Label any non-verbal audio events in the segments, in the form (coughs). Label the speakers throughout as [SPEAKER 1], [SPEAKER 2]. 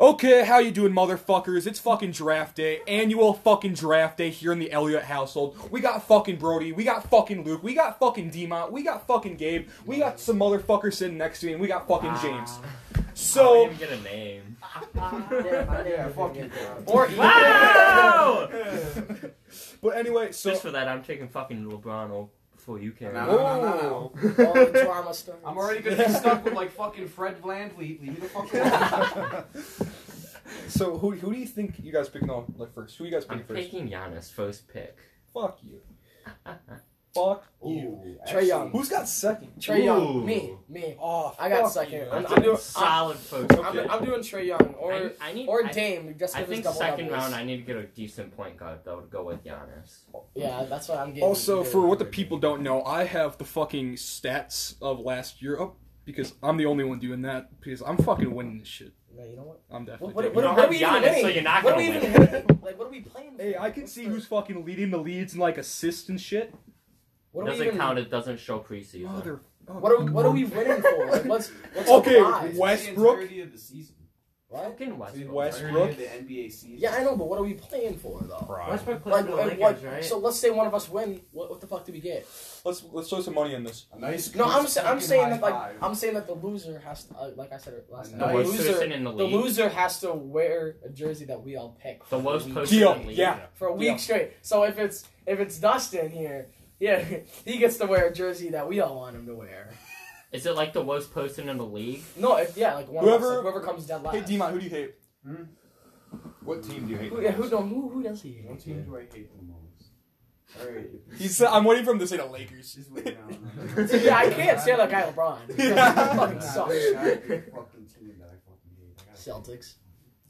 [SPEAKER 1] Okay, how you doing, motherfuckers? It's fucking draft day, annual fucking draft day here in the Elliott household. We got fucking Brody, we got fucking Luke, we got fucking Demont, we got fucking Gabe, we got some motherfucker sitting next to me, and we got fucking James.
[SPEAKER 2] (laughs)
[SPEAKER 1] So,
[SPEAKER 2] even get a name.
[SPEAKER 3] yeah, fuck you.
[SPEAKER 1] or
[SPEAKER 2] Wow!
[SPEAKER 1] (laughs) but anyway, so (laughs)
[SPEAKER 2] Just for that, I'm taking fucking LeBron o- before you can.
[SPEAKER 3] No, no, no, no,
[SPEAKER 4] All the (laughs) drama starts.
[SPEAKER 3] I'm already gonna be stuck with like fucking Fred Blandly. Leave me the fuck alone.
[SPEAKER 1] so who who do you think you guys picking on like first? Who you guys
[SPEAKER 2] I'm
[SPEAKER 1] picking first?
[SPEAKER 2] taking Giannis first pick.
[SPEAKER 1] Fuck
[SPEAKER 4] (laughs)
[SPEAKER 1] you. Fuck you.
[SPEAKER 3] Ooh,
[SPEAKER 4] Trae Young.
[SPEAKER 3] actually-
[SPEAKER 1] Who's got second?
[SPEAKER 4] Trey
[SPEAKER 2] Ooh.
[SPEAKER 4] Young, me, me.
[SPEAKER 1] Oh,
[SPEAKER 4] I got
[SPEAKER 1] fuck
[SPEAKER 4] second.
[SPEAKER 1] you.
[SPEAKER 4] I'm,
[SPEAKER 2] I'm,
[SPEAKER 4] I'm doing. I'm,
[SPEAKER 2] solid first
[SPEAKER 1] Okay.
[SPEAKER 2] pick.
[SPEAKER 4] I'm, I'm doing Trey Young or
[SPEAKER 2] I, I need,
[SPEAKER 4] or
[SPEAKER 2] I,
[SPEAKER 4] Dame. Just
[SPEAKER 2] I
[SPEAKER 4] give us
[SPEAKER 2] think
[SPEAKER 4] double
[SPEAKER 2] second
[SPEAKER 4] doubles.
[SPEAKER 2] round, I need to get a decent point guard though to go with Giannis.
[SPEAKER 4] Yeah, that's what I'm getting.
[SPEAKER 1] Also, for what the people don't know, I have the fucking stats of last year up because I'm the only one doing that because I'm fucking winning this shit.
[SPEAKER 4] Yeah, you know what?
[SPEAKER 1] I'm
[SPEAKER 4] What,
[SPEAKER 1] definitely.
[SPEAKER 4] what,
[SPEAKER 1] doing
[SPEAKER 4] what,
[SPEAKER 1] it.
[SPEAKER 2] don't
[SPEAKER 4] what,
[SPEAKER 2] have
[SPEAKER 4] are we even
[SPEAKER 2] Giannis,
[SPEAKER 4] winning?
[SPEAKER 2] so you're not
[SPEAKER 4] what are
[SPEAKER 2] gonna
[SPEAKER 4] we even
[SPEAKER 2] win.
[SPEAKER 4] winning? Like, what are we playing? For?
[SPEAKER 1] Hey, I can
[SPEAKER 4] What's
[SPEAKER 1] see
[SPEAKER 4] the-
[SPEAKER 1] who's fucking leading the leads and like assists and shit.
[SPEAKER 4] What are we
[SPEAKER 2] doesn't
[SPEAKER 4] even?
[SPEAKER 2] count. It doesn't show preseason.
[SPEAKER 1] Mother. oh,
[SPEAKER 4] (laughs) What are we, what
[SPEAKER 1] (laughs)
[SPEAKER 4] are we winning for? Like, what's, what's
[SPEAKER 1] Okay,
[SPEAKER 4] the prize?
[SPEAKER 1] what- Westbrook?
[SPEAKER 3] It's the entirety of the season.
[SPEAKER 4] What?
[SPEAKER 2] Fucking
[SPEAKER 3] It's the
[SPEAKER 2] Westbrook.
[SPEAKER 1] Westbrook.
[SPEAKER 3] entirety of The NBA season.
[SPEAKER 4] Yeah, I know, but what are we playing for though?
[SPEAKER 1] Let's
[SPEAKER 5] Westbrook plays
[SPEAKER 4] Like,
[SPEAKER 5] for the
[SPEAKER 4] like
[SPEAKER 5] Lakers,
[SPEAKER 4] what?
[SPEAKER 5] right?
[SPEAKER 4] So let's say one of us win. What, what the fuck do we get?
[SPEAKER 1] let's let's throw some money on this.
[SPEAKER 3] A nice.
[SPEAKER 4] No, I'm
[SPEAKER 3] crisp
[SPEAKER 4] sa- I'm
[SPEAKER 3] fucking
[SPEAKER 4] saying
[SPEAKER 3] high
[SPEAKER 4] that like
[SPEAKER 3] five.
[SPEAKER 4] I'm saying that the loser has to, uh, like I said last
[SPEAKER 3] The
[SPEAKER 4] time.
[SPEAKER 2] The
[SPEAKER 3] Nice.
[SPEAKER 2] worst
[SPEAKER 4] loser,
[SPEAKER 2] person in the
[SPEAKER 4] the
[SPEAKER 2] league.
[SPEAKER 4] loser has to wear a jersey that we all pick.
[SPEAKER 2] The
[SPEAKER 4] for a
[SPEAKER 2] worst
[SPEAKER 4] week.
[SPEAKER 2] person
[SPEAKER 1] Deal.
[SPEAKER 2] in the league.
[SPEAKER 1] Yeah.
[SPEAKER 4] for a week
[SPEAKER 1] Yeah.
[SPEAKER 4] straight. So if it's if it's Dustin here, yeah, (laughs) he gets to wear a jersey that we all want him to wear.
[SPEAKER 2] Is it like the worst person in the league?
[SPEAKER 4] (laughs) No, if yeah, like one of us,
[SPEAKER 1] Whoever-
[SPEAKER 4] like, whoever comes down last.
[SPEAKER 1] Hey, Demon, who do you hate?
[SPEAKER 3] What team do you hate?
[SPEAKER 4] Who,
[SPEAKER 3] the
[SPEAKER 4] yeah, who,
[SPEAKER 3] most?
[SPEAKER 4] no, who who
[SPEAKER 1] (laughs)
[SPEAKER 4] does he?
[SPEAKER 3] What team do I hate the most? All right.
[SPEAKER 1] He said, uh, "I'm waiting for him to say the Lakers."
[SPEAKER 3] Just wait now.
[SPEAKER 4] yeah, I can't
[SPEAKER 3] (laughs)
[SPEAKER 4] say like I LeBron. (laughs)
[SPEAKER 1] (laughs)
[SPEAKER 4] because he
[SPEAKER 1] Yeah.
[SPEAKER 4] fucking
[SPEAKER 3] Nah,
[SPEAKER 4] sucks.
[SPEAKER 3] there's not a fucking team that I fucking hate. I gotta-
[SPEAKER 4] Celtics.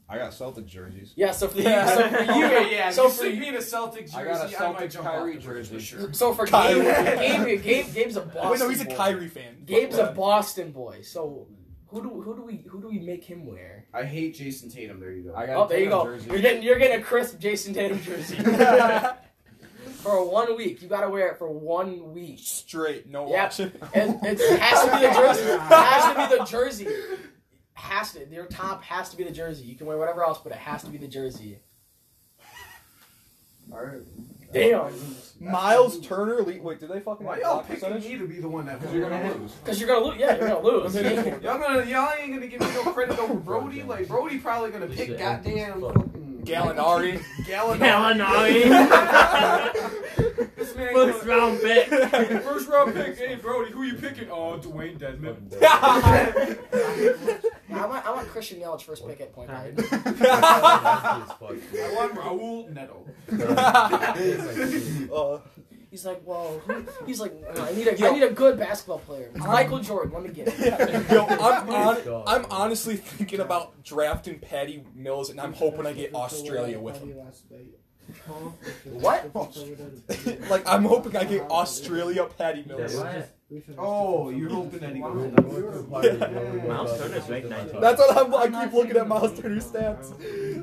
[SPEAKER 6] I got Celtic jerseys.
[SPEAKER 4] Yeah, so for
[SPEAKER 1] Yeah.
[SPEAKER 4] you, so
[SPEAKER 3] (laughs)
[SPEAKER 4] for you,
[SPEAKER 3] Okay, yeah.
[SPEAKER 1] (laughs)
[SPEAKER 3] So
[SPEAKER 4] so for
[SPEAKER 3] for
[SPEAKER 4] you,
[SPEAKER 3] me in a Celtic jersey,
[SPEAKER 6] I got a
[SPEAKER 3] I might
[SPEAKER 6] Celtic
[SPEAKER 3] jump off
[SPEAKER 6] Kyrie
[SPEAKER 3] the bridge
[SPEAKER 6] jersey. (laughs)
[SPEAKER 3] for
[SPEAKER 7] (laughs)
[SPEAKER 3] sure.
[SPEAKER 4] so for
[SPEAKER 1] Kyrie.
[SPEAKER 4] Gabe, Gabe, Gabe, Gabe's a Boston.
[SPEAKER 1] Wait, no, he's a
[SPEAKER 4] boy.
[SPEAKER 1] Kyrie fan. Fuck
[SPEAKER 4] Gabe's a
[SPEAKER 1] that.
[SPEAKER 4] Boston boy. So who do who do we who do we make him wear?
[SPEAKER 3] I hate Jason Tatum. There you go.
[SPEAKER 6] I got
[SPEAKER 4] Oh, there you
[SPEAKER 6] Tatum
[SPEAKER 4] go.
[SPEAKER 6] jersey.
[SPEAKER 4] You're getting you're getting a crisp Jason Tatum
[SPEAKER 1] (laughs)
[SPEAKER 4] jersey. (laughs) for one week. You gotta wear it for one week.
[SPEAKER 1] Straight, no
[SPEAKER 4] Yeah.
[SPEAKER 1] option.
[SPEAKER 4] It, it has to be the jersey. It has to be the jersey. Has to your top has to be the jersey. You can wear whatever else, but it has to be the jersey.
[SPEAKER 3] All right.
[SPEAKER 4] Damn.
[SPEAKER 1] (laughs) Miles Turner. Le- wait, did they fucking?
[SPEAKER 3] Why
[SPEAKER 1] have
[SPEAKER 3] y'all
[SPEAKER 1] block
[SPEAKER 3] picking
[SPEAKER 1] percentage?
[SPEAKER 3] me to be the one that?
[SPEAKER 6] You're gonna lose.
[SPEAKER 4] Cause you're gonna lose. Yeah, you're
[SPEAKER 1] (laughs)
[SPEAKER 4] gonna lose.
[SPEAKER 3] Y'all gonna y'all ain't gonna give me no credit over Brody. Like Brody probably gonna
[SPEAKER 2] Just
[SPEAKER 3] pick
[SPEAKER 2] the
[SPEAKER 3] goddamn
[SPEAKER 2] fuck.
[SPEAKER 3] fucking
[SPEAKER 1] Gallinari.
[SPEAKER 2] Gallinari.
[SPEAKER 3] This man
[SPEAKER 2] First round
[SPEAKER 1] (laughs)
[SPEAKER 2] pick.
[SPEAKER 3] first round pick. Hey Brody, who you picking? Oh, Dwayne Dedman.
[SPEAKER 4] I want I want Christian Yelich first pick at point guard.
[SPEAKER 3] I want Raul Neto.
[SPEAKER 1] Uh,
[SPEAKER 4] He's like, whoa. He's like, no, I need a I need a good basketball player. Michael Jordan. Let me get him.
[SPEAKER 1] (laughs) Yo, I'm, on, I'm honestly thinking about drafting Patty Mills, and I'm hoping I get Australia with him. (laughs)
[SPEAKER 4] What?
[SPEAKER 1] like, I'm hoping I get Australia Patty Mills.
[SPEAKER 2] Miles
[SPEAKER 3] Oh, you're hoping that he goes.
[SPEAKER 1] (laughs)
[SPEAKER 2] Turner's ranked 19.
[SPEAKER 1] That's what I'm. I keep looking at Miles Turner's stats.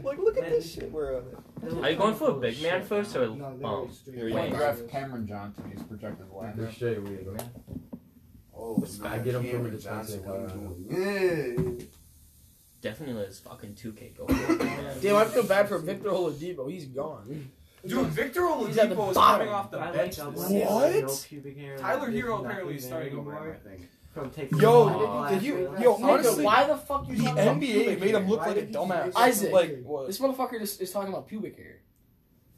[SPEAKER 1] Like, look at this shit. Where are they?
[SPEAKER 2] Are you going for a big man first or
[SPEAKER 5] No, they're
[SPEAKER 2] um?
[SPEAKER 6] Here, you
[SPEAKER 2] Wait.
[SPEAKER 6] can draft Cameron Johnson. He's projected last.
[SPEAKER 5] They're straight weird, man.
[SPEAKER 3] Oh,
[SPEAKER 5] I get him from
[SPEAKER 3] Cameron
[SPEAKER 5] a defensive
[SPEAKER 3] Johnson. Yeah.
[SPEAKER 2] Definitely is fucking 2K go.
[SPEAKER 4] (laughs) Damn, I feel bad for Victor Oladipo. He's gone.
[SPEAKER 3] Dude, Victor
[SPEAKER 4] He's at the
[SPEAKER 3] Oladipo is
[SPEAKER 4] bottom.
[SPEAKER 3] coming off the bench. this season.
[SPEAKER 1] What?
[SPEAKER 3] Tyler Hero apparently is starting over him. I think.
[SPEAKER 5] From taking
[SPEAKER 1] Yo,
[SPEAKER 5] the ball
[SPEAKER 1] did
[SPEAKER 5] last
[SPEAKER 1] you-
[SPEAKER 5] week.
[SPEAKER 1] yo,
[SPEAKER 5] That's
[SPEAKER 1] honestly-
[SPEAKER 4] Nigga, why the fuck
[SPEAKER 1] The
[SPEAKER 4] you talking about
[SPEAKER 1] NBA
[SPEAKER 4] pubic
[SPEAKER 1] made him
[SPEAKER 4] hair?
[SPEAKER 1] look like a dumbass.
[SPEAKER 4] Isaac.
[SPEAKER 1] Like, what?
[SPEAKER 4] This motherfucker just is talking about pubic hair.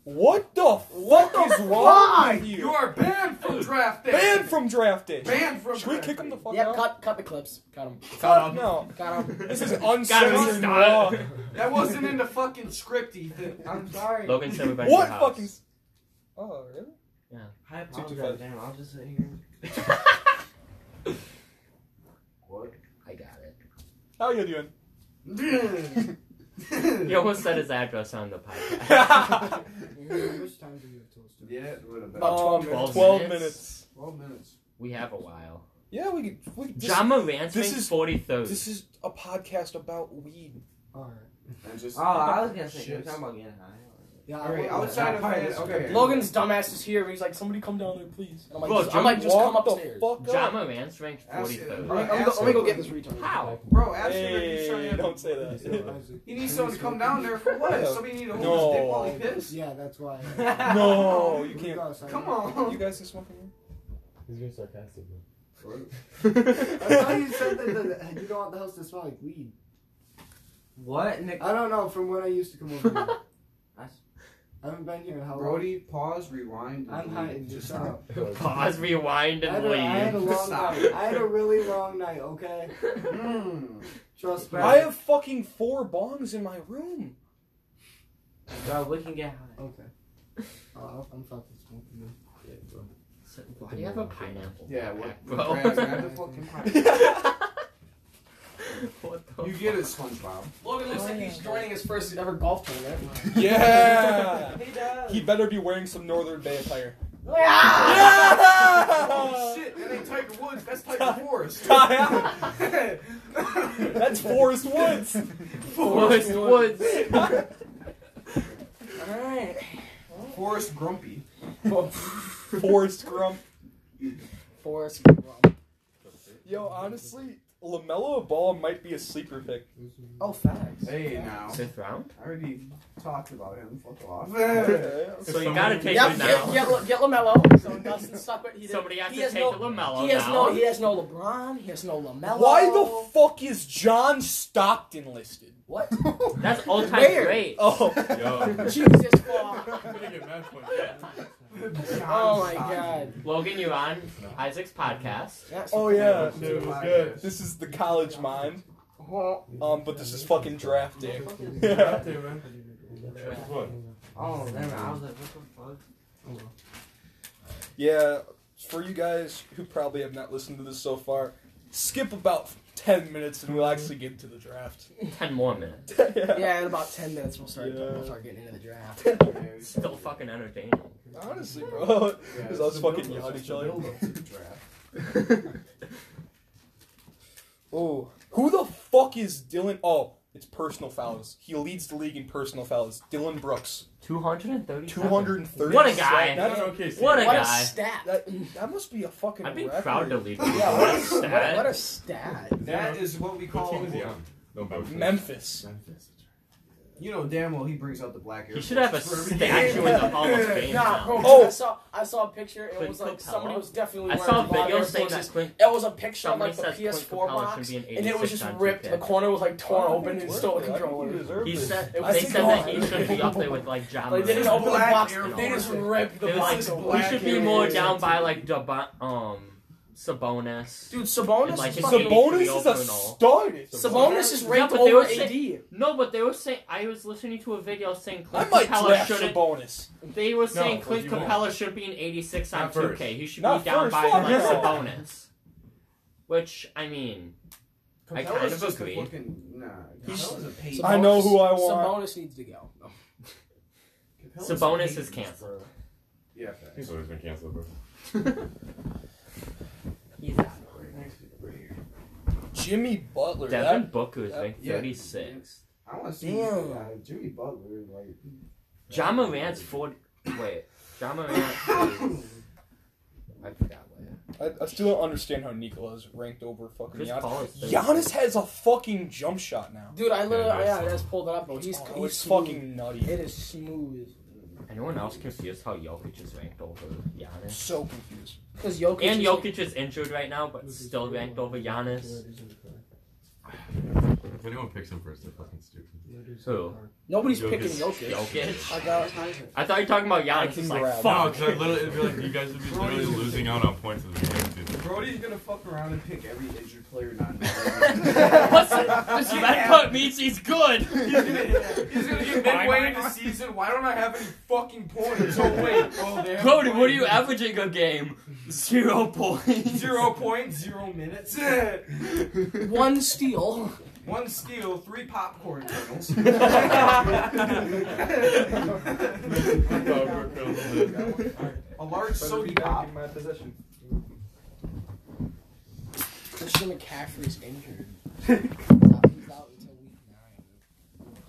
[SPEAKER 1] What the fuck is wrong with
[SPEAKER 3] You
[SPEAKER 1] you?
[SPEAKER 3] are banned from draft day.
[SPEAKER 1] Banned from draft day.
[SPEAKER 3] Banned from.
[SPEAKER 1] Should we
[SPEAKER 3] draft
[SPEAKER 1] kick him
[SPEAKER 3] day.
[SPEAKER 1] the fuck
[SPEAKER 4] Yeah,
[SPEAKER 1] out?
[SPEAKER 4] cut cut the clips. Cut him.
[SPEAKER 1] Cut, no.
[SPEAKER 4] Cut
[SPEAKER 1] (laughs)
[SPEAKER 4] him.
[SPEAKER 1] This is
[SPEAKER 2] Gotta
[SPEAKER 1] uncensored law.
[SPEAKER 2] start.
[SPEAKER 3] That wasn't in the fucking script, Ethan. (laughs)
[SPEAKER 5] I'm sorry.
[SPEAKER 2] Logan sent me back
[SPEAKER 1] What
[SPEAKER 2] to your
[SPEAKER 1] fucking?
[SPEAKER 2] house.
[SPEAKER 1] Oh really?
[SPEAKER 5] I
[SPEAKER 1] Two, two,
[SPEAKER 5] apologize.
[SPEAKER 1] five.
[SPEAKER 5] Damn, I was just sitting here.
[SPEAKER 3] What?
[SPEAKER 2] I got it.
[SPEAKER 1] How you doing?
[SPEAKER 2] He almost said his address on the podcast.
[SPEAKER 1] (laughs)
[SPEAKER 5] Which time do you have toast?
[SPEAKER 3] Yeah, it would have been.
[SPEAKER 4] About
[SPEAKER 1] Um, (laughs)
[SPEAKER 2] minutes.
[SPEAKER 4] 12
[SPEAKER 1] 12
[SPEAKER 2] minutes.
[SPEAKER 1] minutes.
[SPEAKER 3] Twelve minutes.
[SPEAKER 2] We have a while.
[SPEAKER 1] Yeah, we could. We could
[SPEAKER 2] John Morant's
[SPEAKER 1] this
[SPEAKER 2] ranked
[SPEAKER 1] is-
[SPEAKER 2] 43rd.
[SPEAKER 1] This is a podcast about weed.
[SPEAKER 5] Alright.
[SPEAKER 3] And just.
[SPEAKER 5] Oh, I was gonna say,
[SPEAKER 3] Shit.
[SPEAKER 5] we're talking about getting high. Yeah,
[SPEAKER 3] All right, outside of fast
[SPEAKER 5] Okay.
[SPEAKER 3] food.
[SPEAKER 4] Logan's dumbass is here. and He's like, somebody come down there, please. And I'm like,
[SPEAKER 8] Bro,
[SPEAKER 4] just, I'm like, just come
[SPEAKER 1] Walk the
[SPEAKER 4] upstairs.
[SPEAKER 1] fuck up.
[SPEAKER 8] Jama man's ranked
[SPEAKER 3] Ask-
[SPEAKER 8] 43rd.
[SPEAKER 4] (laughs)
[SPEAKER 3] Bro,
[SPEAKER 4] I'm, gonna- I'm gonna go get this retard.
[SPEAKER 8] How?
[SPEAKER 3] Bro, ask him if he's trying
[SPEAKER 1] Hey,
[SPEAKER 3] to.
[SPEAKER 1] don't say that.
[SPEAKER 3] (laughs) He needs someone to come down there for what? Somebody need to hold his dick while he pissed?
[SPEAKER 5] Yeah, that's why.
[SPEAKER 1] no, you can't.
[SPEAKER 3] Come
[SPEAKER 1] (laughs)
[SPEAKER 3] on.
[SPEAKER 1] You guys just want
[SPEAKER 7] He's very sarcastic. man.
[SPEAKER 5] I thought you said that the, you don't want the house to smell like weed.
[SPEAKER 9] What? Nick?
[SPEAKER 5] I don't know from when I used to come over
[SPEAKER 4] (laughs)
[SPEAKER 5] here. I haven't been here in how long?
[SPEAKER 3] Brody, pause, rewind.
[SPEAKER 5] I'm high and just stop.
[SPEAKER 8] (laughs) Pause, rewind,
[SPEAKER 5] I had,
[SPEAKER 8] and
[SPEAKER 5] a, I had a
[SPEAKER 8] leave.
[SPEAKER 5] long
[SPEAKER 3] Stop.
[SPEAKER 5] night. I had a really long night, okay?
[SPEAKER 3] Mm.
[SPEAKER 5] Trust me.
[SPEAKER 1] I have fucking four bongs in my room.
[SPEAKER 9] Bro, we can get high.
[SPEAKER 5] Okay. Oh, I'm fucking smoking this.
[SPEAKER 7] Yeah, bro.
[SPEAKER 8] So, Why do you have a pineapple?
[SPEAKER 3] Yeah,
[SPEAKER 8] backpack,
[SPEAKER 3] what?
[SPEAKER 8] bro?
[SPEAKER 3] Grab (laughs) the fucking pipe.
[SPEAKER 8] (laughs) what the
[SPEAKER 3] You
[SPEAKER 8] fuck?
[SPEAKER 3] get it, SpongeBob.
[SPEAKER 4] Logan looks like he's joining his first ever golf tournament.
[SPEAKER 1] (laughs) Yeah.
[SPEAKER 3] He does.
[SPEAKER 1] he better be wearing some Northern Bay
[SPEAKER 4] (laughs)
[SPEAKER 1] attire.
[SPEAKER 3] Oh shit, that ain't Tiger Woods, that's Tiger Forest.
[SPEAKER 1] (laughs)
[SPEAKER 3] (laughs)
[SPEAKER 1] That's Forest Woods.
[SPEAKER 8] Forest Woods.
[SPEAKER 4] Alright.
[SPEAKER 3] Forest Grumpy.
[SPEAKER 1] Forest Grump.
[SPEAKER 4] Forrest.
[SPEAKER 1] Yo, honestly, Lamelo Ball might be a sleeper
[SPEAKER 3] (laughs)
[SPEAKER 1] pick.
[SPEAKER 4] Oh, facts.
[SPEAKER 3] Hey now.
[SPEAKER 8] Fifth round?
[SPEAKER 3] I already talked about him. Fuck off.
[SPEAKER 8] So you gotta take
[SPEAKER 4] Yep,
[SPEAKER 8] it
[SPEAKER 4] get,
[SPEAKER 8] now.
[SPEAKER 4] get, Lo- get LaMelo. So Dustin Sucker, he did-
[SPEAKER 8] Somebody has
[SPEAKER 4] he
[SPEAKER 8] to
[SPEAKER 4] has
[SPEAKER 8] take
[SPEAKER 4] no,
[SPEAKER 8] the LaMelo
[SPEAKER 4] He has,
[SPEAKER 8] now.
[SPEAKER 4] no, he has no LeBron. He has no LaMelo.
[SPEAKER 1] Why the fuck is John Stockton listed?
[SPEAKER 4] What?
[SPEAKER 1] (laughs)
[SPEAKER 8] That's all time
[SPEAKER 4] Where?
[SPEAKER 8] great.
[SPEAKER 1] Oh,
[SPEAKER 7] (laughs) Yo.
[SPEAKER 4] Jesus fuck. Oh my god.
[SPEAKER 8] Logan, you on Isaac's podcast.
[SPEAKER 4] That's
[SPEAKER 1] oh yeah.
[SPEAKER 7] It was
[SPEAKER 1] (laughs)
[SPEAKER 3] (laughs)
[SPEAKER 7] good.
[SPEAKER 1] This is the college mind. Um, but this is fucking draft day.
[SPEAKER 4] (laughs)
[SPEAKER 7] That's what.
[SPEAKER 9] Oh, never. mind. I was like, what
[SPEAKER 1] Yeah, for you guys who probably have not listened to this so far, skip about 10 minutes and we'll actually get into the draft. (laughs)
[SPEAKER 8] Ten more minutes.
[SPEAKER 4] Yeah, in about 10 minutes we'll start,
[SPEAKER 1] Yeah.
[SPEAKER 4] we'll start getting into the draft.
[SPEAKER 8] Still fucking entertaining.
[SPEAKER 1] Honestly, bro. (laughs)
[SPEAKER 3] Yeah,
[SPEAKER 1] Because I was
[SPEAKER 3] it's the
[SPEAKER 1] fucking
[SPEAKER 3] build-up,
[SPEAKER 1] yelling at
[SPEAKER 3] it's
[SPEAKER 1] each
[SPEAKER 3] the
[SPEAKER 1] other.
[SPEAKER 3] build-up to the draft.
[SPEAKER 1] Oh, who the fuck is Dylan? Oh, it's personal fouls. He leads the league in personal fouls. Dylan Brooks,
[SPEAKER 8] 230.
[SPEAKER 1] 230.
[SPEAKER 8] What a guy.
[SPEAKER 1] That's-
[SPEAKER 8] What a
[SPEAKER 4] What a
[SPEAKER 8] guy.
[SPEAKER 4] stat.
[SPEAKER 1] that, that must be a fucking.
[SPEAKER 8] I'd be
[SPEAKER 1] record.
[SPEAKER 8] proud to leave.
[SPEAKER 1] Yeah,
[SPEAKER 8] Yeah,
[SPEAKER 1] what
[SPEAKER 8] what a
[SPEAKER 4] What, what
[SPEAKER 8] stat.
[SPEAKER 4] a stat.
[SPEAKER 3] That is what we
[SPEAKER 7] What
[SPEAKER 3] call.
[SPEAKER 7] team is he on? No, Memphis.
[SPEAKER 1] Memphis.
[SPEAKER 3] You know damn well he brings out the black air.
[SPEAKER 8] He should have a
[SPEAKER 3] Forces for every
[SPEAKER 8] statue in
[SPEAKER 3] game.
[SPEAKER 8] the
[SPEAKER 3] (laughs)
[SPEAKER 8] Hall of Fame.
[SPEAKER 4] Nah, bro,
[SPEAKER 8] now.
[SPEAKER 1] Oh.
[SPEAKER 4] I saw I saw a picture. It
[SPEAKER 8] Clint
[SPEAKER 4] was like
[SPEAKER 8] Capella?
[SPEAKER 4] somebody was definitely
[SPEAKER 8] I
[SPEAKER 4] wearing
[SPEAKER 8] saw a
[SPEAKER 4] Bobby
[SPEAKER 8] video
[SPEAKER 4] Air
[SPEAKER 8] saying
[SPEAKER 4] Forces.
[SPEAKER 8] that Clint
[SPEAKER 4] It was a picture
[SPEAKER 8] Somebody
[SPEAKER 4] of like
[SPEAKER 8] says
[SPEAKER 4] the
[SPEAKER 8] Clint
[SPEAKER 4] PS4
[SPEAKER 8] Capella
[SPEAKER 4] box,
[SPEAKER 8] should be an
[SPEAKER 4] and it
[SPEAKER 8] 86
[SPEAKER 4] was just
[SPEAKER 8] on
[SPEAKER 4] ripped.
[SPEAKER 8] 2K.
[SPEAKER 4] The corner was like torn open and still a
[SPEAKER 1] I think he
[SPEAKER 4] controller.
[SPEAKER 1] deserved
[SPEAKER 8] He
[SPEAKER 1] it.
[SPEAKER 8] said
[SPEAKER 1] I
[SPEAKER 8] they
[SPEAKER 1] think
[SPEAKER 8] said that he
[SPEAKER 1] God.
[SPEAKER 8] should be up there with like John.
[SPEAKER 4] Like they didn't
[SPEAKER 8] Moran.
[SPEAKER 4] open the
[SPEAKER 3] Black
[SPEAKER 4] box,
[SPEAKER 3] Air
[SPEAKER 4] they just
[SPEAKER 3] Forces.
[SPEAKER 4] ripped the
[SPEAKER 8] It was
[SPEAKER 4] box
[SPEAKER 3] like
[SPEAKER 4] open.
[SPEAKER 8] We
[SPEAKER 3] black
[SPEAKER 8] should
[SPEAKER 3] Air
[SPEAKER 8] be more
[SPEAKER 3] Forces.
[SPEAKER 8] down by like Deba- um Sabonis.
[SPEAKER 4] Dude, Sabonis
[SPEAKER 8] And, like,
[SPEAKER 4] is
[SPEAKER 8] his
[SPEAKER 4] fucking.
[SPEAKER 8] game-
[SPEAKER 1] Sabonis is a stud.
[SPEAKER 4] Sabonis is ranked
[SPEAKER 8] but they
[SPEAKER 4] over
[SPEAKER 8] were saying-
[SPEAKER 4] AD.
[SPEAKER 8] No, but they were saying I was listening to a video
[SPEAKER 1] I
[SPEAKER 8] saying Clint
[SPEAKER 1] might
[SPEAKER 8] Capella
[SPEAKER 1] draft
[SPEAKER 8] shouldn't.
[SPEAKER 1] Sabonis.
[SPEAKER 8] They were saying
[SPEAKER 7] but
[SPEAKER 8] Clint
[SPEAKER 7] you won't.
[SPEAKER 8] Capella should be an 86 on
[SPEAKER 7] Not first.
[SPEAKER 8] 2K. He should
[SPEAKER 1] Not
[SPEAKER 8] be down
[SPEAKER 1] first,
[SPEAKER 8] by like
[SPEAKER 1] fuck no.
[SPEAKER 8] Sabonis. Which I mean, I
[SPEAKER 3] That
[SPEAKER 8] kind
[SPEAKER 3] was
[SPEAKER 8] of
[SPEAKER 3] just a
[SPEAKER 8] agree.
[SPEAKER 3] fucking- Nah,
[SPEAKER 4] He's-
[SPEAKER 3] that was a pain.
[SPEAKER 1] I know who I want.
[SPEAKER 4] Sabonis needs to go.
[SPEAKER 8] Sabonis is canceled.
[SPEAKER 3] Yeah,
[SPEAKER 7] He's always been canceled, bro.
[SPEAKER 8] He's out.
[SPEAKER 1] Jimmy Butler.
[SPEAKER 8] Devin Booker is
[SPEAKER 1] that-
[SPEAKER 8] ranked
[SPEAKER 3] yeah.
[SPEAKER 8] 36.
[SPEAKER 3] I want to see
[SPEAKER 1] Damn.
[SPEAKER 3] uh, Jimmy Butler like.
[SPEAKER 8] John Morant's 40. Wait, John
[SPEAKER 1] (coughs)
[SPEAKER 8] Morant is. I forgot where.
[SPEAKER 1] that, I, I still don't understand how Nikola is ranked over fucking
[SPEAKER 8] Chris
[SPEAKER 1] Giannis.
[SPEAKER 8] Paul is. 36.
[SPEAKER 1] Giannis has a fucking jump shot now.
[SPEAKER 4] Dude, I literally,
[SPEAKER 7] Yeah,
[SPEAKER 4] yeah,
[SPEAKER 7] that's-
[SPEAKER 4] I just pulled it up, bro. He's,
[SPEAKER 1] Oh,
[SPEAKER 4] he's
[SPEAKER 1] it's
[SPEAKER 4] smooth.
[SPEAKER 1] fucking
[SPEAKER 4] It
[SPEAKER 1] nutty.
[SPEAKER 4] is smooth.
[SPEAKER 8] Anyone else confused how Jokic is ranked over Giannis?
[SPEAKER 1] So confused.
[SPEAKER 4] Because Jokic.
[SPEAKER 8] And
[SPEAKER 4] is-
[SPEAKER 8] Jokic is injured right now, but still ranked over Giannis.
[SPEAKER 7] If anyone picks him first, they're fucking stupid.
[SPEAKER 8] Who?
[SPEAKER 4] Nobody's
[SPEAKER 7] Jokic.
[SPEAKER 4] picking Jokic.
[SPEAKER 8] Jokic?
[SPEAKER 4] I got
[SPEAKER 8] I thought you were talking about
[SPEAKER 1] I
[SPEAKER 8] Giannis.
[SPEAKER 1] can
[SPEAKER 8] It's like,
[SPEAKER 1] grab.
[SPEAKER 8] fuck.
[SPEAKER 7] No,
[SPEAKER 8] (laughs)
[SPEAKER 7] because I literally it'd be like you guys would be literally losing out on points of the game, dude. (laughs)
[SPEAKER 3] Brody's gonna fuck around and pick every injured player (laughs) not.
[SPEAKER 8] Listen, listen, that cut means he's good.
[SPEAKER 3] He's gonna, he's gonna get midway in the season. Why don't I have any fucking points? Oh
[SPEAKER 8] (laughs)
[SPEAKER 3] wait, oh they have
[SPEAKER 8] Brody, what are
[SPEAKER 3] points.
[SPEAKER 8] you averaging a game? Zero points. (laughs)
[SPEAKER 3] Zero point zero minutes. (laughs)
[SPEAKER 4] one steal.
[SPEAKER 3] One steal, three
[SPEAKER 7] (laughs)
[SPEAKER 3] popcorn kernels. A large soda pop.
[SPEAKER 1] my possession.
[SPEAKER 4] Christian McCaffrey's injured.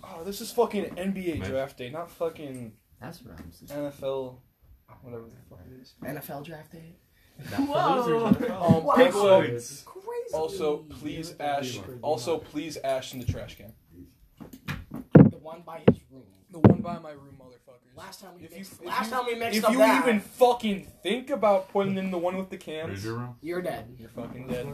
[SPEAKER 1] Oh, this is fucking NBA draft day, not fucking
[SPEAKER 8] That's what I'm saying.
[SPEAKER 5] NFL, whatever the fuck it is.
[SPEAKER 4] NFL draft day.
[SPEAKER 8] Whoa.
[SPEAKER 5] Um,
[SPEAKER 4] Wow.
[SPEAKER 5] also,
[SPEAKER 4] Crazy.
[SPEAKER 5] also, please ash. Also, please ash in the trash can.
[SPEAKER 4] the one by his room.
[SPEAKER 1] The one by my room, motherfuckers.
[SPEAKER 4] Last time we
[SPEAKER 1] If you-
[SPEAKER 4] mixed,
[SPEAKER 1] if
[SPEAKER 4] last
[SPEAKER 1] you-
[SPEAKER 4] time we mixed
[SPEAKER 1] if
[SPEAKER 4] up
[SPEAKER 1] you
[SPEAKER 4] that,
[SPEAKER 1] even fucking think about putting in the one with the
[SPEAKER 7] Here's
[SPEAKER 1] cans,
[SPEAKER 7] your room.
[SPEAKER 4] you're dead.
[SPEAKER 1] you're fucking dead.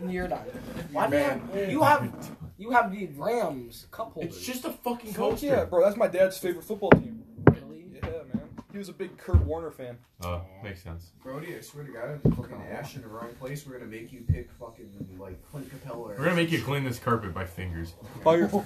[SPEAKER 4] You're done. Why do you have you have you have the Rams cup holder?
[SPEAKER 5] It's just a fucking
[SPEAKER 1] Fuck
[SPEAKER 5] coaster.
[SPEAKER 1] yeah, bro. That's my dad's favorite football team.
[SPEAKER 4] really
[SPEAKER 1] Yeah, man. He was a big Kurt Warner fan.
[SPEAKER 7] Uh, makes sense.
[SPEAKER 3] Brody, I swear to God, if you fucking ash in the wrong place, we're gonna make you pick fucking like Clint Capella. Or
[SPEAKER 7] We're gonna make you clean this carpet by fingers.
[SPEAKER 1] Fire. (laughs)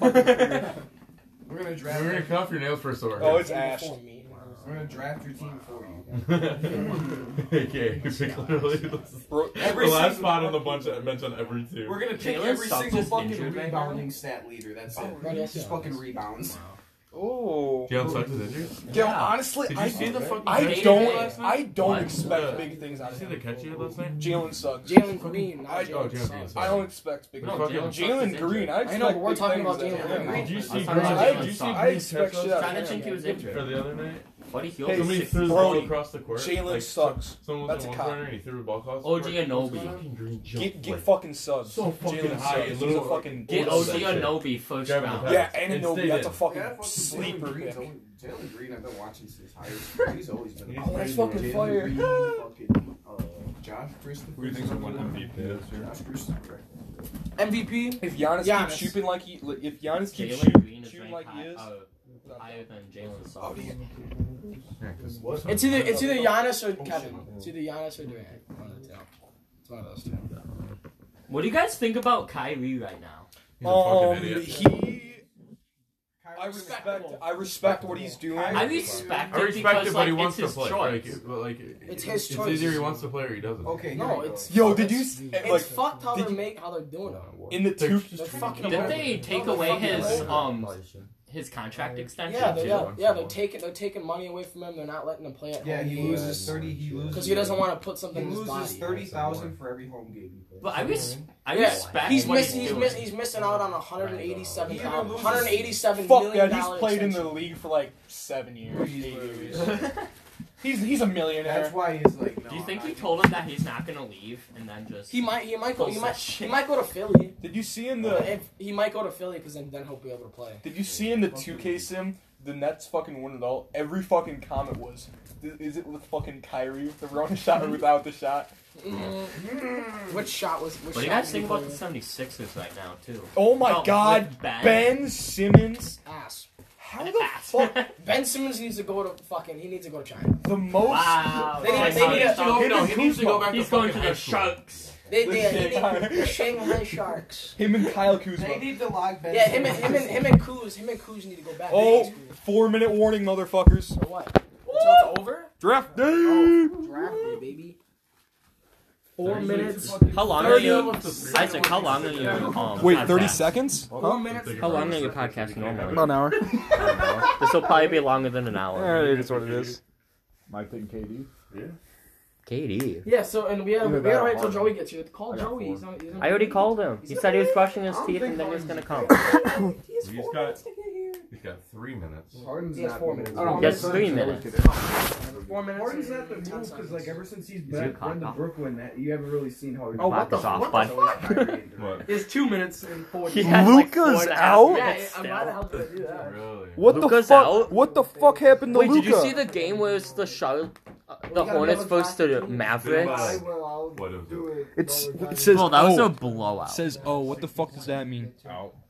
[SPEAKER 3] We're gonna
[SPEAKER 7] We're
[SPEAKER 3] draft.
[SPEAKER 7] gonna cut off your nails for a sword.
[SPEAKER 1] Oh, it's ash.
[SPEAKER 4] Before me.
[SPEAKER 3] We're gonna draft your team for you.
[SPEAKER 7] (laughs) okay, it's literally (laughs) the
[SPEAKER 1] Bro,
[SPEAKER 3] Every
[SPEAKER 7] the last
[SPEAKER 3] single
[SPEAKER 7] spot on the bunch that I mentioned every two.
[SPEAKER 3] We're gonna pick
[SPEAKER 8] Jalen
[SPEAKER 3] every
[SPEAKER 8] Suggs
[SPEAKER 3] single
[SPEAKER 8] is
[SPEAKER 3] fucking
[SPEAKER 8] injured right now?
[SPEAKER 3] rebounding stat leader. That's it.
[SPEAKER 4] right, yes,
[SPEAKER 3] just
[SPEAKER 4] yeah.
[SPEAKER 3] fucking rebounds.
[SPEAKER 1] oh.
[SPEAKER 7] Jalen Suggs is injured.
[SPEAKER 1] Yeah, honestly,
[SPEAKER 7] Did you
[SPEAKER 1] I,
[SPEAKER 7] see the fucking
[SPEAKER 1] I
[SPEAKER 7] catch he made last
[SPEAKER 1] don't,
[SPEAKER 7] night?
[SPEAKER 1] I don't
[SPEAKER 7] What?
[SPEAKER 1] expect
[SPEAKER 7] Uh,
[SPEAKER 1] big things out
[SPEAKER 7] Did
[SPEAKER 1] of
[SPEAKER 7] you see the
[SPEAKER 1] him.
[SPEAKER 7] catch he had last night?
[SPEAKER 1] Jalen Suggs.
[SPEAKER 4] Jalen Green. not
[SPEAKER 1] I-
[SPEAKER 4] Jalen
[SPEAKER 1] oh,
[SPEAKER 7] Jalen
[SPEAKER 4] Suggs.
[SPEAKER 7] Green, sorry.
[SPEAKER 1] I don't expect big
[SPEAKER 7] No,
[SPEAKER 1] things.
[SPEAKER 7] Jalen Suggs is
[SPEAKER 1] Jalen
[SPEAKER 7] injured.
[SPEAKER 1] Green. I
[SPEAKER 4] I
[SPEAKER 1] expect
[SPEAKER 4] know, but we're
[SPEAKER 1] big
[SPEAKER 4] talking
[SPEAKER 1] things
[SPEAKER 4] about
[SPEAKER 1] out of
[SPEAKER 4] Jalen
[SPEAKER 1] him.
[SPEAKER 4] Green.
[SPEAKER 7] Did you see
[SPEAKER 8] I
[SPEAKER 7] Green?
[SPEAKER 8] saw
[SPEAKER 1] I,
[SPEAKER 8] Jalen
[SPEAKER 1] did you see,
[SPEAKER 8] Suggs.
[SPEAKER 1] I expect shit out
[SPEAKER 7] Trying
[SPEAKER 1] of
[SPEAKER 8] Trying to
[SPEAKER 1] him.
[SPEAKER 8] think he was
[SPEAKER 7] Or
[SPEAKER 8] injured.
[SPEAKER 7] the other night?
[SPEAKER 8] What he healed
[SPEAKER 1] Hey,
[SPEAKER 7] Somebody
[SPEAKER 1] Six
[SPEAKER 7] threw the
[SPEAKER 1] Brody.
[SPEAKER 7] ball across the court.
[SPEAKER 1] Jalen
[SPEAKER 7] like,
[SPEAKER 1] Sucks.
[SPEAKER 7] Someone was
[SPEAKER 1] That's
[SPEAKER 7] in
[SPEAKER 1] a
[SPEAKER 7] one
[SPEAKER 1] cop.
[SPEAKER 7] corner and he threw the ball across the
[SPEAKER 8] OG
[SPEAKER 7] court.
[SPEAKER 8] Anunobi.
[SPEAKER 7] Fucking Green
[SPEAKER 1] Get,
[SPEAKER 7] jumped,
[SPEAKER 1] get
[SPEAKER 7] like,
[SPEAKER 1] fucking subs.
[SPEAKER 7] so fucking
[SPEAKER 1] Jalen
[SPEAKER 7] high.
[SPEAKER 1] Suggs. He's
[SPEAKER 7] Little-
[SPEAKER 1] a fucking
[SPEAKER 8] Get
[SPEAKER 7] Love
[SPEAKER 1] beast.
[SPEAKER 8] OG
[SPEAKER 7] that shit.
[SPEAKER 8] Anobi first
[SPEAKER 7] Grab him
[SPEAKER 8] round.
[SPEAKER 7] back.
[SPEAKER 1] Yeah, and
[SPEAKER 7] It's
[SPEAKER 1] Anobi.
[SPEAKER 7] stated.
[SPEAKER 1] That's a fucking
[SPEAKER 3] Yeah, fucking
[SPEAKER 1] sleeper
[SPEAKER 3] Jalen Green's
[SPEAKER 1] pick.
[SPEAKER 3] always- Jalen Green, I've been watching since high school. He's always been.
[SPEAKER 7] He's
[SPEAKER 3] a-
[SPEAKER 1] Oh, that's
[SPEAKER 7] crazy,
[SPEAKER 1] fucking
[SPEAKER 3] Jalen
[SPEAKER 1] fire.
[SPEAKER 3] Green, fucking, uh, Josh Christopher.
[SPEAKER 7] Who do you think's gonna win MVP this year?
[SPEAKER 3] Josh Christopher.
[SPEAKER 4] MVP.
[SPEAKER 1] If Giannis,
[SPEAKER 4] Giannis.
[SPEAKER 1] keeps shooting like he, li- if Giannis keeps
[SPEAKER 8] Jalen Green
[SPEAKER 1] shooting,
[SPEAKER 8] is
[SPEAKER 1] shooting
[SPEAKER 8] ranked
[SPEAKER 1] like he
[SPEAKER 8] high,
[SPEAKER 1] is,
[SPEAKER 8] uh, higher than Jalen
[SPEAKER 3] Oh,
[SPEAKER 8] Suggs.
[SPEAKER 3] yeah.
[SPEAKER 7] Yeah, 'cause-
[SPEAKER 3] What?
[SPEAKER 4] It's either it's either Giannis or
[SPEAKER 3] Oh, shit.
[SPEAKER 4] Kevin. It's either Giannis or Durant. One of the two. It's one of those two.
[SPEAKER 8] What do you guys think about Kyrie right now?
[SPEAKER 7] He's a fucking
[SPEAKER 1] um,
[SPEAKER 7] idiot.
[SPEAKER 1] he. I respect. I respect what he's doing.
[SPEAKER 8] I respect
[SPEAKER 7] I
[SPEAKER 8] it
[SPEAKER 7] respect
[SPEAKER 8] because
[SPEAKER 7] it, but
[SPEAKER 8] like
[SPEAKER 7] he wants to
[SPEAKER 8] it's
[SPEAKER 7] play.
[SPEAKER 8] his choice.
[SPEAKER 7] Like, it- but like, it-
[SPEAKER 4] It's his choice.
[SPEAKER 7] It's either he wants to play or he doesn't.
[SPEAKER 3] Okay.
[SPEAKER 4] No,
[SPEAKER 3] here we go.
[SPEAKER 4] it's-
[SPEAKER 1] Yo, did you
[SPEAKER 4] It's-
[SPEAKER 1] see
[SPEAKER 4] It's
[SPEAKER 1] like
[SPEAKER 4] fucked how they're
[SPEAKER 1] did you-
[SPEAKER 4] make how they're doing it.
[SPEAKER 1] in the
[SPEAKER 7] They're
[SPEAKER 1] two?
[SPEAKER 7] just
[SPEAKER 4] They're
[SPEAKER 7] trying to
[SPEAKER 4] fucking
[SPEAKER 7] get
[SPEAKER 8] Didn't
[SPEAKER 7] over
[SPEAKER 8] they
[SPEAKER 7] it.
[SPEAKER 8] take
[SPEAKER 4] No,
[SPEAKER 8] away
[SPEAKER 4] fucking
[SPEAKER 8] his
[SPEAKER 4] over.
[SPEAKER 8] um his contract extension?
[SPEAKER 4] Yeah, they're, yeah,
[SPEAKER 7] Jalen
[SPEAKER 4] yeah, they're
[SPEAKER 7] Suggs.
[SPEAKER 4] taking they're taking money away from him. They're not letting him play at
[SPEAKER 3] Yeah,
[SPEAKER 4] home
[SPEAKER 3] he
[SPEAKER 4] games.
[SPEAKER 3] loses thirty. He loses
[SPEAKER 4] because he doesn't want to put
[SPEAKER 3] He
[SPEAKER 4] something in his
[SPEAKER 3] loses
[SPEAKER 4] body.
[SPEAKER 3] thirty thousand for every home game he plays.
[SPEAKER 8] But I, res- I
[SPEAKER 4] Yeah,
[SPEAKER 8] respect
[SPEAKER 4] he's
[SPEAKER 8] what he's
[SPEAKER 4] missing. He's,
[SPEAKER 8] doing.
[SPEAKER 4] miss, he's missing out on 187
[SPEAKER 3] He
[SPEAKER 4] dollars.
[SPEAKER 3] either loses-
[SPEAKER 4] 187
[SPEAKER 1] Fuck that. He's
[SPEAKER 4] dollar
[SPEAKER 1] played in the
[SPEAKER 4] extension.
[SPEAKER 1] league for like seven years.
[SPEAKER 3] He's
[SPEAKER 1] eight
[SPEAKER 3] literally-
[SPEAKER 1] years. He's he's a millionaire.
[SPEAKER 3] That's why he's like. No,
[SPEAKER 8] (laughs) Do you think
[SPEAKER 3] I'm
[SPEAKER 8] he
[SPEAKER 3] not-
[SPEAKER 8] told him that he's not gonna leave and then just
[SPEAKER 4] He might. He might go. He
[SPEAKER 8] Pulls
[SPEAKER 4] might.
[SPEAKER 8] that
[SPEAKER 4] He
[SPEAKER 8] shit.
[SPEAKER 4] might go to Philly.
[SPEAKER 1] Did you see in
[SPEAKER 4] But
[SPEAKER 1] the
[SPEAKER 4] if he might go to Philly, because then, then he'll be able to play.
[SPEAKER 1] Did you see in the 2K sim the Nets fucking won it all? Every fucking comment was, is it with fucking Kyrie with the wrong shot or without the shot?
[SPEAKER 4] Mm. Which shot was? Which
[SPEAKER 8] What do you
[SPEAKER 4] shot
[SPEAKER 8] guys
[SPEAKER 4] was
[SPEAKER 8] think
[SPEAKER 4] he
[SPEAKER 8] about the
[SPEAKER 4] playing?
[SPEAKER 8] 76ers right now too?
[SPEAKER 1] Oh my
[SPEAKER 8] Oh, (laughs)
[SPEAKER 1] god,
[SPEAKER 8] with Ben?
[SPEAKER 1] Ben Simmons.
[SPEAKER 4] ass?
[SPEAKER 1] How the
[SPEAKER 8] (laughs) Ass.
[SPEAKER 1] fuck?
[SPEAKER 4] Ben Simmons needs to go to fucking. He needs to go to China.
[SPEAKER 1] The most.
[SPEAKER 8] Wow.
[SPEAKER 4] They need- they need to-
[SPEAKER 7] You know, he needs to go back
[SPEAKER 8] He's
[SPEAKER 7] to
[SPEAKER 8] going to
[SPEAKER 7] fucking
[SPEAKER 8] the
[SPEAKER 7] high school.
[SPEAKER 8] Sharks.
[SPEAKER 4] They, they,
[SPEAKER 1] Yeah.
[SPEAKER 4] they need (laughs) Shanghai Sharks.
[SPEAKER 1] Him and Kyle Kuzma.
[SPEAKER 3] They need to lock Ben.
[SPEAKER 4] Yeah, him and him and him and Kuz, him and Kuz need to go back.
[SPEAKER 1] Oh,
[SPEAKER 4] They need Kuz.
[SPEAKER 1] four minute warning, motherfuckers.
[SPEAKER 4] for what? Until it's over.
[SPEAKER 1] Draft day.
[SPEAKER 4] Draft day, baby.
[SPEAKER 7] Thirty
[SPEAKER 8] How long
[SPEAKER 4] are
[SPEAKER 8] are
[SPEAKER 4] you-
[SPEAKER 8] you, Isaac? How long are you? Um,
[SPEAKER 1] Wait, 30 seconds?
[SPEAKER 4] Four minutes.
[SPEAKER 8] How long are your podcasts normally?
[SPEAKER 1] About an hour.
[SPEAKER 8] This will probably be longer than
[SPEAKER 1] (laughs)
[SPEAKER 8] an
[SPEAKER 1] Yeah,
[SPEAKER 8] hour.
[SPEAKER 1] it is what it is.
[SPEAKER 10] Mike and KD.
[SPEAKER 8] Katie,
[SPEAKER 4] Yeah. So and we have
[SPEAKER 10] Either
[SPEAKER 4] we
[SPEAKER 10] that
[SPEAKER 4] gotta
[SPEAKER 10] or
[SPEAKER 4] wait till
[SPEAKER 10] Harden.
[SPEAKER 4] Joey gets here. Call
[SPEAKER 10] I got
[SPEAKER 4] Joey.
[SPEAKER 10] four.
[SPEAKER 4] He's not, he's not
[SPEAKER 8] I already called him. He said he was brushing his
[SPEAKER 3] I don't
[SPEAKER 8] teeth and
[SPEAKER 3] think
[SPEAKER 8] then he was gonna
[SPEAKER 3] Harden's
[SPEAKER 8] come. (laughs)
[SPEAKER 7] He's got, he's got three minutes.
[SPEAKER 3] Harden's
[SPEAKER 4] He has
[SPEAKER 3] not
[SPEAKER 4] four
[SPEAKER 3] the
[SPEAKER 4] minutes.
[SPEAKER 3] move.
[SPEAKER 4] Oh,
[SPEAKER 8] He has three minutes.
[SPEAKER 4] Four minutes.
[SPEAKER 3] Harden's
[SPEAKER 4] and
[SPEAKER 3] not the move
[SPEAKER 4] 10
[SPEAKER 3] because like
[SPEAKER 4] seconds.
[SPEAKER 3] ever since he's
[SPEAKER 8] your
[SPEAKER 3] back
[SPEAKER 8] cock
[SPEAKER 3] went to
[SPEAKER 8] off?
[SPEAKER 3] Brooklyn, that you haven't really seen Harden.
[SPEAKER 8] Oh, what the fuck?
[SPEAKER 3] It's
[SPEAKER 8] What the
[SPEAKER 3] always Kyrie (laughs) and Durant.
[SPEAKER 7] What?
[SPEAKER 4] It's two minutes and forty.
[SPEAKER 8] He has like four
[SPEAKER 1] Luka's
[SPEAKER 8] and a half
[SPEAKER 1] out?
[SPEAKER 8] minutes
[SPEAKER 4] I'm glad I
[SPEAKER 8] still.
[SPEAKER 4] helped him do that.
[SPEAKER 7] Really?
[SPEAKER 1] What
[SPEAKER 8] Luka's
[SPEAKER 1] the fuck?
[SPEAKER 8] out?
[SPEAKER 1] What the fuck happened to
[SPEAKER 8] Wait,
[SPEAKER 1] Luka?
[SPEAKER 8] did you see the game where it's the Charlotte, uh, the Hornets versus the
[SPEAKER 7] Goodbye.
[SPEAKER 8] Mavericks?
[SPEAKER 7] What is it?
[SPEAKER 1] It's, it says.
[SPEAKER 8] Well, that was
[SPEAKER 1] oh.
[SPEAKER 8] a blowout.
[SPEAKER 1] says, oh, what the fuck does that mean?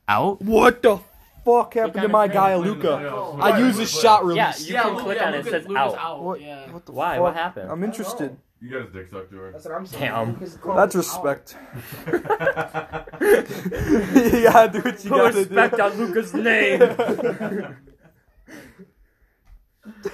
[SPEAKER 8] out?
[SPEAKER 1] What the fuck happened
[SPEAKER 8] kinda
[SPEAKER 1] to my
[SPEAKER 8] played
[SPEAKER 1] guy
[SPEAKER 7] Playing in the
[SPEAKER 1] Luca?
[SPEAKER 7] playoffs.
[SPEAKER 1] I use his shot
[SPEAKER 8] Yeah,
[SPEAKER 1] release.
[SPEAKER 8] you can click on it. It says out.
[SPEAKER 1] What?
[SPEAKER 4] Yeah.
[SPEAKER 1] What the
[SPEAKER 8] Why?
[SPEAKER 1] fuck?
[SPEAKER 8] What happened? (laughs)
[SPEAKER 1] I'm interested.
[SPEAKER 7] You got his dick sucked to her.
[SPEAKER 4] That's what I'm saying.
[SPEAKER 8] Damn.
[SPEAKER 4] Because-
[SPEAKER 1] That's respect. (laughs)
[SPEAKER 7] (laughs)
[SPEAKER 1] you gotta do what you
[SPEAKER 8] Put
[SPEAKER 1] gotta
[SPEAKER 8] respect
[SPEAKER 1] do. (laughs)
[SPEAKER 8] on Luca's name.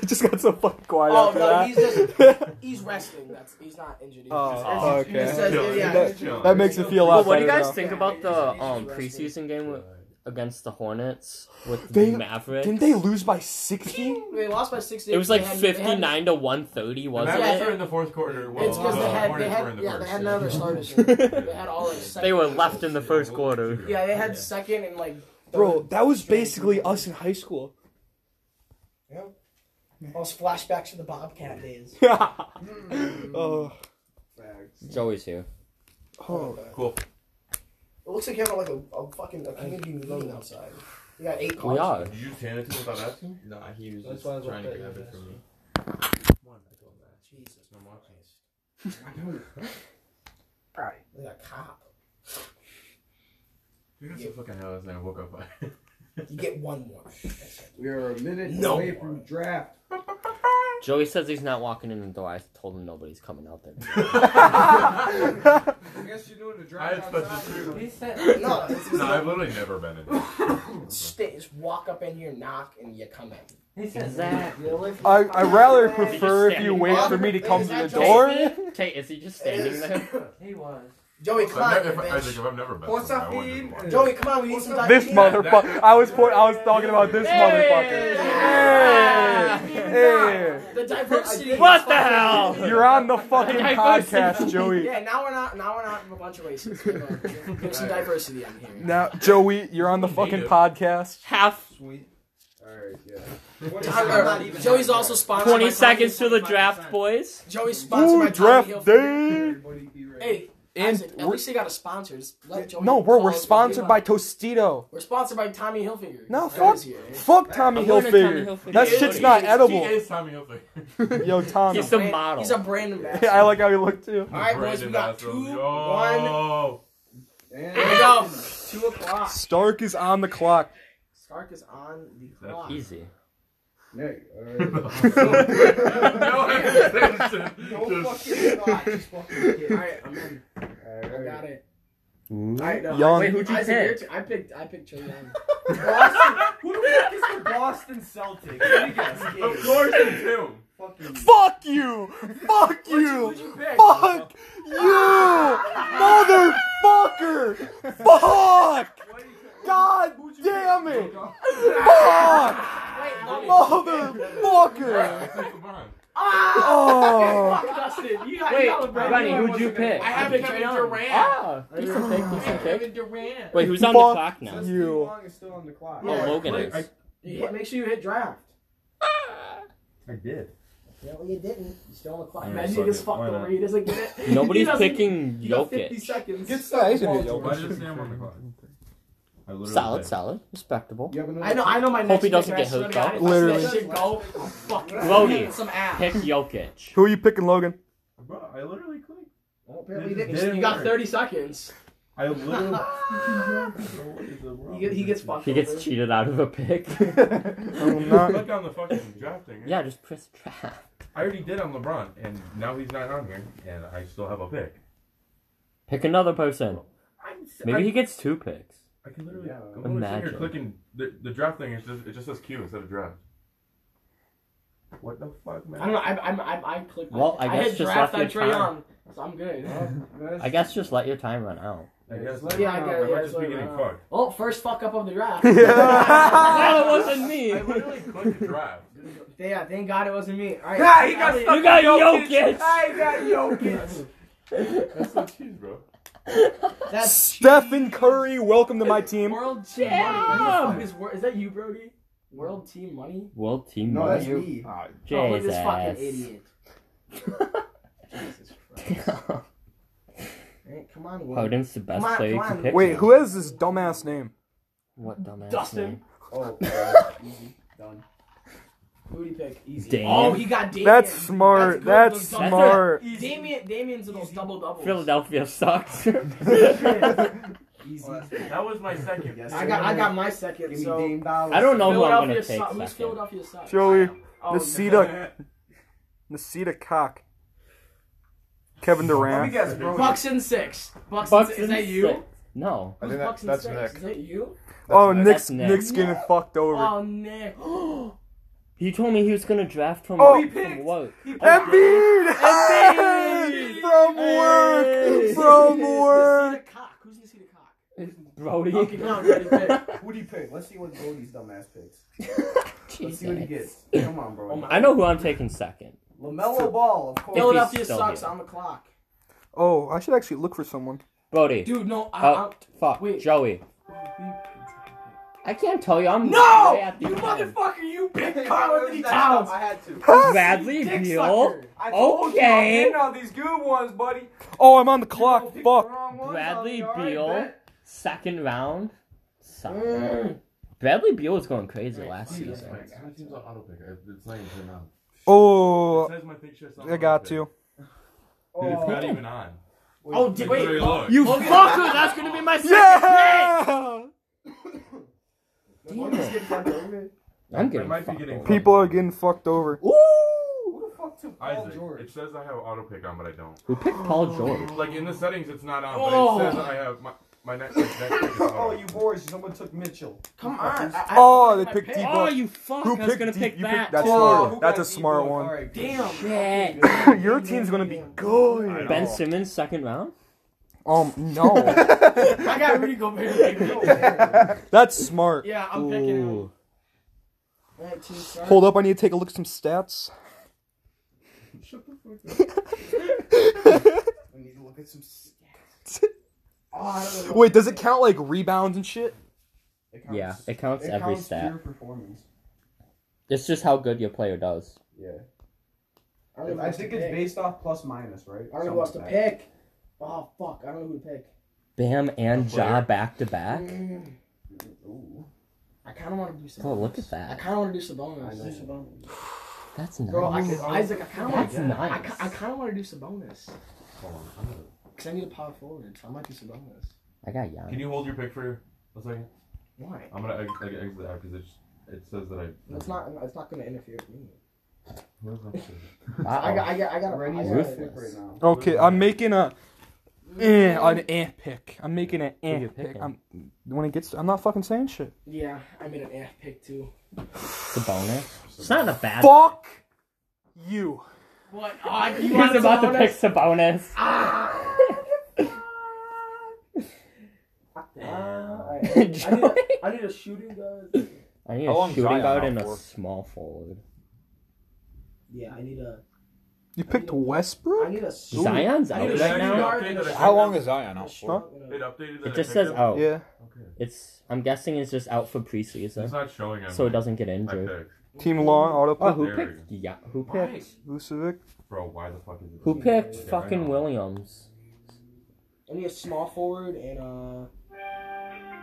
[SPEAKER 1] It just got so fucking quiet
[SPEAKER 4] Oh
[SPEAKER 1] after
[SPEAKER 4] no,
[SPEAKER 1] that.
[SPEAKER 4] he's just he's resting. That's he's not injured. He's
[SPEAKER 1] Oh,
[SPEAKER 4] just-
[SPEAKER 7] Oh,
[SPEAKER 4] he just
[SPEAKER 1] okay.
[SPEAKER 4] says,
[SPEAKER 7] Chilling.
[SPEAKER 4] yeah,
[SPEAKER 1] That-
[SPEAKER 4] he's
[SPEAKER 1] (laughs)
[SPEAKER 4] just-
[SPEAKER 1] That makes it feel a lot
[SPEAKER 8] But what do you
[SPEAKER 1] better
[SPEAKER 8] guys
[SPEAKER 1] now.
[SPEAKER 8] think about the um, preseason game with, against the Hornets with the
[SPEAKER 1] They-
[SPEAKER 8] Mavericks?
[SPEAKER 1] Didn't they lose by 60?
[SPEAKER 4] They lost by sixty.
[SPEAKER 8] It was like
[SPEAKER 4] They had- they had-
[SPEAKER 8] 59 to 130,
[SPEAKER 7] The
[SPEAKER 8] wasn't
[SPEAKER 7] Mavericks
[SPEAKER 8] it?
[SPEAKER 7] were in the fourth quarter. Well,
[SPEAKER 4] It's because
[SPEAKER 7] the
[SPEAKER 4] they had they
[SPEAKER 7] Hornets were in
[SPEAKER 4] had
[SPEAKER 7] the
[SPEAKER 4] yeah they
[SPEAKER 7] first.
[SPEAKER 4] had none of their starters. in
[SPEAKER 8] (laughs)
[SPEAKER 4] there. they had all their second.
[SPEAKER 8] They were left in the first quarter.
[SPEAKER 4] Yeah, they had second and like.
[SPEAKER 1] Bro,
[SPEAKER 4] third.
[SPEAKER 1] that was basically us in high school.
[SPEAKER 4] Those flashbacks to the
[SPEAKER 1] (laughs)
[SPEAKER 4] Bobcat days.
[SPEAKER 1] oh.
[SPEAKER 3] Facts.
[SPEAKER 8] Joey's here.
[SPEAKER 1] oh.
[SPEAKER 7] Cool.
[SPEAKER 4] It looks like you have like a, a fucking a community meeting outside. You got eight.
[SPEAKER 8] We are.
[SPEAKER 7] Did you just hand it to him without asking?
[SPEAKER 5] Nah, he was
[SPEAKER 4] That's
[SPEAKER 5] just
[SPEAKER 4] why I was
[SPEAKER 5] trying
[SPEAKER 4] like
[SPEAKER 5] to
[SPEAKER 4] that,
[SPEAKER 5] grab
[SPEAKER 4] yeah,
[SPEAKER 5] it from me.
[SPEAKER 4] Jesus,
[SPEAKER 5] No more case.
[SPEAKER 4] (laughs) like a cop.
[SPEAKER 7] Dude, that's a fucking hell I woke up by. (laughs)
[SPEAKER 4] You get one more. That's it.
[SPEAKER 3] We are a minute
[SPEAKER 4] No.
[SPEAKER 3] away from draft.
[SPEAKER 8] Joey says he's not walking in the door. I told him nobody's coming out there.
[SPEAKER 3] I guess you're doing the
[SPEAKER 7] I had such a true.
[SPEAKER 9] He said,
[SPEAKER 4] No, it's,
[SPEAKER 7] No, I've literally never been
[SPEAKER 4] (laughs)
[SPEAKER 7] in.
[SPEAKER 4] stay, just walk up in here, knock, and you come in.
[SPEAKER 9] he said
[SPEAKER 8] that-
[SPEAKER 1] I I rather
[SPEAKER 8] prefer
[SPEAKER 1] prefer
[SPEAKER 8] if
[SPEAKER 1] if
[SPEAKER 8] you
[SPEAKER 1] you
[SPEAKER 8] wait
[SPEAKER 1] wait
[SPEAKER 4] for
[SPEAKER 1] for
[SPEAKER 4] me
[SPEAKER 1] me
[SPEAKER 4] to
[SPEAKER 1] to
[SPEAKER 4] come
[SPEAKER 1] come
[SPEAKER 4] Is
[SPEAKER 1] to
[SPEAKER 4] to that
[SPEAKER 1] the
[SPEAKER 4] the door.
[SPEAKER 1] door.
[SPEAKER 8] Tate, is he just standing there?
[SPEAKER 9] (laughs) He was.
[SPEAKER 4] Joey,
[SPEAKER 7] I've
[SPEAKER 4] come on,
[SPEAKER 7] never, Isaac,
[SPEAKER 4] bitch.
[SPEAKER 7] if I've never been.
[SPEAKER 3] What's
[SPEAKER 7] somewhere,
[SPEAKER 3] up,
[SPEAKER 7] I wouldn't
[SPEAKER 3] Ian?
[SPEAKER 7] walk in.
[SPEAKER 4] Joey, come on, we need some time.
[SPEAKER 1] This
[SPEAKER 4] to eat.
[SPEAKER 1] motherfucker. I was point, I was talking about this motherfucker. Hey.
[SPEAKER 4] The diversity.
[SPEAKER 8] What the hell?
[SPEAKER 1] Hey. (laughs) You're on the fucking
[SPEAKER 8] I posted
[SPEAKER 1] podcast, Joey.
[SPEAKER 4] Yeah, now we're not. Now we're not a bunch of racists. Come on. There's some diversity in here.
[SPEAKER 1] Now, Joey, you're on the fucking
[SPEAKER 7] Native.
[SPEAKER 1] podcast.
[SPEAKER 8] Half
[SPEAKER 3] Sweet. Alright,
[SPEAKER 4] (laughs)
[SPEAKER 3] yeah.
[SPEAKER 4] Talk about- Joey's also sponsored. by
[SPEAKER 8] 20
[SPEAKER 4] Tommy-
[SPEAKER 8] seconds to the draft, boys.
[SPEAKER 4] Joey's sponsored by
[SPEAKER 1] Ooh,
[SPEAKER 4] Tommy
[SPEAKER 1] draft
[SPEAKER 4] Hilfiger.
[SPEAKER 1] day.
[SPEAKER 3] Everybody be ready.
[SPEAKER 4] Hey,
[SPEAKER 1] And
[SPEAKER 4] Isaac, at
[SPEAKER 1] we're-
[SPEAKER 4] least they got a sponsor. Just let Joey
[SPEAKER 1] No, we're
[SPEAKER 4] call
[SPEAKER 1] we're
[SPEAKER 4] us.
[SPEAKER 1] sponsored by Tostito.
[SPEAKER 4] We're sponsored by Tommy Hilfiger.
[SPEAKER 1] No,
[SPEAKER 4] That
[SPEAKER 1] fuck-
[SPEAKER 4] is here, eh?
[SPEAKER 1] Fuck Tommy
[SPEAKER 8] I'm going to
[SPEAKER 1] Hilfiger.
[SPEAKER 8] Tommy Hilfiger.
[SPEAKER 1] That
[SPEAKER 8] He is-
[SPEAKER 1] shit's
[SPEAKER 8] he
[SPEAKER 1] not
[SPEAKER 8] is-
[SPEAKER 7] He
[SPEAKER 1] edible.
[SPEAKER 7] is oh, Tommy (laughs) Hilfiger.
[SPEAKER 1] Yo, Tommy.
[SPEAKER 8] He's the
[SPEAKER 4] Brand-
[SPEAKER 8] model.
[SPEAKER 4] He's a
[SPEAKER 1] (laughs)
[SPEAKER 4] brand ambassador.
[SPEAKER 1] I like how you look too.
[SPEAKER 4] All right, boys, we
[SPEAKER 7] Brandon
[SPEAKER 4] got
[SPEAKER 7] Basil.
[SPEAKER 4] two, one.
[SPEAKER 7] Yo.
[SPEAKER 3] And
[SPEAKER 4] Here we go. Two o'clock.
[SPEAKER 1] Stark is on the (laughs) clock.
[SPEAKER 4] Stark is on the
[SPEAKER 7] That's
[SPEAKER 4] clock.
[SPEAKER 8] Easy.
[SPEAKER 3] Nick, alright.
[SPEAKER 7] (laughs)
[SPEAKER 5] (laughs)
[SPEAKER 7] No hesitation.
[SPEAKER 3] No
[SPEAKER 7] Just- (laughs)
[SPEAKER 3] fucking thought, just fucking kidding.
[SPEAKER 4] All right, I'm
[SPEAKER 5] (laughs)
[SPEAKER 4] in. I
[SPEAKER 3] Alright.
[SPEAKER 4] got it. All right, no,
[SPEAKER 1] Young.
[SPEAKER 4] uh, Wait, who'd
[SPEAKER 8] you
[SPEAKER 4] Isaac,
[SPEAKER 8] pick?
[SPEAKER 4] your turn. I picked. I picked
[SPEAKER 5] (laughs)
[SPEAKER 4] Trae
[SPEAKER 5] Boston. Who the fuck is the Boston Celtics? Let me guess.
[SPEAKER 7] Of course it's him.
[SPEAKER 3] Fucking
[SPEAKER 1] Fuck you! Fuck you!
[SPEAKER 5] Who'd you pick?
[SPEAKER 1] Fuck you! Motherfucker! Fuck!
[SPEAKER 5] What do you-
[SPEAKER 1] God
[SPEAKER 5] who'd you
[SPEAKER 1] damn
[SPEAKER 5] pick?
[SPEAKER 1] it! Fuck!
[SPEAKER 4] Young. Wait, no.
[SPEAKER 1] Motherfucker!
[SPEAKER 7] LeBron.
[SPEAKER 1] Oh!
[SPEAKER 4] Justin, you got
[SPEAKER 8] Wait,
[SPEAKER 4] yellow, bro.
[SPEAKER 8] Bunny, who'd you pick?
[SPEAKER 5] I have
[SPEAKER 8] You picked
[SPEAKER 5] Kevin
[SPEAKER 8] Trae Young.
[SPEAKER 5] Durant.
[SPEAKER 8] Ah, decent pick, decent pick.
[SPEAKER 4] (laughs)
[SPEAKER 5] Kevin Durant.
[SPEAKER 8] Wait, who's on the
[SPEAKER 1] Fuck.
[SPEAKER 8] clock now?
[SPEAKER 3] Just
[SPEAKER 1] You.
[SPEAKER 3] Long is still on the clock.
[SPEAKER 8] Oh, Logan
[SPEAKER 7] Wait,
[SPEAKER 8] is.
[SPEAKER 7] I-
[SPEAKER 4] You hit- make sure you hit draft.
[SPEAKER 7] I did.
[SPEAKER 4] No, you didn't. You still on the clock.
[SPEAKER 7] Yeah,
[SPEAKER 4] Imagine you
[SPEAKER 7] fuck
[SPEAKER 4] gets
[SPEAKER 7] it.
[SPEAKER 4] fucked
[SPEAKER 7] Why
[SPEAKER 4] over.
[SPEAKER 7] not?
[SPEAKER 4] He doesn't
[SPEAKER 8] (laughs)
[SPEAKER 4] get it. He
[SPEAKER 8] Nobody's
[SPEAKER 4] doesn't-
[SPEAKER 8] picking
[SPEAKER 4] You got 50
[SPEAKER 8] Jokic.
[SPEAKER 4] seconds.
[SPEAKER 3] Get stuck.
[SPEAKER 7] Why did it say I'm on the clock? I literally
[SPEAKER 8] Solid,
[SPEAKER 7] said-
[SPEAKER 8] solid, respectable.
[SPEAKER 3] You have another
[SPEAKER 4] I know. I know my next.
[SPEAKER 8] he
[SPEAKER 4] pick,
[SPEAKER 8] doesn't
[SPEAKER 4] and I
[SPEAKER 8] get
[SPEAKER 4] swear to
[SPEAKER 8] hooked
[SPEAKER 4] God,
[SPEAKER 8] up.
[SPEAKER 4] if I see that
[SPEAKER 1] Literally.
[SPEAKER 4] shit go, I'm fucking
[SPEAKER 8] Brody.
[SPEAKER 4] hitting some ass.
[SPEAKER 8] Pick Jokic.
[SPEAKER 1] Who are you picking, Logan?
[SPEAKER 7] Bro, I literally clicked.
[SPEAKER 3] Well, apparently
[SPEAKER 7] apparently it
[SPEAKER 3] didn't.
[SPEAKER 7] didn't.
[SPEAKER 4] You got 30 seconds.
[SPEAKER 7] (laughs) I literally.
[SPEAKER 4] He, get- he gets fucked
[SPEAKER 8] He
[SPEAKER 4] over.
[SPEAKER 8] gets cheated out of a pick.
[SPEAKER 5] (laughs)
[SPEAKER 1] I'm not.
[SPEAKER 7] Click on the fucking draft thing.
[SPEAKER 8] yeah, just press draft.
[SPEAKER 7] I already did on LeBron, and now he's not on here, and I still have a pick.
[SPEAKER 8] Pick another person.
[SPEAKER 7] I'm, s- I,
[SPEAKER 8] Maybe he gets two picks.
[SPEAKER 7] I can literally.
[SPEAKER 3] Yeah.
[SPEAKER 7] I'm literally sitting
[SPEAKER 8] Imagine.
[SPEAKER 7] here clicking the, the draft thing. It just, it just says Q instead of draft. What the fuck, man?
[SPEAKER 4] I don't know. I I'm, I'm, I clicked.
[SPEAKER 8] Well, I
[SPEAKER 4] I,
[SPEAKER 8] guess
[SPEAKER 4] hit
[SPEAKER 8] just
[SPEAKER 4] draft
[SPEAKER 8] let
[SPEAKER 4] on
[SPEAKER 8] your
[SPEAKER 4] Trae
[SPEAKER 8] time.
[SPEAKER 4] Young, so I'm
[SPEAKER 3] (laughs)
[SPEAKER 4] good.
[SPEAKER 8] I guess just let your time run out.
[SPEAKER 7] I guess.
[SPEAKER 4] Yeah,
[SPEAKER 3] Oh,
[SPEAKER 4] I guess-
[SPEAKER 7] I
[SPEAKER 4] yeah,
[SPEAKER 7] might just
[SPEAKER 4] so,
[SPEAKER 7] be getting
[SPEAKER 4] uh,
[SPEAKER 7] fucked.
[SPEAKER 4] Well, first fuck up of the draft.
[SPEAKER 8] (laughs) That wasn't me.
[SPEAKER 7] I literally clicked draft.
[SPEAKER 4] yeah, thank God it wasn't me. All right.
[SPEAKER 5] Ah, he got stuck.
[SPEAKER 8] You got Jokic.
[SPEAKER 5] I got Jokic.
[SPEAKER 7] That's so cheese, bro.
[SPEAKER 4] That's
[SPEAKER 1] Stephen Curry, welcome to my team.
[SPEAKER 4] World Team Money. What the fuck Is, wor- is that you, Brody? World Team Money?
[SPEAKER 8] World team
[SPEAKER 3] No, that's
[SPEAKER 8] money.
[SPEAKER 3] me.
[SPEAKER 4] Oh, look at this fucking
[SPEAKER 8] Jesus.
[SPEAKER 4] idiot. Jesus Christ. Hey, come on, Will.
[SPEAKER 8] (laughs) Harden's the best
[SPEAKER 4] Come on,
[SPEAKER 8] player you
[SPEAKER 4] come
[SPEAKER 8] can
[SPEAKER 4] on.
[SPEAKER 8] pick.
[SPEAKER 1] Wait,
[SPEAKER 8] now.
[SPEAKER 1] who has this dumbass name?
[SPEAKER 8] What dumbass
[SPEAKER 4] Dustin.
[SPEAKER 3] Oh,
[SPEAKER 8] (laughs)
[SPEAKER 3] uh, easy. Done.
[SPEAKER 4] Who do you pick? Easy.
[SPEAKER 8] Dame.
[SPEAKER 4] Oh, he got Damien.
[SPEAKER 1] That's smart.
[SPEAKER 4] That's
[SPEAKER 1] That's
[SPEAKER 4] good. Those
[SPEAKER 1] smart.
[SPEAKER 4] double- Damien, Damien's those double doubles.
[SPEAKER 8] name? (laughs) Philadelphia
[SPEAKER 4] (laughs)
[SPEAKER 8] sucks.
[SPEAKER 4] Easy.
[SPEAKER 7] That was my second.
[SPEAKER 3] Yes,
[SPEAKER 4] I got, I got my
[SPEAKER 3] Give
[SPEAKER 4] second.
[SPEAKER 3] me
[SPEAKER 4] So
[SPEAKER 3] Dame Dollars.
[SPEAKER 8] I don't know who I'm
[SPEAKER 4] Philadelphia
[SPEAKER 8] gonna take.
[SPEAKER 4] sucks. Who's
[SPEAKER 8] Second.
[SPEAKER 4] Philadelphia sucks?
[SPEAKER 1] Joey,
[SPEAKER 4] Oh,
[SPEAKER 1] Nasita,
[SPEAKER 4] (laughs)
[SPEAKER 1] Nasita Cock, Kevin
[SPEAKER 3] Let me
[SPEAKER 1] Durant.
[SPEAKER 3] guess, bro.
[SPEAKER 4] Bucks and six. Bucks,
[SPEAKER 8] Bucks
[SPEAKER 4] and six. Is
[SPEAKER 8] and
[SPEAKER 4] that you?
[SPEAKER 8] six. No.
[SPEAKER 11] I
[SPEAKER 4] Who's
[SPEAKER 11] think that-
[SPEAKER 4] Bucks and
[SPEAKER 11] that's
[SPEAKER 4] six?
[SPEAKER 11] Nick.
[SPEAKER 4] Is that you?
[SPEAKER 1] Oh,
[SPEAKER 11] That's
[SPEAKER 1] Nick's
[SPEAKER 8] Nick.
[SPEAKER 1] Nick's getting fucked over.
[SPEAKER 4] Oh, Nick. (gasps)
[SPEAKER 8] He told me he was gonna draft from,
[SPEAKER 1] Oh, he
[SPEAKER 8] from work.
[SPEAKER 1] Embiid,
[SPEAKER 8] Embiid!
[SPEAKER 1] Hey! (laughs) from work, from work.
[SPEAKER 4] Nasita Cock. Who's Nasita Cock?
[SPEAKER 8] Brody. (laughs)
[SPEAKER 4] Okay, come on, ready, pick.
[SPEAKER 3] Who do you pick? Let's see what Goldie's dumbass picks. Let's see what he
[SPEAKER 8] Jesus. Oh
[SPEAKER 3] gets. Come on, bro.
[SPEAKER 8] I know who I'm taking second.
[SPEAKER 3] Lamelo Ball, of course.
[SPEAKER 4] Philadelphia
[SPEAKER 8] still
[SPEAKER 4] sucks
[SPEAKER 8] here.
[SPEAKER 4] on the clock.
[SPEAKER 1] Oh, I should actually look for someone.
[SPEAKER 8] Brody.
[SPEAKER 4] Dude, no, I,
[SPEAKER 8] oh, fuck.
[SPEAKER 4] wait.
[SPEAKER 8] Joey.
[SPEAKER 4] I'm,
[SPEAKER 8] I can't tell you. I'm way
[SPEAKER 3] No!
[SPEAKER 8] at the
[SPEAKER 3] You
[SPEAKER 8] end.
[SPEAKER 3] motherfucker, you big
[SPEAKER 5] I
[SPEAKER 3] Carl
[SPEAKER 5] was
[SPEAKER 3] Anthony
[SPEAKER 5] that-
[SPEAKER 3] Towns!
[SPEAKER 5] I had to.
[SPEAKER 8] Bradley
[SPEAKER 3] Dick
[SPEAKER 8] Beal.
[SPEAKER 3] sucker. I told you, I'm
[SPEAKER 8] Okay.
[SPEAKER 3] hitting all these good ones, buddy. You
[SPEAKER 1] Oh, I'm on the
[SPEAKER 3] don't
[SPEAKER 1] clock.
[SPEAKER 3] pick the
[SPEAKER 1] Fuck.
[SPEAKER 3] wrong ones,
[SPEAKER 8] Bradley
[SPEAKER 3] I'll be all right,
[SPEAKER 8] Beal.
[SPEAKER 3] bet.
[SPEAKER 8] Second round. Suck.
[SPEAKER 1] Mm.
[SPEAKER 8] Bradley Beal was going crazy last season.
[SPEAKER 7] Wait, so my team's on auto pick. It- It's not even turned on.
[SPEAKER 1] Oh,
[SPEAKER 7] It says my picture's on
[SPEAKER 1] I got
[SPEAKER 7] autopick.
[SPEAKER 1] you.
[SPEAKER 7] Dude, it's not even on.
[SPEAKER 8] Oh, did,
[SPEAKER 7] Like,
[SPEAKER 8] wait.
[SPEAKER 7] literally, look.
[SPEAKER 8] You
[SPEAKER 4] Oh,
[SPEAKER 8] fucker! That's gonna be my second
[SPEAKER 1] Yeah!
[SPEAKER 8] pick. Damn it. I'm
[SPEAKER 7] I
[SPEAKER 8] getting
[SPEAKER 7] might be
[SPEAKER 8] fucked
[SPEAKER 7] getting
[SPEAKER 8] over.
[SPEAKER 1] People are getting fucked over.
[SPEAKER 5] Who the fuck took Paul
[SPEAKER 7] Isaac,
[SPEAKER 5] George?
[SPEAKER 7] it says I have auto pick on, but I don't.
[SPEAKER 8] Who picked Paul George?
[SPEAKER 7] Like in the settings, it's not on,
[SPEAKER 8] Oh.
[SPEAKER 7] but it says I have my my next, my next pick is on.
[SPEAKER 5] Oh, you boys! Someone took Mitchell.
[SPEAKER 4] Come on. I, I
[SPEAKER 1] Oh, they
[SPEAKER 4] my
[SPEAKER 1] picked
[SPEAKER 4] pick.
[SPEAKER 1] deep.
[SPEAKER 8] Oh, you fuck!
[SPEAKER 1] Who
[SPEAKER 8] I was
[SPEAKER 1] picked
[SPEAKER 8] gonna
[SPEAKER 1] deep?
[SPEAKER 8] pick
[SPEAKER 1] You
[SPEAKER 8] that.
[SPEAKER 1] picked- that's smart. That's a smart one.
[SPEAKER 4] Damn.
[SPEAKER 8] Shit.
[SPEAKER 4] Oh,
[SPEAKER 1] (laughs) Your team's gonna be
[SPEAKER 7] I know.
[SPEAKER 1] good.
[SPEAKER 8] Ben Simmons second round.
[SPEAKER 1] Um,
[SPEAKER 4] (laughs)
[SPEAKER 1] no,
[SPEAKER 4] I got Rudy Gobert.
[SPEAKER 1] that's smart.
[SPEAKER 4] (laughs) yeah, I'm picking him.
[SPEAKER 8] Ooh.
[SPEAKER 4] 19 stars.
[SPEAKER 1] Hold up, I need to take a look at some stats. (laughs)
[SPEAKER 4] I need to look at some stats. Oh, I don't know.
[SPEAKER 1] Wait, does it count like rebounds and shit?
[SPEAKER 4] It counts.
[SPEAKER 8] Yeah, it counts
[SPEAKER 5] It
[SPEAKER 8] every
[SPEAKER 5] counts
[SPEAKER 8] stat.
[SPEAKER 5] pure performance.
[SPEAKER 8] It's just how good your player does.
[SPEAKER 5] Yeah.
[SPEAKER 4] I already
[SPEAKER 5] I
[SPEAKER 4] lost
[SPEAKER 5] think
[SPEAKER 4] a
[SPEAKER 5] it's
[SPEAKER 4] pick.
[SPEAKER 5] based off plus minus, right?
[SPEAKER 4] I already
[SPEAKER 5] Something
[SPEAKER 4] lost a
[SPEAKER 5] like that.
[SPEAKER 4] pick. Oh fuck! I don't know who to pick.
[SPEAKER 8] Bam and Ja
[SPEAKER 7] player.
[SPEAKER 8] back to back.
[SPEAKER 4] Mm,
[SPEAKER 5] Ooh.
[SPEAKER 4] I kind of want to do some.
[SPEAKER 8] Oh, look at
[SPEAKER 4] I
[SPEAKER 8] that.
[SPEAKER 4] kind of want to do Sabonis.
[SPEAKER 5] I know.
[SPEAKER 4] Do Sabonis.
[SPEAKER 8] That's nice.
[SPEAKER 4] Bro, I could, Isaac, I kind of want
[SPEAKER 8] That's
[SPEAKER 4] to. I,
[SPEAKER 8] nice.
[SPEAKER 4] ki- I kind of want to do Sabonis.
[SPEAKER 7] Hold on, I'm gonna-
[SPEAKER 4] Cause I need a power forward, so I might do Sabonis.
[SPEAKER 8] I got
[SPEAKER 7] Can
[SPEAKER 8] Giannis.
[SPEAKER 7] you hold your pick for a second?
[SPEAKER 4] Why?
[SPEAKER 7] I'm gonna ex- like, exit out because it says that I.
[SPEAKER 4] That's not. It's not going to interfere with me.
[SPEAKER 7] Where's my shit?
[SPEAKER 4] I got.
[SPEAKER 8] Wow.
[SPEAKER 4] I got. I got. a- I
[SPEAKER 5] Ready
[SPEAKER 4] got a-
[SPEAKER 5] right now.
[SPEAKER 1] Okay, I'm making a eh, an eh pick. I'm making an
[SPEAKER 8] are
[SPEAKER 1] eh
[SPEAKER 8] you
[SPEAKER 1] pick.
[SPEAKER 8] picking?
[SPEAKER 1] I'm, when it gets, I'm not fucking saying shit.
[SPEAKER 4] Yeah, I made an F pick too.
[SPEAKER 8] Sabonis. It's not a bad.
[SPEAKER 1] Fuck you.
[SPEAKER 4] What? Oh,
[SPEAKER 8] He was about to pick (laughs) Sabonis. Ah.
[SPEAKER 4] Uh, I,
[SPEAKER 8] (laughs)
[SPEAKER 4] I, need
[SPEAKER 8] Joey.
[SPEAKER 4] a, I need a shooting guard.
[SPEAKER 8] I need
[SPEAKER 1] How
[SPEAKER 8] a
[SPEAKER 1] long's
[SPEAKER 8] shooting
[SPEAKER 1] Zion
[SPEAKER 8] guard
[SPEAKER 1] out
[SPEAKER 8] and a
[SPEAKER 1] for?
[SPEAKER 8] small forward.
[SPEAKER 4] Yeah, I need a.
[SPEAKER 1] You picked
[SPEAKER 4] I
[SPEAKER 1] Westbrook.
[SPEAKER 4] need a. Sh-
[SPEAKER 8] Zion's out
[SPEAKER 4] need
[SPEAKER 7] It
[SPEAKER 8] right
[SPEAKER 4] a
[SPEAKER 7] actually
[SPEAKER 4] shooting
[SPEAKER 8] now.
[SPEAKER 4] guard
[SPEAKER 7] updated
[SPEAKER 4] and a
[SPEAKER 7] that I
[SPEAKER 4] How
[SPEAKER 7] picked
[SPEAKER 6] is Zion
[SPEAKER 4] a short-
[SPEAKER 7] up. It updated that
[SPEAKER 8] It just
[SPEAKER 7] I picked
[SPEAKER 8] says
[SPEAKER 7] up.
[SPEAKER 8] out.
[SPEAKER 1] Yeah.
[SPEAKER 7] Okay.
[SPEAKER 8] It's. I'm guessing it's just out for
[SPEAKER 7] It's
[SPEAKER 8] preseason,
[SPEAKER 7] not showing him.
[SPEAKER 8] so it doesn't get
[SPEAKER 7] My
[SPEAKER 8] injured.
[SPEAKER 7] pick.
[SPEAKER 1] Team Long auto
[SPEAKER 8] Oh,
[SPEAKER 1] pick.
[SPEAKER 8] who
[SPEAKER 7] There we
[SPEAKER 8] picked? Yeah, who
[SPEAKER 7] Why?
[SPEAKER 8] picked?
[SPEAKER 1] Vucevic.
[SPEAKER 7] Bro, why the fuck is it?
[SPEAKER 8] Who picked
[SPEAKER 7] Yeah, I
[SPEAKER 8] fucking
[SPEAKER 7] know.
[SPEAKER 8] Williams?
[SPEAKER 4] I need a small forward and a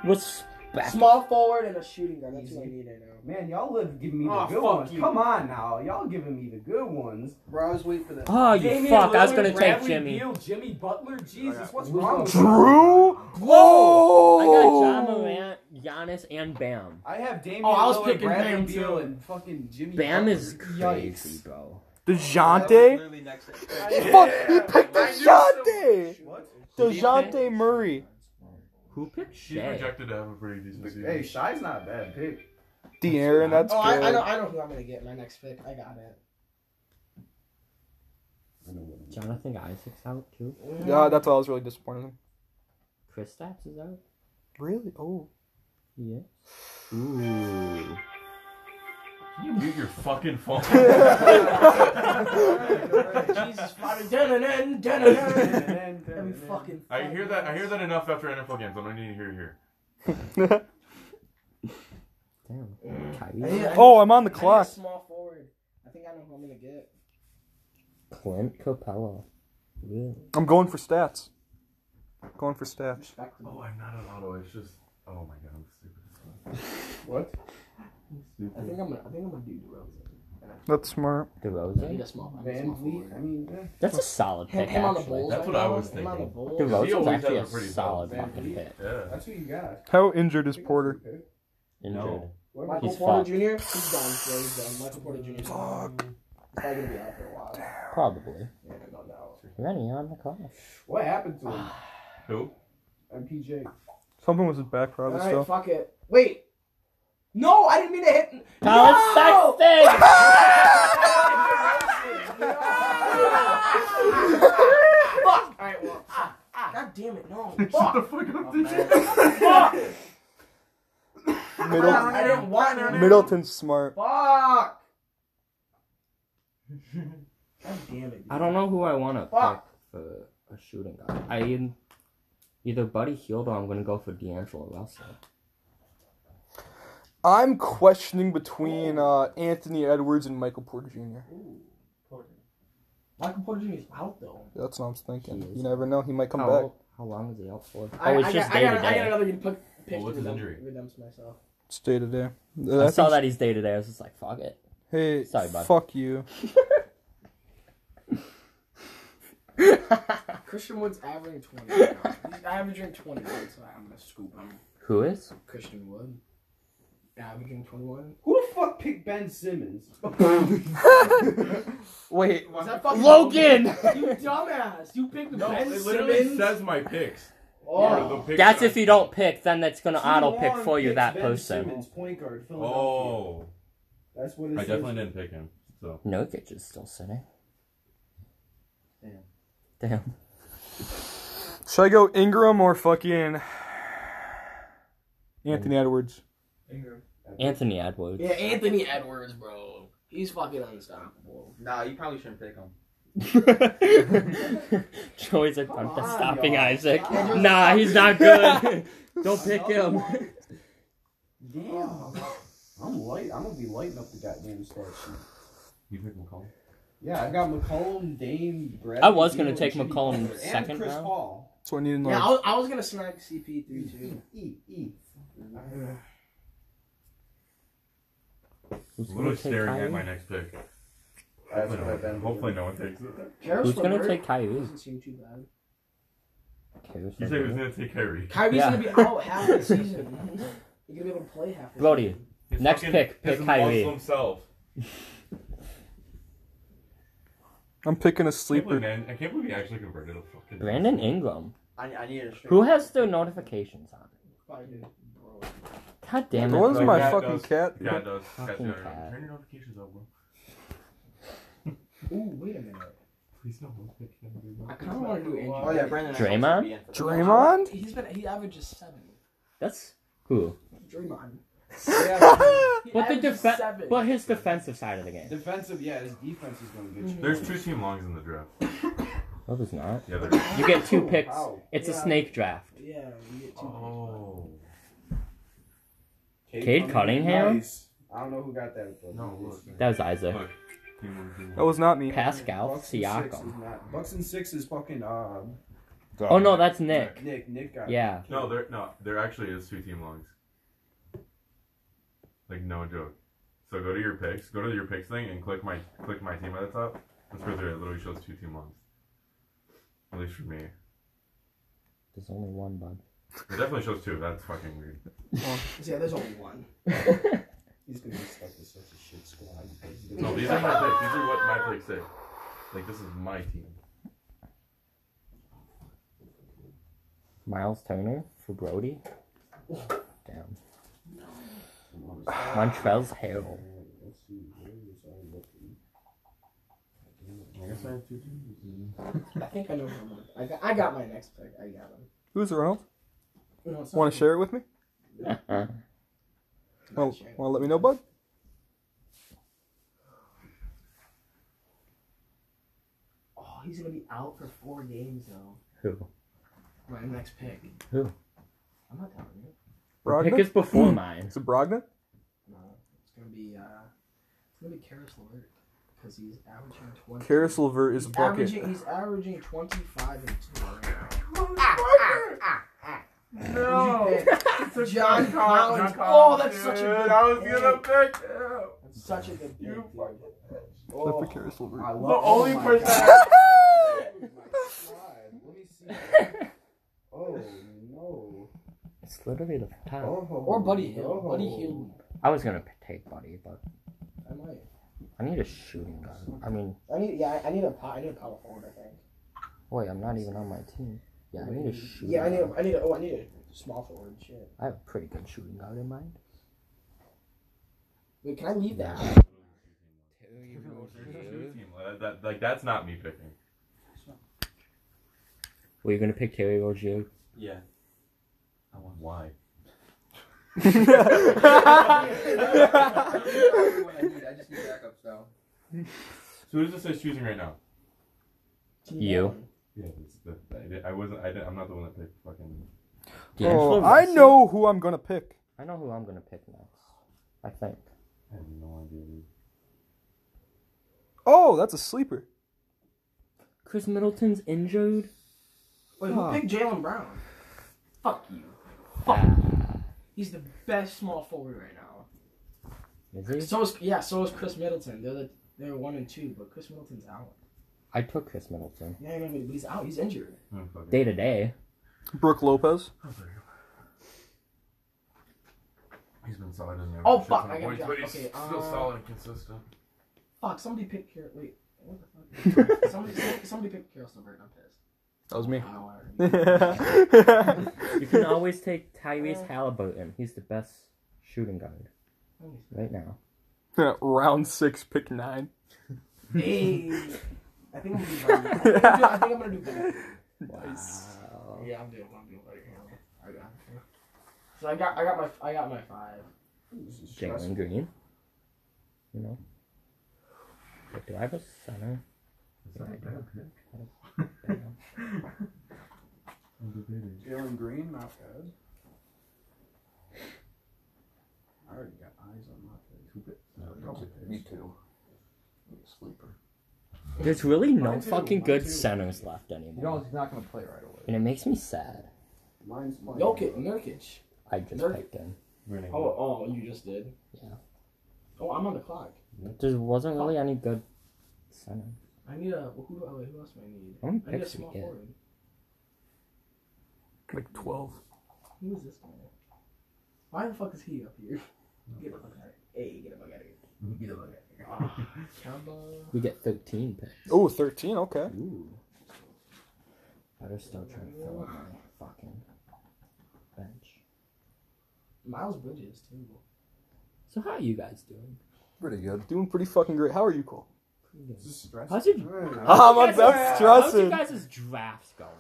[SPEAKER 8] What's back?
[SPEAKER 4] small forward and a shooting guard. That's what I need right now.
[SPEAKER 5] Man, y'all live giving me the
[SPEAKER 3] Aw,
[SPEAKER 5] good
[SPEAKER 3] fuck
[SPEAKER 5] ones.
[SPEAKER 3] you.
[SPEAKER 5] Come on now, y'all giving me the good ones.
[SPEAKER 4] Bro, I was waiting for that.
[SPEAKER 8] Oh, you
[SPEAKER 3] Damian
[SPEAKER 8] fuck! I was
[SPEAKER 3] Lillard,
[SPEAKER 8] gonna take
[SPEAKER 3] Bradley
[SPEAKER 8] Jimmy.
[SPEAKER 3] Beal, Jimmy Butler, Jesus, what's
[SPEAKER 5] Who's
[SPEAKER 3] wrong with you?
[SPEAKER 1] Drew.
[SPEAKER 8] I got John
[SPEAKER 1] Oh.
[SPEAKER 8] Morant, Giannis, and Bam.
[SPEAKER 5] I have Damian
[SPEAKER 4] Oh, I was
[SPEAKER 5] Lillard,
[SPEAKER 4] picking
[SPEAKER 5] Bradley
[SPEAKER 4] Bam,
[SPEAKER 5] Beal,
[SPEAKER 4] too.
[SPEAKER 5] and fucking Jimmy.
[SPEAKER 8] Bam
[SPEAKER 5] Butler.
[SPEAKER 8] is crazy,
[SPEAKER 5] Yikes.
[SPEAKER 8] bro.
[SPEAKER 1] Dejounte.
[SPEAKER 5] Literally next to-
[SPEAKER 1] Fuck. He picked Dejounte.
[SPEAKER 5] What?
[SPEAKER 1] Dejounte Murray.
[SPEAKER 8] Who picked
[SPEAKER 7] She's
[SPEAKER 8] Shea?
[SPEAKER 7] projected to have a pretty decent season.
[SPEAKER 5] Hey, Shy's not a bad pick.
[SPEAKER 1] De'Aaron. That's
[SPEAKER 4] Oh, I, I know.
[SPEAKER 1] good.
[SPEAKER 4] I know who I'm gonna get. My next pick. I got
[SPEAKER 7] (laughs)
[SPEAKER 4] it.
[SPEAKER 8] Jonathan Isaac's out too.
[SPEAKER 1] Yeah, that's why I was really disappointed. in.
[SPEAKER 8] Chris Stapps is out.
[SPEAKER 1] Really? Oh.
[SPEAKER 8] Yeah. Ooh.
[SPEAKER 7] Can you mute your fucking phone?
[SPEAKER 4] Jesus, (laughs) Father, dun-dun-dun, dun-dun-dun. Every fucking.
[SPEAKER 7] I hear that. I hear that enough after NFL games. I'm gonna need to hear it here.
[SPEAKER 8] Damn.
[SPEAKER 4] I
[SPEAKER 8] Kyrie.
[SPEAKER 4] need- I need-
[SPEAKER 1] Oh, I'm on the
[SPEAKER 4] I need
[SPEAKER 1] (laughs)
[SPEAKER 4] a
[SPEAKER 1] clock.
[SPEAKER 4] Small forward. I think I know who I'm gonna get.
[SPEAKER 8] Clint Capella. Really?
[SPEAKER 1] I'm going for stats. Going for stats.
[SPEAKER 7] Oh, I'm not an auto. It's just. Oh my god, I'm stupid. as fuck. (laughs)
[SPEAKER 5] What?
[SPEAKER 4] I think I'm gonna. I think I'm gonna do DeRozan.
[SPEAKER 1] That's smart.
[SPEAKER 4] I need
[SPEAKER 8] DeRozan.
[SPEAKER 4] a small. I need a
[SPEAKER 5] Van
[SPEAKER 4] small
[SPEAKER 5] Vliet?
[SPEAKER 4] forward.
[SPEAKER 5] I mean, yeah.
[SPEAKER 8] That's a solid
[SPEAKER 4] Him,
[SPEAKER 8] pick,
[SPEAKER 4] him on the
[SPEAKER 8] actually.
[SPEAKER 4] Bulls.
[SPEAKER 7] That's
[SPEAKER 4] right
[SPEAKER 7] what I
[SPEAKER 4] now.
[SPEAKER 7] was
[SPEAKER 4] Him on the
[SPEAKER 7] thinking.
[SPEAKER 4] Bulls.
[SPEAKER 7] He always
[SPEAKER 8] DeRozan's
[SPEAKER 7] has
[SPEAKER 8] actually
[SPEAKER 7] a
[SPEAKER 8] a
[SPEAKER 7] pretty
[SPEAKER 8] solid
[SPEAKER 7] solid
[SPEAKER 8] fucking pick.
[SPEAKER 7] Yeah.
[SPEAKER 5] that's who you got.
[SPEAKER 1] How injured is Porter?
[SPEAKER 8] No.
[SPEAKER 5] What
[SPEAKER 4] Michael
[SPEAKER 8] He's
[SPEAKER 4] Porter
[SPEAKER 8] fucked.
[SPEAKER 4] Jr. He's done. Yeah, he's done. Michael Porter Jr. is done.
[SPEAKER 5] He's probably gonna be out for a while.
[SPEAKER 8] Probably.
[SPEAKER 5] Yeah, no doubt.
[SPEAKER 8] Running on the clock.
[SPEAKER 5] What happened to him?
[SPEAKER 7] Who?
[SPEAKER 5] MPJ.
[SPEAKER 1] Something was his back probably
[SPEAKER 4] All right,
[SPEAKER 1] still.
[SPEAKER 4] fuck it. Wait. (laughs) No, I didn't mean to hit.
[SPEAKER 8] Colin
[SPEAKER 4] no!
[SPEAKER 8] Sexton!
[SPEAKER 4] Fuck. All right, well. fuck. Ah, God damn it, no.
[SPEAKER 7] Shut
[SPEAKER 4] Fuck.
[SPEAKER 7] the fuck up, dude. (laughs)
[SPEAKER 4] Fuck.
[SPEAKER 1] Middleton,
[SPEAKER 4] I didn't want him.
[SPEAKER 1] Middleton's smart.
[SPEAKER 4] Fuck. God damn it.
[SPEAKER 8] I don't know who I want to
[SPEAKER 4] Fuck.
[SPEAKER 8] pick for a shooting guard. I am either Buddy Hield or I'm gonna go for D'Angelo Russell.
[SPEAKER 1] I'm questioning between uh, Anthony Edwards and Michael Porter Jr.
[SPEAKER 4] Ooh, Porter. Michael Porter Jr. is out though.
[SPEAKER 1] That's what I'm thinking.
[SPEAKER 8] He is.
[SPEAKER 1] You never know. He might come
[SPEAKER 8] how,
[SPEAKER 1] back.
[SPEAKER 8] how long is he out for?
[SPEAKER 4] I,
[SPEAKER 8] oh, it's
[SPEAKER 4] I,
[SPEAKER 8] just
[SPEAKER 4] got,
[SPEAKER 8] day
[SPEAKER 4] I,
[SPEAKER 8] to
[SPEAKER 4] got, I got
[SPEAKER 8] day.
[SPEAKER 4] another pic- picture
[SPEAKER 2] what's his
[SPEAKER 4] redemp-
[SPEAKER 2] injury?
[SPEAKER 4] redempts myself.
[SPEAKER 1] It's day to day.
[SPEAKER 8] I saw that he's day to day. I was just like, fuck it.
[SPEAKER 1] Hey,
[SPEAKER 8] Sorry, bud.
[SPEAKER 1] fuck you.
[SPEAKER 4] Christian Wood's averaging 20. He's averaging 20, so I'm going to scoop him.
[SPEAKER 8] Who is?
[SPEAKER 4] Christian Wood. Averaging 21.
[SPEAKER 5] (sighs) Who the fuck picked Ben Simmons?
[SPEAKER 1] Wait,
[SPEAKER 4] Is that fucking
[SPEAKER 8] Logan! (laughs)
[SPEAKER 4] You dumbass. You picked
[SPEAKER 7] No,
[SPEAKER 4] Ben
[SPEAKER 7] it literally
[SPEAKER 4] Simmons.
[SPEAKER 7] says my picks. Or the
[SPEAKER 5] Oh.
[SPEAKER 7] picks
[SPEAKER 8] That's
[SPEAKER 7] I-
[SPEAKER 8] if you don't pick, then it's gonna
[SPEAKER 5] T.
[SPEAKER 8] auto pick
[SPEAKER 5] Long
[SPEAKER 8] for you
[SPEAKER 5] picks
[SPEAKER 8] that
[SPEAKER 5] ben
[SPEAKER 8] person.
[SPEAKER 5] Simmons, point guard, Philadelphia.
[SPEAKER 7] Oh,
[SPEAKER 5] That's what it
[SPEAKER 7] I
[SPEAKER 5] says.
[SPEAKER 7] definitely didn't pick him. So
[SPEAKER 8] Nokic is still sitting.
[SPEAKER 5] Damn.
[SPEAKER 8] Damn.
[SPEAKER 1] should I go Ingram or fucking Anthony Edwards?
[SPEAKER 8] Anthony Edwards.
[SPEAKER 4] (laughs) Yeah, Anthony Edwards, bro. He's fucking unstoppable.
[SPEAKER 12] Nah, you probably shouldn't pick him.
[SPEAKER 8] (laughs) Joey's like,
[SPEAKER 5] Come
[SPEAKER 8] "Fuck, that's
[SPEAKER 5] on,
[SPEAKER 8] stopping
[SPEAKER 5] y'all.
[SPEAKER 8] Isaac.
[SPEAKER 5] Stop.
[SPEAKER 8] Nah, he's not
[SPEAKER 5] (laughs)
[SPEAKER 8] good. (laughs) Don't pick
[SPEAKER 5] Another
[SPEAKER 8] him.
[SPEAKER 5] one? Damn. I'm light. I'm gonna be lighting up the goddamn stat sheet.
[SPEAKER 7] you pick McCall.
[SPEAKER 5] Yeah, I got McCollum, Dame, Brad.
[SPEAKER 8] I was gonna take McCollum
[SPEAKER 5] and
[SPEAKER 8] second
[SPEAKER 5] Chris
[SPEAKER 8] round.
[SPEAKER 5] Paul.
[SPEAKER 1] That's what I need in
[SPEAKER 4] Yeah, I
[SPEAKER 1] life.
[SPEAKER 4] was, I was gonna snag CP3 too.
[SPEAKER 5] E E.
[SPEAKER 8] Who's
[SPEAKER 7] I'm
[SPEAKER 8] gonna
[SPEAKER 7] literally
[SPEAKER 8] take
[SPEAKER 7] staring at
[SPEAKER 8] Kyrie?
[SPEAKER 7] my next pick.
[SPEAKER 12] That's
[SPEAKER 7] Hopefully,
[SPEAKER 12] what I've
[SPEAKER 7] no,
[SPEAKER 12] been-
[SPEAKER 7] hopefully no one takes (laughs) it.
[SPEAKER 4] Harris
[SPEAKER 8] Who's gonna
[SPEAKER 4] Levert
[SPEAKER 8] take Kyrie?
[SPEAKER 4] Doesn't seem too bad.
[SPEAKER 8] Kyrie's
[SPEAKER 7] You
[SPEAKER 8] not
[SPEAKER 7] said he was
[SPEAKER 8] good.
[SPEAKER 7] gonna take Kyrie.
[SPEAKER 4] Kyrie's
[SPEAKER 8] Yeah.
[SPEAKER 4] gonna be out half
[SPEAKER 8] (laughs)
[SPEAKER 4] the season. You're gonna be able to play half. The
[SPEAKER 8] Brody.
[SPEAKER 4] season.
[SPEAKER 7] His
[SPEAKER 8] Next
[SPEAKER 7] fucking-
[SPEAKER 8] pick,
[SPEAKER 7] his
[SPEAKER 8] pick Kyrie.
[SPEAKER 7] Muslim self.
[SPEAKER 1] I'm picking a
[SPEAKER 7] I can't believe,
[SPEAKER 1] sleeper.
[SPEAKER 7] man, I can't believe he actually converted a fucking. (laughs)
[SPEAKER 8] Brandon Ingram.
[SPEAKER 12] I, I need a straight.
[SPEAKER 8] Who has their notifications on?
[SPEAKER 4] Probably do. Bro.
[SPEAKER 8] God damn
[SPEAKER 1] The
[SPEAKER 8] it.
[SPEAKER 1] one's
[SPEAKER 8] Brody.
[SPEAKER 1] my
[SPEAKER 7] Like that
[SPEAKER 1] fucking
[SPEAKER 7] does.
[SPEAKER 1] cat.
[SPEAKER 7] Yeah, it does. Got
[SPEAKER 8] Fucking
[SPEAKER 7] your-
[SPEAKER 8] cat.
[SPEAKER 7] Turn your notifications off, bro.
[SPEAKER 4] Ooh, wait a minute.
[SPEAKER 7] Please no one pick him. dude.
[SPEAKER 4] I kind of want to do injury.
[SPEAKER 12] Oh yeah, Brandon.
[SPEAKER 8] Draymond? Oh,
[SPEAKER 1] Draymond?
[SPEAKER 4] He's been he averages seven.
[SPEAKER 8] That's who.
[SPEAKER 4] Draymond. (laughs) He
[SPEAKER 8] But the
[SPEAKER 4] averages
[SPEAKER 8] defen-
[SPEAKER 4] seven.
[SPEAKER 8] But his defensive side of the game.
[SPEAKER 5] Defensive, yeah, his defense is gonna get you.
[SPEAKER 7] There's two team longs in the draft.
[SPEAKER 8] No, there's not.
[SPEAKER 7] Yeah, there is.
[SPEAKER 8] You get two picks. It's a
[SPEAKER 4] Yeah.
[SPEAKER 8] snake draft.
[SPEAKER 4] yeah, we get two.
[SPEAKER 7] Oh.
[SPEAKER 8] Cade Cunningham?
[SPEAKER 5] Nice. I don't know who got that. But
[SPEAKER 7] No, look.
[SPEAKER 8] That was Isaac.
[SPEAKER 7] Look. Oh. Team one, team
[SPEAKER 1] That
[SPEAKER 7] one.
[SPEAKER 1] was not me.
[SPEAKER 8] Pascal
[SPEAKER 5] Bucks and six is
[SPEAKER 8] Siakam.
[SPEAKER 5] not- Bucks and six is fucking uh,
[SPEAKER 3] um,
[SPEAKER 8] Oh no, that's Nick.
[SPEAKER 5] Nick. Nick got
[SPEAKER 8] Yeah.
[SPEAKER 7] No, there no, there actually is two team longs. Like no joke. So go to your picks, go to your picks thing, and click my click my team at the top. That's where there it literally shows two team longs. At least for me, it
[SPEAKER 8] There's only one bug.
[SPEAKER 7] definitely shows two. That's fucking weird.
[SPEAKER 1] Oh.
[SPEAKER 4] (laughs) Yeah, there's only one.
[SPEAKER 5] He's gonna be stuck with such a shit squad.
[SPEAKER 7] No, these are my picks. These are what my picks are. Like this is my team.
[SPEAKER 8] Miles Turner for Brody. Damn. Montrell's (laughs) Harrell.
[SPEAKER 7] I guess I have two teams.
[SPEAKER 4] I think I know who I'm on. I got, I got my next pick. I got him.
[SPEAKER 1] Who's it, Ronald?
[SPEAKER 4] No, it's not
[SPEAKER 1] Want to
[SPEAKER 4] me.
[SPEAKER 1] share it with me?
[SPEAKER 4] I'm not
[SPEAKER 1] Want
[SPEAKER 4] sharing.
[SPEAKER 1] to let me know, bud?
[SPEAKER 4] Oh, he's gonna be out for four games though.
[SPEAKER 8] Who?
[SPEAKER 4] My next pick.
[SPEAKER 8] Who?
[SPEAKER 4] I'm not telling you.
[SPEAKER 8] The pick
[SPEAKER 1] Brogdon?
[SPEAKER 8] is before mine.
[SPEAKER 1] Is it Brogdon?
[SPEAKER 4] No, Uh, it's gonna be uh, it's gonna be Karis Levert because he's averaging twenty.
[SPEAKER 1] Karis Levert is
[SPEAKER 4] he's
[SPEAKER 1] a
[SPEAKER 4] averaging,
[SPEAKER 1] bucket.
[SPEAKER 4] he's averaging twenty-five and two right now.
[SPEAKER 7] No,
[SPEAKER 4] (laughs) John, Collins. Oh, that's such a good.
[SPEAKER 7] I was
[SPEAKER 4] pick.
[SPEAKER 7] gonna pick.
[SPEAKER 4] That's such a good.
[SPEAKER 7] You
[SPEAKER 4] pick, dude.
[SPEAKER 1] Except for Karis Levert.
[SPEAKER 5] I love,
[SPEAKER 7] The only
[SPEAKER 5] my
[SPEAKER 7] person.
[SPEAKER 5] God. Let me see. Oh no.
[SPEAKER 8] It's literally the top.
[SPEAKER 5] Oh,
[SPEAKER 4] Or Buddy Hill.
[SPEAKER 5] no.
[SPEAKER 4] Buddy Hill.
[SPEAKER 8] I was gonna take Buddy, but
[SPEAKER 4] I might.
[SPEAKER 8] I need a shooting guard. I mean,
[SPEAKER 4] I need. Yeah, I- I need a. pow- I need a power forward. I think.
[SPEAKER 8] wait, I'm not even on my team. Yeah, I need a shooting.
[SPEAKER 4] Yeah, I need. A,
[SPEAKER 8] guard.
[SPEAKER 4] I need. A, oh, I need a small forward. Shit.
[SPEAKER 8] I have a pretty good shooting guard in mind.
[SPEAKER 4] Wait, can I leave that?
[SPEAKER 7] Two team. uh, That, like that's not me picking.
[SPEAKER 8] Were you gonna pick Terry Rozier?
[SPEAKER 12] Yeah.
[SPEAKER 7] I want why.
[SPEAKER 12] Everyone I need, I just need backups now.
[SPEAKER 7] So who's this is choosing right now?
[SPEAKER 8] You.
[SPEAKER 7] Yeah, it's the, I, did, I wasn't. I did, I'm not the one that picked fucking.
[SPEAKER 8] D'Angelo
[SPEAKER 1] Oh, I
[SPEAKER 8] Russell?
[SPEAKER 1] know who I'm going to pick.
[SPEAKER 8] I know who I'm gonna pick next. I think.
[SPEAKER 7] I have no idea. Dude.
[SPEAKER 1] Oh, that's a sleeper.
[SPEAKER 8] Chris Middleton's injured.
[SPEAKER 9] Wait, who
[SPEAKER 1] Huh.
[SPEAKER 9] picked Jalen Brown? Fuck you. He's the best small forward right now.
[SPEAKER 8] Is he?
[SPEAKER 4] So is yeah, so is Chris Middleton. They're the, they're one and two, but Chris Middleton's out.
[SPEAKER 8] I took Chris Middleton
[SPEAKER 4] Yeah, you're gonna be- he's out. He's injured.
[SPEAKER 7] I don't fucking-
[SPEAKER 8] day to (laughs) day.
[SPEAKER 1] Brooke Lopez.
[SPEAKER 7] He's been solid in there.
[SPEAKER 4] Oh,
[SPEAKER 7] Shit
[SPEAKER 4] fuck,
[SPEAKER 7] ton
[SPEAKER 4] I
[SPEAKER 7] of
[SPEAKER 4] gotta
[SPEAKER 7] points,
[SPEAKER 4] go.
[SPEAKER 7] But he's
[SPEAKER 4] Okay,
[SPEAKER 7] still
[SPEAKER 4] uh,
[SPEAKER 7] solid and consistent.
[SPEAKER 4] Fuck! Somebody picked Carol. Wait, what the fuck? somebody, somebody picked Carol Silver. I'm pissed.
[SPEAKER 1] That was me.
[SPEAKER 4] I don't wanna- (laughs)
[SPEAKER 8] You (laughs) can always take Tyrese Halliburton. He's the best shooting guard right now.
[SPEAKER 1] (laughs) Round six, pick nine.
[SPEAKER 9] Hey. I think I'm gonna be
[SPEAKER 4] I think I'm gonna do better.
[SPEAKER 1] Nice.
[SPEAKER 4] Oh, Yeah, I'm doing. I'm doing better. I got. So I got. I got my. I got my five.
[SPEAKER 5] This is
[SPEAKER 8] Jalen
[SPEAKER 5] stressful.
[SPEAKER 8] Green. You know. But do I have a center? Yeah, I do.
[SPEAKER 5] (laughs) Jalen Green, not bad. I already got eyes on my face. Who picked? Probably
[SPEAKER 6] Me
[SPEAKER 5] picks.
[SPEAKER 6] too. Sleeper.
[SPEAKER 8] There's really no
[SPEAKER 5] Mine too,
[SPEAKER 8] fucking
[SPEAKER 5] mine
[SPEAKER 8] good
[SPEAKER 5] too.
[SPEAKER 8] centers left
[SPEAKER 6] You
[SPEAKER 8] anymore.
[SPEAKER 6] know he's not gonna play right away.
[SPEAKER 8] And it makes me sad.
[SPEAKER 5] Mine's mine.
[SPEAKER 4] Jokic, Nurkic.
[SPEAKER 8] I just
[SPEAKER 4] They're-
[SPEAKER 8] picked him.
[SPEAKER 4] Oh, oh, you just did.
[SPEAKER 8] Yeah.
[SPEAKER 4] Oh, I'm on the clock.
[SPEAKER 8] There wasn't really any good center.
[SPEAKER 4] I need a. Who do I? Who else do I need?
[SPEAKER 8] How many
[SPEAKER 4] I need a
[SPEAKER 8] picks do we
[SPEAKER 4] small
[SPEAKER 8] get?
[SPEAKER 4] forward.
[SPEAKER 1] Like twelve.
[SPEAKER 4] Who is this guy? Why the fuck is he up here? Get the fuck out of here. Hey, get the fuck out of here. (laughs) Get the fuck out of here. Kemba.
[SPEAKER 8] We get 13 picks.
[SPEAKER 1] Oh, 13, Okay.
[SPEAKER 8] Ooh. Better still trying to fill up my fucking bench.
[SPEAKER 4] Miles Bridges too.
[SPEAKER 8] So how are you guys doing?
[SPEAKER 1] Pretty good. Doing pretty fucking great. How are you, (laughs) Cole?
[SPEAKER 5] This is stressful.
[SPEAKER 8] How's your
[SPEAKER 1] I'm,
[SPEAKER 8] How's your guys- How's
[SPEAKER 1] stressing.
[SPEAKER 8] your guys' drafts going?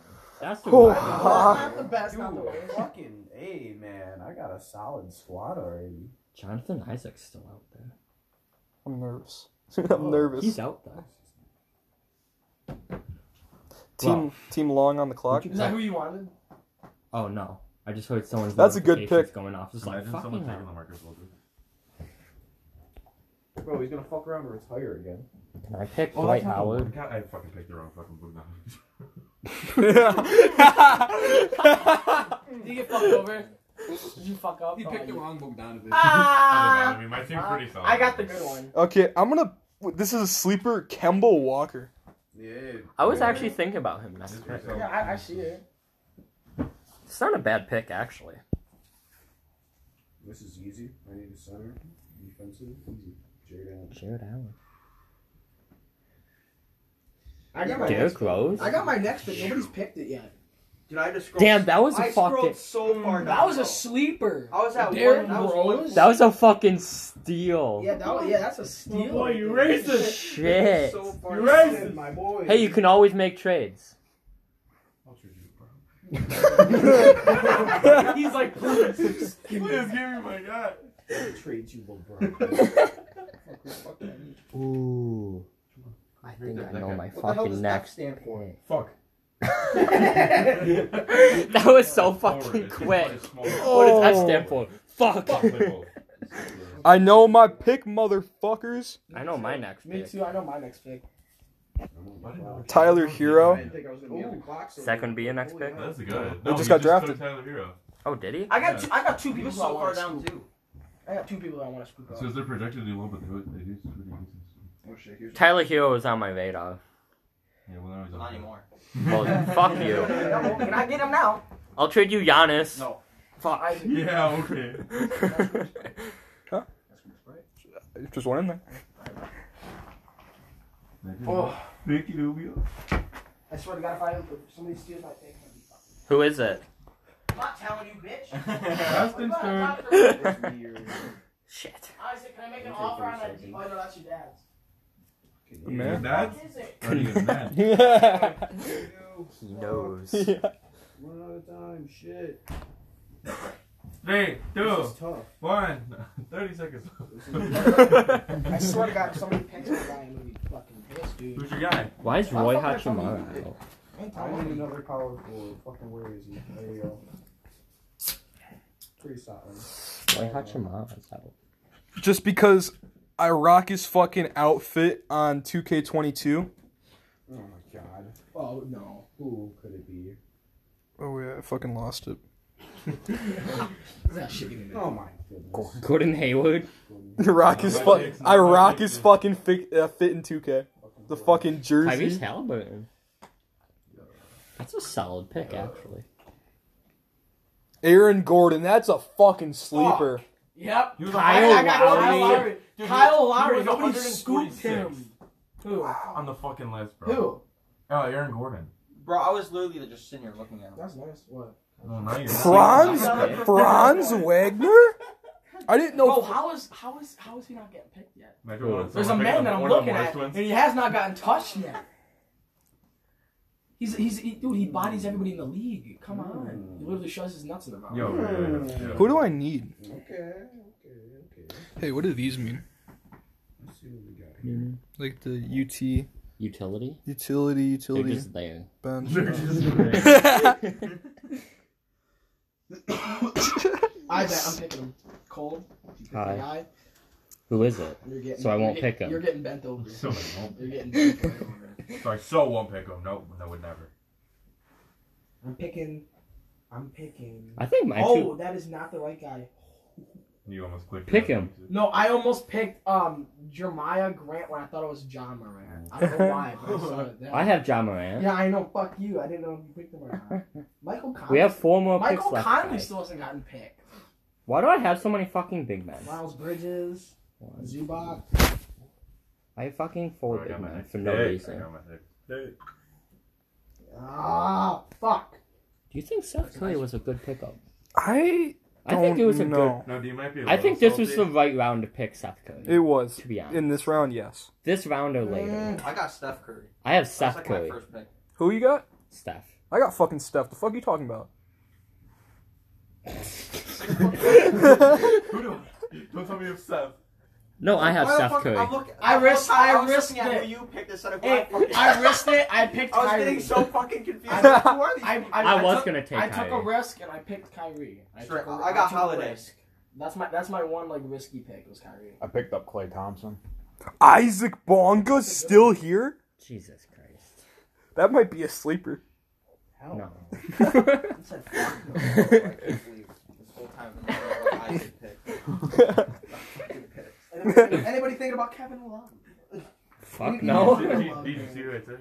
[SPEAKER 8] That's the
[SPEAKER 1] Oh.
[SPEAKER 8] one.
[SPEAKER 5] Ah.
[SPEAKER 4] not the best, not the
[SPEAKER 5] Dude,
[SPEAKER 4] worst.
[SPEAKER 5] fucking A, man. I got a solid squad already.
[SPEAKER 8] Jonathan Isaac's still out there.
[SPEAKER 1] I'm nervous. (laughs) Oh, I'm nervous.
[SPEAKER 8] He's out though.
[SPEAKER 1] team
[SPEAKER 8] Wow.
[SPEAKER 1] team long on the clock.
[SPEAKER 4] Is that who you wanted?
[SPEAKER 8] Oh no. I just heard someone's
[SPEAKER 1] That's a good
[SPEAKER 8] notifications
[SPEAKER 1] pick.
[SPEAKER 8] going off. Just like
[SPEAKER 7] Imagine someone
[SPEAKER 8] fucking
[SPEAKER 7] taking
[SPEAKER 8] hell.
[SPEAKER 7] the Marcus Aldridge.
[SPEAKER 5] Bro, he's gonna fuck around and retire again.
[SPEAKER 8] Can I
[SPEAKER 4] Oh,
[SPEAKER 8] pick Dwight Howard?
[SPEAKER 7] God, I fucking picked the wrong fucking book now.
[SPEAKER 1] (laughs)
[SPEAKER 4] Did you get fucked over? Did you fuck up?
[SPEAKER 3] He
[SPEAKER 4] Oh,
[SPEAKER 3] picked the
[SPEAKER 4] you-
[SPEAKER 3] wrong Bogdanovich.
[SPEAKER 7] I
[SPEAKER 4] Ah!
[SPEAKER 7] mean, my team's pretty solid.
[SPEAKER 4] I got the good one.
[SPEAKER 1] okay, I'm gonna. This is a sleeper, Kemba Walker.
[SPEAKER 12] Yeah.
[SPEAKER 8] (laughs) I was actually thinking about him. That's
[SPEAKER 7] Just for yourself.
[SPEAKER 4] Yeah, I, I see it.
[SPEAKER 8] It's not a bad pick actually.
[SPEAKER 5] This is easy. I need a center. Defensive. Easy. Jared Allen.
[SPEAKER 8] Jared Allen.
[SPEAKER 4] I got my
[SPEAKER 8] Derrick
[SPEAKER 4] next
[SPEAKER 8] Rose.
[SPEAKER 4] I got my next pick. Nobody's picked it yet.
[SPEAKER 12] Dude, I just scrolled.
[SPEAKER 8] Damn, that was a
[SPEAKER 12] I
[SPEAKER 8] fucking.
[SPEAKER 12] scrolled so far.
[SPEAKER 4] That
[SPEAKER 12] down,
[SPEAKER 4] was
[SPEAKER 12] bro.
[SPEAKER 4] a sleeper.
[SPEAKER 12] I was at
[SPEAKER 4] Derrick
[SPEAKER 12] one. I was one-
[SPEAKER 4] Rose.
[SPEAKER 8] That was a fucking steal.
[SPEAKER 5] Oh.
[SPEAKER 4] Yeah, that was, yeah, that's a steal.
[SPEAKER 12] boy, you racist.
[SPEAKER 8] Shit.
[SPEAKER 12] So far.
[SPEAKER 4] You're racist.
[SPEAKER 12] down, my boy.
[SPEAKER 8] Hey, you can always make trades.
[SPEAKER 7] I'll treat you, bro.
[SPEAKER 4] He's like, please.
[SPEAKER 7] Please give me my guy.
[SPEAKER 5] Trade you, LeBron.
[SPEAKER 8] Ooh. I think I know my
[SPEAKER 12] What the hell does
[SPEAKER 8] fucking
[SPEAKER 12] F
[SPEAKER 8] next.
[SPEAKER 12] stand for?
[SPEAKER 5] (laughs) fuck.
[SPEAKER 8] (laughs) That was so
[SPEAKER 7] Forward,
[SPEAKER 8] fucking
[SPEAKER 7] it's just
[SPEAKER 8] quick.
[SPEAKER 7] like a small-
[SPEAKER 8] What does F stand for? Fuck.
[SPEAKER 7] Play ball.
[SPEAKER 1] I know my pick, motherfuckers. (laughs)
[SPEAKER 8] I know my next
[SPEAKER 4] (laughs) Me
[SPEAKER 8] pick.
[SPEAKER 4] too. I know my next pick.
[SPEAKER 7] (laughs)
[SPEAKER 1] Tyler
[SPEAKER 12] I
[SPEAKER 1] Hero.
[SPEAKER 12] didn't think I was gonna be on the clock. so
[SPEAKER 8] Second
[SPEAKER 12] long.
[SPEAKER 8] be your next
[SPEAKER 12] Holy
[SPEAKER 8] pick?
[SPEAKER 12] hell.
[SPEAKER 7] That's good.
[SPEAKER 1] They
[SPEAKER 7] No,
[SPEAKER 1] just
[SPEAKER 7] he
[SPEAKER 1] got
[SPEAKER 7] took
[SPEAKER 1] drafted.
[SPEAKER 7] Tyler Hero.
[SPEAKER 8] Oh, did he?
[SPEAKER 12] I got two, I got two people
[SPEAKER 4] was
[SPEAKER 12] so
[SPEAKER 4] so
[SPEAKER 12] far
[SPEAKER 4] honest.
[SPEAKER 12] down too.
[SPEAKER 4] I got two people I want to scoop up.
[SPEAKER 7] So is their projected new one, but they do it- they do some pretty decent stuff.
[SPEAKER 12] Oh shit,
[SPEAKER 4] (laughs)
[SPEAKER 12] here's
[SPEAKER 8] Tyler Hero was on my radar.
[SPEAKER 7] Yeah, well, now he's
[SPEAKER 12] not
[SPEAKER 7] on.
[SPEAKER 12] anymore.
[SPEAKER 7] (laughs)
[SPEAKER 8] Well,
[SPEAKER 12] (laughs)
[SPEAKER 8] fuck you.
[SPEAKER 4] Yeah, Can I get him now?
[SPEAKER 8] I'll trade you Giannis.
[SPEAKER 12] No.
[SPEAKER 8] Fuck.
[SPEAKER 4] I,
[SPEAKER 7] Yeah, okay.
[SPEAKER 1] Just one in there.
[SPEAKER 4] Oh.
[SPEAKER 7] Thank you, Nubio.
[SPEAKER 4] I swear to God, if I if somebody steals my pick, I'd be
[SPEAKER 8] (laughs)
[SPEAKER 4] fucked.
[SPEAKER 8] Who is it?
[SPEAKER 4] I'm not telling you, bitch.
[SPEAKER 12] (laughs)
[SPEAKER 7] Justin Stern.
[SPEAKER 8] Shit.
[SPEAKER 4] Isaac, can I
[SPEAKER 12] Let me
[SPEAKER 4] make an
[SPEAKER 12] take
[SPEAKER 4] offer on that?
[SPEAKER 12] 30
[SPEAKER 4] Oh no, that's your dad's.
[SPEAKER 1] Man.
[SPEAKER 7] That's
[SPEAKER 4] What is it?
[SPEAKER 7] not even that.
[SPEAKER 8] He
[SPEAKER 1] (laughs)
[SPEAKER 8] knows.
[SPEAKER 5] One at a time. Shit.
[SPEAKER 7] Three,
[SPEAKER 5] This
[SPEAKER 7] two,
[SPEAKER 5] is tough.
[SPEAKER 7] one. (laughs) 30 seconds.
[SPEAKER 4] I swear to God, if somebody picks my guy, I'm gonna be fucking pissed, dude.
[SPEAKER 7] Who's your guy?
[SPEAKER 8] Why is Roy
[SPEAKER 5] I'll fucking tell
[SPEAKER 8] Hachimura out?
[SPEAKER 4] I ain't
[SPEAKER 5] I
[SPEAKER 4] telling
[SPEAKER 5] need
[SPEAKER 4] you.
[SPEAKER 5] another power forward. Fucking where is he? There we go. Pretty solid.
[SPEAKER 8] Roy Hachimura's out.
[SPEAKER 1] just because I rock his fucking outfit on 2K22.
[SPEAKER 5] Oh my god.
[SPEAKER 4] Oh no.
[SPEAKER 5] Who could it be?
[SPEAKER 1] Oh yeah, I fucking lost it.
[SPEAKER 4] That shit be
[SPEAKER 5] Oh my goodness.
[SPEAKER 8] Gordon Hayward.
[SPEAKER 1] (laughs) rock his fuck. I rock his fucking fi- uh, fit in 2K. The fucking
[SPEAKER 8] Tyrese
[SPEAKER 1] jersey.
[SPEAKER 8] Halliburton. That's a solid pick, actually.
[SPEAKER 1] Aaron Gordon. That's a fucking sleeper.
[SPEAKER 9] Yep.
[SPEAKER 7] He was
[SPEAKER 8] Kyle
[SPEAKER 9] I got
[SPEAKER 8] Lowry.
[SPEAKER 9] Kyle Lowry.
[SPEAKER 7] Dude, he-
[SPEAKER 9] Kyle
[SPEAKER 7] he
[SPEAKER 9] Lowry.
[SPEAKER 7] was
[SPEAKER 9] Nobody
[SPEAKER 7] 146.
[SPEAKER 9] scooped him. Who?
[SPEAKER 7] on the fucking list, bro.
[SPEAKER 9] Who?
[SPEAKER 7] Oh, Aaron Gordon.
[SPEAKER 12] Bro, I was literally just sitting here looking at him.
[SPEAKER 4] That's nice. What?
[SPEAKER 7] Well, now you're
[SPEAKER 1] Franz Franz Wagner. I didn't know.
[SPEAKER 9] Bro, how is how is how is he not getting picked yet?
[SPEAKER 7] Imagine one of-
[SPEAKER 9] There's a
[SPEAKER 7] someone picked
[SPEAKER 9] man
[SPEAKER 7] up
[SPEAKER 9] that I'm
[SPEAKER 7] one of the
[SPEAKER 9] looking at,
[SPEAKER 7] worst
[SPEAKER 9] and
[SPEAKER 7] ones.
[SPEAKER 9] he has not gotten touched yet. He's he's he, dude. He bodies everybody in the league. Come
[SPEAKER 8] Hmm.
[SPEAKER 9] on, he literally shoves his nuts in the mouth.
[SPEAKER 7] Yo, yeah, yeah, yeah.
[SPEAKER 1] Who do I need?
[SPEAKER 5] Okay, okay, okay.
[SPEAKER 1] Hey, what do these mean?
[SPEAKER 5] Let's see what we got here.
[SPEAKER 8] Utility.
[SPEAKER 1] Like the UT utility
[SPEAKER 8] They're
[SPEAKER 1] utility (laughs)
[SPEAKER 8] just there.
[SPEAKER 4] Hmm.
[SPEAKER 1] bench.
[SPEAKER 9] I bet I'm picking him. Cole, you pick
[SPEAKER 8] Hi.
[SPEAKER 9] the guy,
[SPEAKER 8] Who is it?
[SPEAKER 9] you're getting.
[SPEAKER 8] So I won't
[SPEAKER 9] you're getting-
[SPEAKER 8] pick him.
[SPEAKER 9] You're getting bent over.
[SPEAKER 7] (laughs)
[SPEAKER 4] (laughs)
[SPEAKER 7] So I won't.
[SPEAKER 9] You're getting bent right over.
[SPEAKER 7] So I so won't pick him. No, no, would never.
[SPEAKER 4] I'm picking. I'm picking.
[SPEAKER 8] I think my
[SPEAKER 4] Oh, that is not the right guy.
[SPEAKER 7] You almost clicked.
[SPEAKER 8] Pick
[SPEAKER 7] it.
[SPEAKER 8] him.
[SPEAKER 9] No, I almost picked um Jeremiah Grant when I thought it was John Moran. I don't know why, but I
[SPEAKER 8] (laughs)
[SPEAKER 9] saw it
[SPEAKER 8] two.
[SPEAKER 9] there.
[SPEAKER 8] I have John Moran.
[SPEAKER 4] Yeah, I know. Fuck you. I didn't know if you picked him or not.
[SPEAKER 9] Michael Conley.
[SPEAKER 8] We have four more
[SPEAKER 9] Michael
[SPEAKER 8] picks left.
[SPEAKER 9] Conley
[SPEAKER 8] guys.
[SPEAKER 9] still hasn't gotten picked.
[SPEAKER 8] Why do I have so many fucking big men?
[SPEAKER 4] Miles Bridges,
[SPEAKER 8] One.
[SPEAKER 4] Zubac.
[SPEAKER 8] I have fucking
[SPEAKER 7] Oh,
[SPEAKER 8] four
[SPEAKER 7] I
[SPEAKER 8] big
[SPEAKER 7] got my
[SPEAKER 8] men
[SPEAKER 7] next
[SPEAKER 8] for no
[SPEAKER 7] pick. I
[SPEAKER 8] reason.
[SPEAKER 7] got my next pick.
[SPEAKER 4] Ah, fuck.
[SPEAKER 8] Do you think Seth Curry was a good pickup?
[SPEAKER 1] I
[SPEAKER 8] I think it was a
[SPEAKER 1] know.
[SPEAKER 7] No, D might be. a
[SPEAKER 8] good. I
[SPEAKER 7] little
[SPEAKER 8] think this was the
[SPEAKER 7] salty.
[SPEAKER 8] right round to pick Seth Curry.
[SPEAKER 1] It was
[SPEAKER 8] to be honest,
[SPEAKER 1] in Mm. this round. Yes.
[SPEAKER 8] this round or later,
[SPEAKER 4] Mm.
[SPEAKER 12] I got Steph Curry.
[SPEAKER 8] I have
[SPEAKER 12] That's
[SPEAKER 8] Seth
[SPEAKER 12] like
[SPEAKER 8] Curry.
[SPEAKER 12] my first
[SPEAKER 8] (laughs)
[SPEAKER 12] pick.
[SPEAKER 1] Who you got?
[SPEAKER 8] Steph.
[SPEAKER 1] I got fucking Steph. The fuck you talking about?
[SPEAKER 7] Who do Don't tell me if Seth.
[SPEAKER 8] No, I have
[SPEAKER 12] Why the
[SPEAKER 8] Steph
[SPEAKER 12] fuck-
[SPEAKER 8] Curry.
[SPEAKER 12] I'm look-
[SPEAKER 9] I
[SPEAKER 12] the whole
[SPEAKER 9] risked-
[SPEAKER 12] time
[SPEAKER 9] I
[SPEAKER 12] was
[SPEAKER 9] risked
[SPEAKER 12] looking at
[SPEAKER 9] it.
[SPEAKER 12] who you picked instead of who I
[SPEAKER 4] (laughs)
[SPEAKER 9] Hey,
[SPEAKER 12] fucking
[SPEAKER 9] I risked it. I picked
[SPEAKER 12] I was
[SPEAKER 9] Kyrie.
[SPEAKER 12] getting so fucking confused.
[SPEAKER 1] I-
[SPEAKER 12] Who are these?
[SPEAKER 9] I, I,
[SPEAKER 8] I was
[SPEAKER 9] took,
[SPEAKER 8] gonna take
[SPEAKER 9] I took a
[SPEAKER 8] Kyrie.
[SPEAKER 9] risk and I picked Kyrie. I,
[SPEAKER 12] Sure,
[SPEAKER 9] took a,
[SPEAKER 12] I got
[SPEAKER 9] took a
[SPEAKER 12] Holiday.
[SPEAKER 9] risk. That's my that's my one like risky pick was Kyrie.
[SPEAKER 6] I picked up Clay Thompson.
[SPEAKER 1] Isaac Bonga's still here?
[SPEAKER 8] Jesus Christ.
[SPEAKER 1] That might be a sleeper. (laughs)
[SPEAKER 4] Hell
[SPEAKER 8] No.
[SPEAKER 4] I said fuck no.
[SPEAKER 12] I can't believe this whole time I don't know what Isaac picked. Fucking pissed.
[SPEAKER 4] Anybody, (laughs) anybody thinking about Kevin Love?
[SPEAKER 8] Fuck
[SPEAKER 7] Did
[SPEAKER 8] no.
[SPEAKER 7] you, did you see who I took?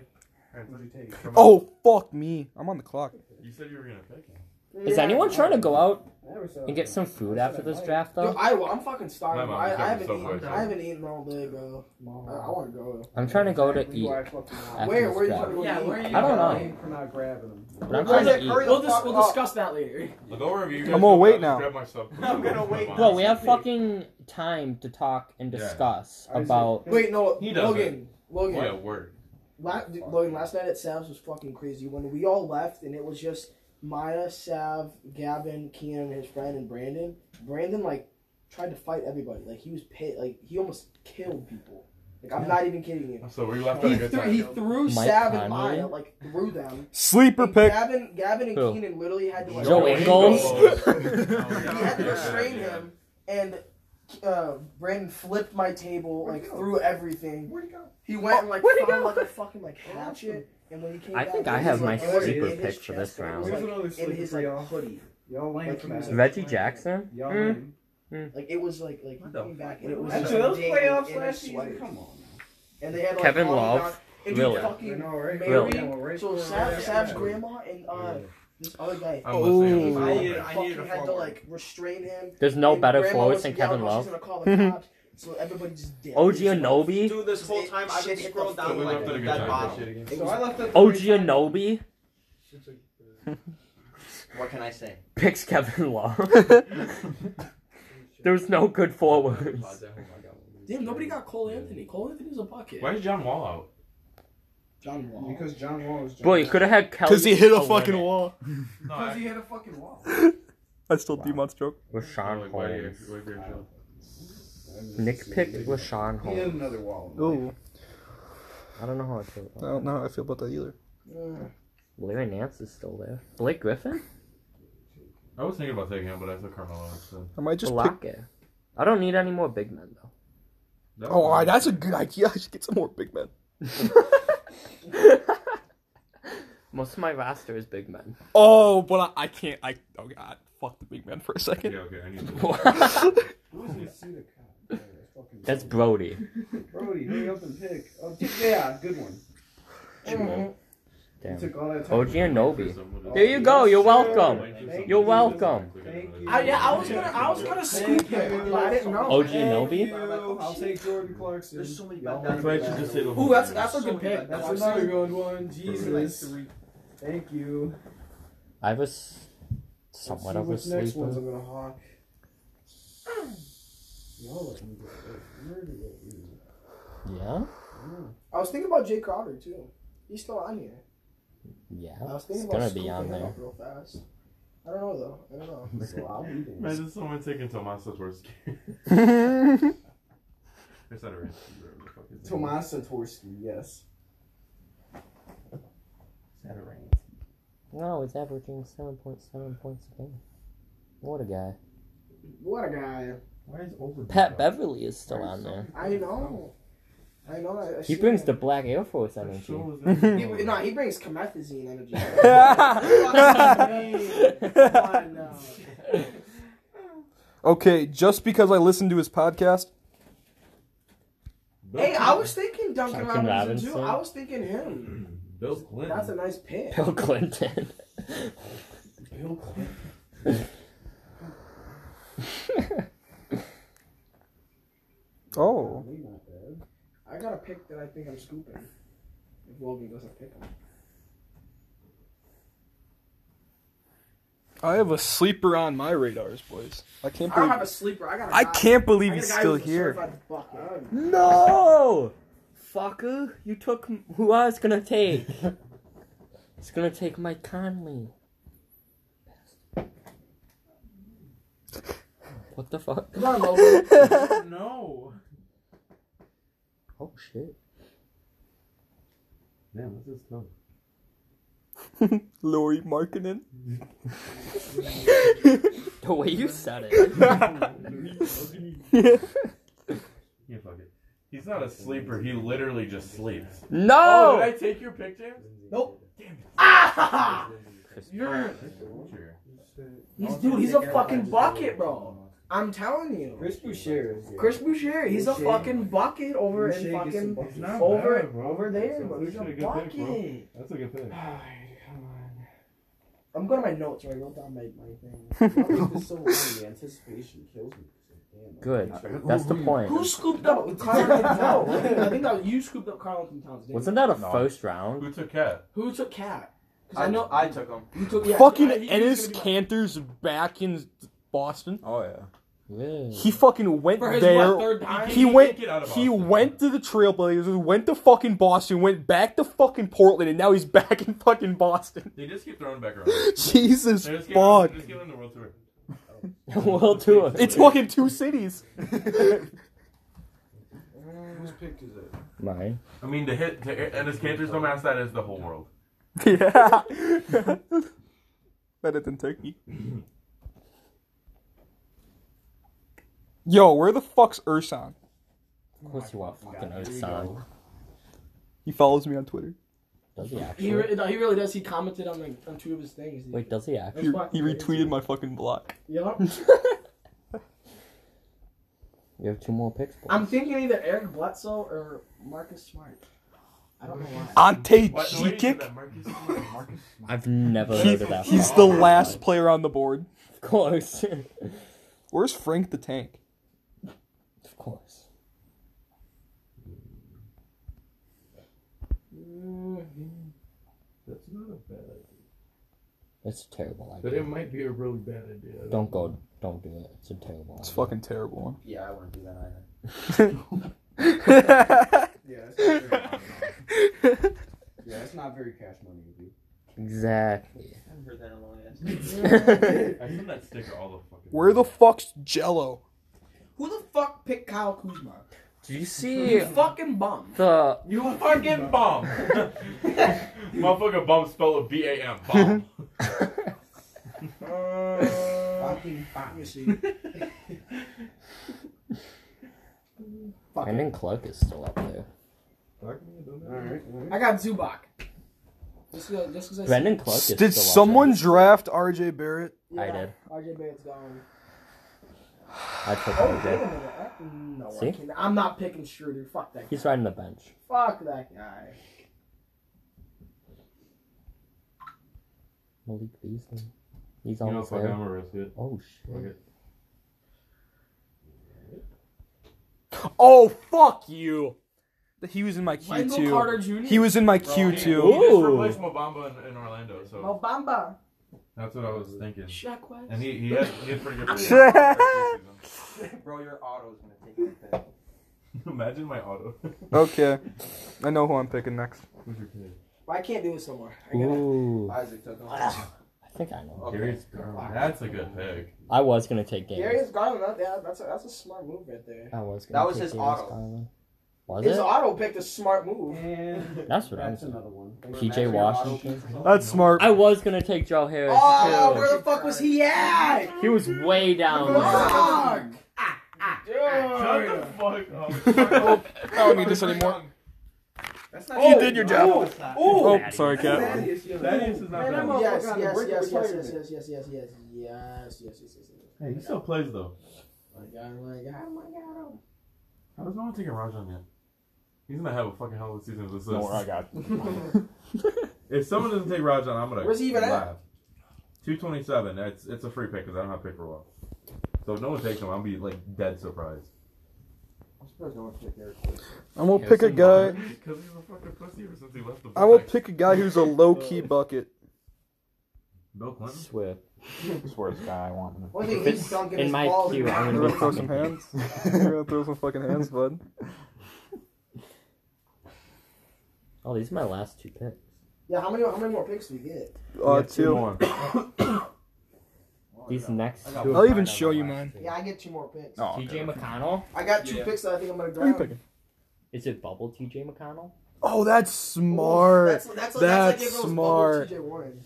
[SPEAKER 4] What'd you take?
[SPEAKER 7] Come on.
[SPEAKER 1] Oh fuck me. I'm on the clock.
[SPEAKER 7] You said you were gonna pick him.
[SPEAKER 8] Is anyone trying to go out
[SPEAKER 4] Never saw
[SPEAKER 8] and get some food after this draft
[SPEAKER 4] Yo,
[SPEAKER 8] though?
[SPEAKER 4] I, I'm fucking starving. bro. I,
[SPEAKER 7] My mom was
[SPEAKER 4] I haven't
[SPEAKER 7] having so
[SPEAKER 4] eaten.
[SPEAKER 7] much.
[SPEAKER 4] I haven't eaten all day, bro. I, I want to go.
[SPEAKER 8] I'm trying to go to
[SPEAKER 4] That's
[SPEAKER 8] eat.
[SPEAKER 4] why I fucking want-
[SPEAKER 8] after
[SPEAKER 4] Where?
[SPEAKER 8] this
[SPEAKER 4] Where you
[SPEAKER 8] draft. Oh.
[SPEAKER 4] trying to go?
[SPEAKER 9] Yeah,
[SPEAKER 4] eat?
[SPEAKER 9] where are you
[SPEAKER 8] I don't know.
[SPEAKER 5] For not grabbing him.
[SPEAKER 8] But
[SPEAKER 12] Hurry
[SPEAKER 8] I'm trying
[SPEAKER 12] the-
[SPEAKER 8] to eat.
[SPEAKER 12] hurry the
[SPEAKER 9] We'll, dis-
[SPEAKER 12] fuck
[SPEAKER 9] we'll
[SPEAKER 4] Oh.
[SPEAKER 12] up.
[SPEAKER 9] discuss that later.
[SPEAKER 7] Look over if you. guys
[SPEAKER 1] I'm gonna
[SPEAKER 7] go,
[SPEAKER 1] wait
[SPEAKER 7] I'll just
[SPEAKER 1] now.
[SPEAKER 7] Grab
[SPEAKER 3] (laughs)
[SPEAKER 7] my stuff.
[SPEAKER 12] I'm gonna wait.
[SPEAKER 8] Bro, we have fucking time to talk and
[SPEAKER 7] Yeah.
[SPEAKER 8] discuss
[SPEAKER 5] I see.
[SPEAKER 8] about.
[SPEAKER 4] Wait, no.
[SPEAKER 7] He doesn't.
[SPEAKER 4] Logan. Logan.
[SPEAKER 7] Yeah, word.
[SPEAKER 4] La- dude, Logan, last night at Sav's was fucking crazy. When we all left and it was just Maya, Sav, Gavin, Keenan, and his friend, and Brandon. Brandon like tried to fight everybody. Like he was pit. Like he almost killed people. Like I'm not even kidding you.
[SPEAKER 7] So we left at
[SPEAKER 4] He
[SPEAKER 7] a good
[SPEAKER 4] threw,
[SPEAKER 7] time.
[SPEAKER 4] he threw
[SPEAKER 8] Mike
[SPEAKER 4] Sav and
[SPEAKER 8] Conley?
[SPEAKER 4] Maya like threw them.
[SPEAKER 1] Sleeper
[SPEAKER 4] And
[SPEAKER 1] pick.
[SPEAKER 4] Gavin, Gavin, and
[SPEAKER 8] Who?
[SPEAKER 4] Keenan literally had to like
[SPEAKER 3] (laughs)
[SPEAKER 8] Joe
[SPEAKER 7] (laughs)
[SPEAKER 8] Ingles?
[SPEAKER 3] Oh,
[SPEAKER 4] He had to restrain him, and uh, Brandon flipped my table,
[SPEAKER 5] Where'd
[SPEAKER 4] like
[SPEAKER 5] he go?
[SPEAKER 4] threw everything.
[SPEAKER 5] Where'd he go?
[SPEAKER 4] He went and like
[SPEAKER 8] Where'd he
[SPEAKER 4] found
[SPEAKER 8] go?
[SPEAKER 4] like a fucking like hatchet, and when he came
[SPEAKER 8] I
[SPEAKER 4] back,
[SPEAKER 8] think
[SPEAKER 4] it
[SPEAKER 8] I
[SPEAKER 4] was,
[SPEAKER 8] have
[SPEAKER 4] like,
[SPEAKER 8] my
[SPEAKER 4] already
[SPEAKER 8] sleeper
[SPEAKER 4] in his
[SPEAKER 8] pick for this
[SPEAKER 4] chest, and it
[SPEAKER 8] round.
[SPEAKER 4] was,
[SPEAKER 5] Here's
[SPEAKER 4] like,
[SPEAKER 5] another
[SPEAKER 4] in
[SPEAKER 5] sleeper
[SPEAKER 4] his
[SPEAKER 5] for
[SPEAKER 4] like
[SPEAKER 5] y'all.
[SPEAKER 4] hoodie,
[SPEAKER 5] Y'all lame
[SPEAKER 4] Like,
[SPEAKER 5] for
[SPEAKER 4] he was
[SPEAKER 5] that.
[SPEAKER 8] Reggie Jackson?
[SPEAKER 5] Y'all
[SPEAKER 8] Mm.
[SPEAKER 5] lame.
[SPEAKER 4] like it was like like he
[SPEAKER 12] the fuck?
[SPEAKER 4] came back, and it was
[SPEAKER 5] Actually, those
[SPEAKER 4] just dangling
[SPEAKER 5] playoffs
[SPEAKER 4] in a
[SPEAKER 5] last season,
[SPEAKER 4] sweater.
[SPEAKER 5] come on.
[SPEAKER 4] And they had like oh
[SPEAKER 8] Kevin
[SPEAKER 4] all
[SPEAKER 8] Love,
[SPEAKER 4] down- and
[SPEAKER 8] Really?
[SPEAKER 4] he
[SPEAKER 5] You
[SPEAKER 4] fucking
[SPEAKER 5] know, right?
[SPEAKER 4] Really?
[SPEAKER 5] Yeah, we're right
[SPEAKER 4] so
[SPEAKER 5] for-
[SPEAKER 4] Sav,
[SPEAKER 5] yeah,
[SPEAKER 4] Sav's
[SPEAKER 5] yeah.
[SPEAKER 4] grandma and uh this other guy.
[SPEAKER 7] I'm listening.
[SPEAKER 1] Oh.
[SPEAKER 7] I'm listening.
[SPEAKER 8] uh,
[SPEAKER 12] I needed a
[SPEAKER 4] fucking had to
[SPEAKER 12] forward.
[SPEAKER 4] like restrain him.
[SPEAKER 8] There's no
[SPEAKER 4] and
[SPEAKER 8] better
[SPEAKER 4] grandma
[SPEAKER 8] forwards
[SPEAKER 4] was
[SPEAKER 8] than
[SPEAKER 4] yelling
[SPEAKER 8] Kevin
[SPEAKER 4] how she's
[SPEAKER 8] Love.
[SPEAKER 4] gonna call
[SPEAKER 8] (laughs)
[SPEAKER 4] the cops, so everybody just dipped.
[SPEAKER 8] OG
[SPEAKER 4] It was
[SPEAKER 8] Anobi?
[SPEAKER 12] Dude, this whole time I've
[SPEAKER 4] Shit
[SPEAKER 12] been
[SPEAKER 4] hit the
[SPEAKER 12] scrolled
[SPEAKER 7] So
[SPEAKER 12] down
[SPEAKER 7] we
[SPEAKER 12] like
[SPEAKER 7] left at a
[SPEAKER 12] a
[SPEAKER 7] good
[SPEAKER 12] dead
[SPEAKER 7] time.
[SPEAKER 12] bottom.
[SPEAKER 5] So I left at
[SPEAKER 8] OG Anobi
[SPEAKER 12] What can I say?
[SPEAKER 8] picks Kevin
[SPEAKER 5] (laughs)
[SPEAKER 8] Love. There's no good forwards.
[SPEAKER 9] Damn, nobody got Cole Anthony. Cole Anthony's a bucket.
[SPEAKER 7] Why is John Wall out?
[SPEAKER 9] John Wall.
[SPEAKER 5] Because John Wall is John
[SPEAKER 8] Bro, you
[SPEAKER 5] Wall.
[SPEAKER 8] could have had Kelly.
[SPEAKER 1] Cause he hit a
[SPEAKER 8] Olynyk.
[SPEAKER 1] fucking wall.
[SPEAKER 7] No,
[SPEAKER 3] Because he
[SPEAKER 7] I-
[SPEAKER 3] hit a fucking wall.
[SPEAKER 1] I still Demon's joke.
[SPEAKER 8] Rashawn
[SPEAKER 7] Like, why do you-
[SPEAKER 8] Holmes.
[SPEAKER 7] why do you-
[SPEAKER 8] Nick picked Rashawn
[SPEAKER 5] He had
[SPEAKER 8] Holmes.
[SPEAKER 5] another wall.
[SPEAKER 1] Ooh.
[SPEAKER 8] I don't know how I feel.
[SPEAKER 1] I
[SPEAKER 8] About
[SPEAKER 1] don't know how I feel about that either.
[SPEAKER 4] Uh,
[SPEAKER 8] Larry Nance is still there. Blake (laughs) Griffin?
[SPEAKER 7] I was thinking about taking him, but I took Carmelo instead.
[SPEAKER 1] I might just pick
[SPEAKER 8] Block it. I don't need any more big men (laughs) though.
[SPEAKER 1] Oh, all right, that's a good idea. (laughs) I should get some more big men.
[SPEAKER 8] Most of my roster is big men.
[SPEAKER 1] Oh, but I, I can't. I oh god, fuck the big man for a second. (laughs)
[SPEAKER 7] Yeah, okay, I need
[SPEAKER 8] (laughs) That's Brody.
[SPEAKER 5] Brody, hurry up and pick. Oh, d- yeah, good one.
[SPEAKER 8] Damn.
[SPEAKER 5] Took all that time.
[SPEAKER 8] OG and Nobi. There you go. You're welcome. You're welcome.
[SPEAKER 3] I, yeah, I was gonna, I was gonna scoop him, but I didn't know.
[SPEAKER 8] OG and Nobi.
[SPEAKER 5] I'll take Jordan Clarkson.
[SPEAKER 9] There's so many
[SPEAKER 5] Y'all
[SPEAKER 9] bad
[SPEAKER 5] want
[SPEAKER 9] guys.
[SPEAKER 5] to
[SPEAKER 9] That's
[SPEAKER 5] do
[SPEAKER 9] just
[SPEAKER 5] that.
[SPEAKER 9] it.
[SPEAKER 3] Ooh, that's that's a good pick.
[SPEAKER 5] That's
[SPEAKER 3] Clarkson.
[SPEAKER 5] another good one. Jesus.
[SPEAKER 9] Like
[SPEAKER 5] Thank you.
[SPEAKER 8] I was somewhat of a
[SPEAKER 5] Let's see which next ones
[SPEAKER 8] sleeper.
[SPEAKER 5] I'm gonna hawk. Y'all let me get murdered.
[SPEAKER 8] Yeah.
[SPEAKER 4] I was thinking about Jay Crowder too. He's still on here.
[SPEAKER 8] Yeah.
[SPEAKER 4] I was
[SPEAKER 8] It's
[SPEAKER 4] thinking
[SPEAKER 8] gonna
[SPEAKER 4] about
[SPEAKER 8] be
[SPEAKER 4] scooping
[SPEAKER 8] on
[SPEAKER 4] him
[SPEAKER 8] there.
[SPEAKER 4] up real fast. I don't know though. I don't
[SPEAKER 8] (laughs)
[SPEAKER 4] know.
[SPEAKER 5] So I'll be there.
[SPEAKER 7] Imagine someone taking Tomaso's worst game.
[SPEAKER 8] (laughs)
[SPEAKER 7] There's not a random whatever the fuck his name is.
[SPEAKER 5] Tomas Satorsky, yes.
[SPEAKER 8] No, it's averaging seven point seven points a game. What a guy.
[SPEAKER 4] What a guy.
[SPEAKER 5] Why is over?
[SPEAKER 8] (laughs) Pat Beverly is still on there.
[SPEAKER 4] I know. I know. I, I
[SPEAKER 8] He
[SPEAKER 4] see
[SPEAKER 8] brings
[SPEAKER 4] him.
[SPEAKER 8] the Black Air Force energy.
[SPEAKER 7] Show is
[SPEAKER 4] He,
[SPEAKER 7] that-
[SPEAKER 4] no, he brings comethazine
[SPEAKER 8] (laughs)
[SPEAKER 4] energy.
[SPEAKER 1] Okay, just because I listened to his podcast,
[SPEAKER 7] Bill
[SPEAKER 4] hey, I was thinking Duncan
[SPEAKER 8] Duncan
[SPEAKER 4] Robinson, too.
[SPEAKER 8] Robinson.
[SPEAKER 4] I was thinking him.
[SPEAKER 7] Bill Clinton.
[SPEAKER 4] That's a nice pick.
[SPEAKER 8] Bill Clinton.
[SPEAKER 5] Bill Clinton.
[SPEAKER 1] oh, Oh.
[SPEAKER 5] Probably not bad.
[SPEAKER 4] I got a pick that I think I'm scooping. If Logan doesn't pick him.
[SPEAKER 1] I have a sleeper on my radars, boys. I can't
[SPEAKER 4] I don't have
[SPEAKER 1] believe
[SPEAKER 4] a sleeper. I got a
[SPEAKER 1] I
[SPEAKER 4] guy-
[SPEAKER 1] can't believe
[SPEAKER 4] I got a
[SPEAKER 1] he's
[SPEAKER 4] guy
[SPEAKER 1] still
[SPEAKER 4] who's a
[SPEAKER 1] here.
[SPEAKER 4] certified bucket.
[SPEAKER 8] No! Fucker, you took m- who I was gonna (laughs) take. it's gonna take Mike Conley. What the fuck?
[SPEAKER 3] Come on, Logan.
[SPEAKER 13] No.
[SPEAKER 8] Oh (laughs) shit.
[SPEAKER 5] Man, what's this number?
[SPEAKER 1] (laughs) Lori Markkinen.
[SPEAKER 8] The way you said it.
[SPEAKER 7] Yeah, fuck it. He's not a sleeper. He literally just sleeps.
[SPEAKER 13] Oh, did
[SPEAKER 8] no!
[SPEAKER 13] I take your pick, James?
[SPEAKER 3] You're,
[SPEAKER 7] Sure.
[SPEAKER 3] he's dude, he's a fucking bucket, bro.
[SPEAKER 4] I'm telling you.
[SPEAKER 5] Chris Boucher is here.
[SPEAKER 4] Chris Boucher, he's a
[SPEAKER 5] Boucher.
[SPEAKER 4] fucking bucket over in
[SPEAKER 5] Boucher gets some
[SPEAKER 4] fucking
[SPEAKER 5] buckets.
[SPEAKER 4] over
[SPEAKER 7] bad, bro.
[SPEAKER 4] over there,
[SPEAKER 7] That's
[SPEAKER 4] but
[SPEAKER 7] actually
[SPEAKER 4] he's a
[SPEAKER 7] a good pick, bro.
[SPEAKER 4] bucket.
[SPEAKER 7] That's a good pick.
[SPEAKER 4] I'm going to my notes where I wrote down my,
[SPEAKER 1] (laughs)
[SPEAKER 4] my thing.
[SPEAKER 5] This is so long. The anticipation kills me. Damn, I
[SPEAKER 8] Good.
[SPEAKER 5] hate you.
[SPEAKER 8] That's the point.
[SPEAKER 3] Who scooped up
[SPEAKER 1] (laughs)
[SPEAKER 3] Carlton Towns? I think that was, you scooped up Carlton Towns. didn't
[SPEAKER 8] Wasn't that a
[SPEAKER 7] No.
[SPEAKER 8] first round?
[SPEAKER 7] Who took Cat?
[SPEAKER 3] you? Who took Cat?
[SPEAKER 9] I know. I took him.
[SPEAKER 3] You took yeah,
[SPEAKER 1] fucking
[SPEAKER 3] he- he was
[SPEAKER 1] Ennis
[SPEAKER 3] gonna be-
[SPEAKER 1] Cantor's back in Boston.
[SPEAKER 14] Oh yeah.
[SPEAKER 8] Yeah. (laughs)
[SPEAKER 1] He fucking went
[SPEAKER 3] For his
[SPEAKER 1] there.
[SPEAKER 3] what, third time?
[SPEAKER 1] he
[SPEAKER 7] can't
[SPEAKER 1] went.
[SPEAKER 7] get out of
[SPEAKER 1] He
[SPEAKER 7] Boston.
[SPEAKER 1] went to the Trailblazers. Went to fucking Boston. Went back to fucking Portland, and now he's (laughs) back in fucking Boston. (laughs)
[SPEAKER 7] They just keep throwing back around. They
[SPEAKER 1] Jesus
[SPEAKER 7] just keep,
[SPEAKER 1] fuck!
[SPEAKER 7] they just keep winning the World Tour.
[SPEAKER 8] World Tour.
[SPEAKER 1] It's fucking two (laughs) cities.
[SPEAKER 13] Whose pick is it?
[SPEAKER 8] mine.
[SPEAKER 7] I mean, to hit to Ennis Cantor's dumbass, that is the whole world.
[SPEAKER 1] yeah. (laughs) Better than Turkey. Yo, where the fuck's Ursan?
[SPEAKER 8] Of course you want fucking Osan.
[SPEAKER 1] He follows me on Twitter.
[SPEAKER 8] Does he
[SPEAKER 3] He,
[SPEAKER 8] actually?
[SPEAKER 3] re- no, he really does. He commented on like on two of his things.
[SPEAKER 8] Wait, does he actually?
[SPEAKER 1] He, he retweeted my fucking block.
[SPEAKER 3] Yup.
[SPEAKER 8] You have two more picks. boy.
[SPEAKER 3] I'm thinking either Eric Bledsoe or Marcus Smart. I don't know why.
[SPEAKER 1] Ante
[SPEAKER 7] What, the way you
[SPEAKER 1] Jikic.
[SPEAKER 7] did that, Marcus?
[SPEAKER 8] I've never
[SPEAKER 1] He,
[SPEAKER 8] heard of that.
[SPEAKER 1] he's
[SPEAKER 8] before.
[SPEAKER 1] the last player on the board.
[SPEAKER 8] Of course. (laughs) of
[SPEAKER 1] Where's Frank the Tank?
[SPEAKER 8] course.
[SPEAKER 5] That's not a bad idea.
[SPEAKER 8] That's a terrible
[SPEAKER 5] But
[SPEAKER 8] idea.
[SPEAKER 5] it might be a really bad idea.
[SPEAKER 8] Don't go. Don't do it. It's a terrible
[SPEAKER 1] It's
[SPEAKER 8] idea. (laughs)
[SPEAKER 1] fucking terrible.
[SPEAKER 9] Yeah, I wouldn't do that either.
[SPEAKER 5] Yeah, that's not very yeah, that's not very cash money of you.
[SPEAKER 8] (laughs) Exactly.
[SPEAKER 9] I haven't heard that in a long ass.
[SPEAKER 7] I seen that sticker all the fucking.
[SPEAKER 1] Where the fuck's Jello?
[SPEAKER 3] Who the fuck picked Kyle Kuzma?
[SPEAKER 8] Did you see
[SPEAKER 3] You
[SPEAKER 9] Hmm.
[SPEAKER 3] fucking bum.
[SPEAKER 8] the
[SPEAKER 7] You fucking bomb. (laughs) Motherfucker, bomb spelled with B A M.
[SPEAKER 1] (laughs)
[SPEAKER 7] Bomb.
[SPEAKER 4] Uh, fucking pharmacy. Fuck it.
[SPEAKER 8] Brandon Clark is still up there.
[SPEAKER 15] I got Zubac. Just because just 'cause I
[SPEAKER 8] Brandon Clark is
[SPEAKER 1] Did
[SPEAKER 8] still
[SPEAKER 1] someone draft RJ Barrett?
[SPEAKER 8] I did.
[SPEAKER 4] RJ Barrett's gone.
[SPEAKER 8] I took
[SPEAKER 4] Oh, wait a
[SPEAKER 8] him.
[SPEAKER 4] minute. I- No, I
[SPEAKER 8] See?
[SPEAKER 4] can't. I'm not picking Schroeder. Fuck that guy.
[SPEAKER 8] He's riding the bench.
[SPEAKER 4] Fuck that guy.
[SPEAKER 8] Malik Beasley. He's
[SPEAKER 7] You know,
[SPEAKER 8] almost
[SPEAKER 7] fuck it,
[SPEAKER 8] there.
[SPEAKER 7] I'm gonna risk it.
[SPEAKER 8] Oh
[SPEAKER 7] Fuck
[SPEAKER 8] shit.
[SPEAKER 7] it.
[SPEAKER 1] Oh fuck you! He was in my Q
[SPEAKER 15] Wendell
[SPEAKER 1] two.
[SPEAKER 15] Carter Jr.?
[SPEAKER 1] He was in my
[SPEAKER 7] Bro,
[SPEAKER 1] Q
[SPEAKER 7] he-
[SPEAKER 1] two.
[SPEAKER 7] He just replaced Mobamba in, in Orlando, so
[SPEAKER 15] Mobamba.
[SPEAKER 7] that's what I was thinking.
[SPEAKER 15] Shaq West.
[SPEAKER 7] And he, he had he had pretty
[SPEAKER 1] (laughs)
[SPEAKER 7] good.
[SPEAKER 16] (laughs)
[SPEAKER 7] preseason.
[SPEAKER 16] Bro, your auto's gonna take that pick.
[SPEAKER 7] (laughs) Imagine my auto.
[SPEAKER 1] Okay, I know who I'm picking next.
[SPEAKER 7] Who's your kid?
[SPEAKER 4] Well, I can't do it somewhere. I gotta,
[SPEAKER 8] Ooh. Ah.
[SPEAKER 16] Isaac took him.
[SPEAKER 8] I think I know.
[SPEAKER 7] Darius Garland. That's a good pick.
[SPEAKER 8] I was gonna take Darius.
[SPEAKER 4] Darius Garland, that- that, that's a, that's a smart move right there.
[SPEAKER 8] I was gonna
[SPEAKER 16] That was
[SPEAKER 8] take
[SPEAKER 16] his
[SPEAKER 8] Darius
[SPEAKER 16] auto.
[SPEAKER 8] Garland. Was
[SPEAKER 4] His
[SPEAKER 8] it?
[SPEAKER 4] auto picked a smart move.
[SPEAKER 3] And
[SPEAKER 8] That's what I'm
[SPEAKER 3] that's
[SPEAKER 8] saying.
[SPEAKER 3] another one.
[SPEAKER 8] PJ Washington.
[SPEAKER 1] That's smart. (laughs)
[SPEAKER 8] I was gonna take Joe Harris
[SPEAKER 4] Oh,
[SPEAKER 8] too.
[SPEAKER 4] where the fuck was he at?
[SPEAKER 8] He was way
[SPEAKER 4] Oh,
[SPEAKER 8] down there.
[SPEAKER 4] Fuck!
[SPEAKER 7] Shut the
[SPEAKER 4] Dude.
[SPEAKER 7] fuck up. (laughs)
[SPEAKER 1] Oh, I don't need this anymore.
[SPEAKER 16] That's not
[SPEAKER 1] You did your job.
[SPEAKER 8] Oh,
[SPEAKER 1] Oh, sorry, Cat.
[SPEAKER 7] Thaddeus is not bad.
[SPEAKER 4] Yes, yes, yes, yes, yes, yes, yes, yes, yes, yes, yes, yes, yes, yes.
[SPEAKER 7] Hey, he still plays though.
[SPEAKER 4] My God, my God, oh my God.
[SPEAKER 7] How does no one take a Rajon yet? He's gonna have a fucking hell of a season with this list.
[SPEAKER 1] got.
[SPEAKER 7] (laughs) If someone doesn't take Rajon, I'm gonna
[SPEAKER 4] Where's he even at?
[SPEAKER 7] laugh. Two twenty seven. It's it's a free pick because I don't have pick for a while. So if no one takes him, I'll be like dead surprised.
[SPEAKER 16] I'm surprised no one picked Eric.
[SPEAKER 1] I'm gonna pick a guy.
[SPEAKER 7] Because he's a fucking pussy ever since he left the.
[SPEAKER 1] I will
[SPEAKER 7] Bucks.
[SPEAKER 1] pick a guy who's a low key bucket.
[SPEAKER 7] Bill
[SPEAKER 1] (laughs)
[SPEAKER 7] Clinton.
[SPEAKER 8] Swift.
[SPEAKER 17] Swear to God, I want him.
[SPEAKER 4] One thing
[SPEAKER 8] If
[SPEAKER 4] he's
[SPEAKER 8] it's
[SPEAKER 4] dunking
[SPEAKER 8] in
[SPEAKER 4] his
[SPEAKER 8] my
[SPEAKER 4] balls.
[SPEAKER 8] queue, I'm
[SPEAKER 1] You
[SPEAKER 8] gonna
[SPEAKER 1] gonna
[SPEAKER 8] be
[SPEAKER 1] throw some
[SPEAKER 8] fucking-
[SPEAKER 1] hands? (laughs) You gonna throw some fucking hands, bud?
[SPEAKER 8] Oh, these are my last two picks.
[SPEAKER 4] Yeah, how many how many more picks do we get?
[SPEAKER 1] Oh,
[SPEAKER 17] Yeah, two
[SPEAKER 1] two.
[SPEAKER 17] more.
[SPEAKER 8] These next two.
[SPEAKER 1] I'll even show you mine.
[SPEAKER 4] Yeah, I get two more picks.
[SPEAKER 1] Oh,
[SPEAKER 8] TJ McConnell?
[SPEAKER 4] I got two
[SPEAKER 18] Yeah.
[SPEAKER 4] picks that I think I'm gonna
[SPEAKER 1] Who are you
[SPEAKER 4] grab.
[SPEAKER 1] picking?
[SPEAKER 8] Is it bubble TJ McConnell?
[SPEAKER 1] Oh, that's smart.
[SPEAKER 4] That's, that's, that's,
[SPEAKER 1] That's
[SPEAKER 4] like if it was Bubble
[SPEAKER 1] smart.
[SPEAKER 4] TJ Warren.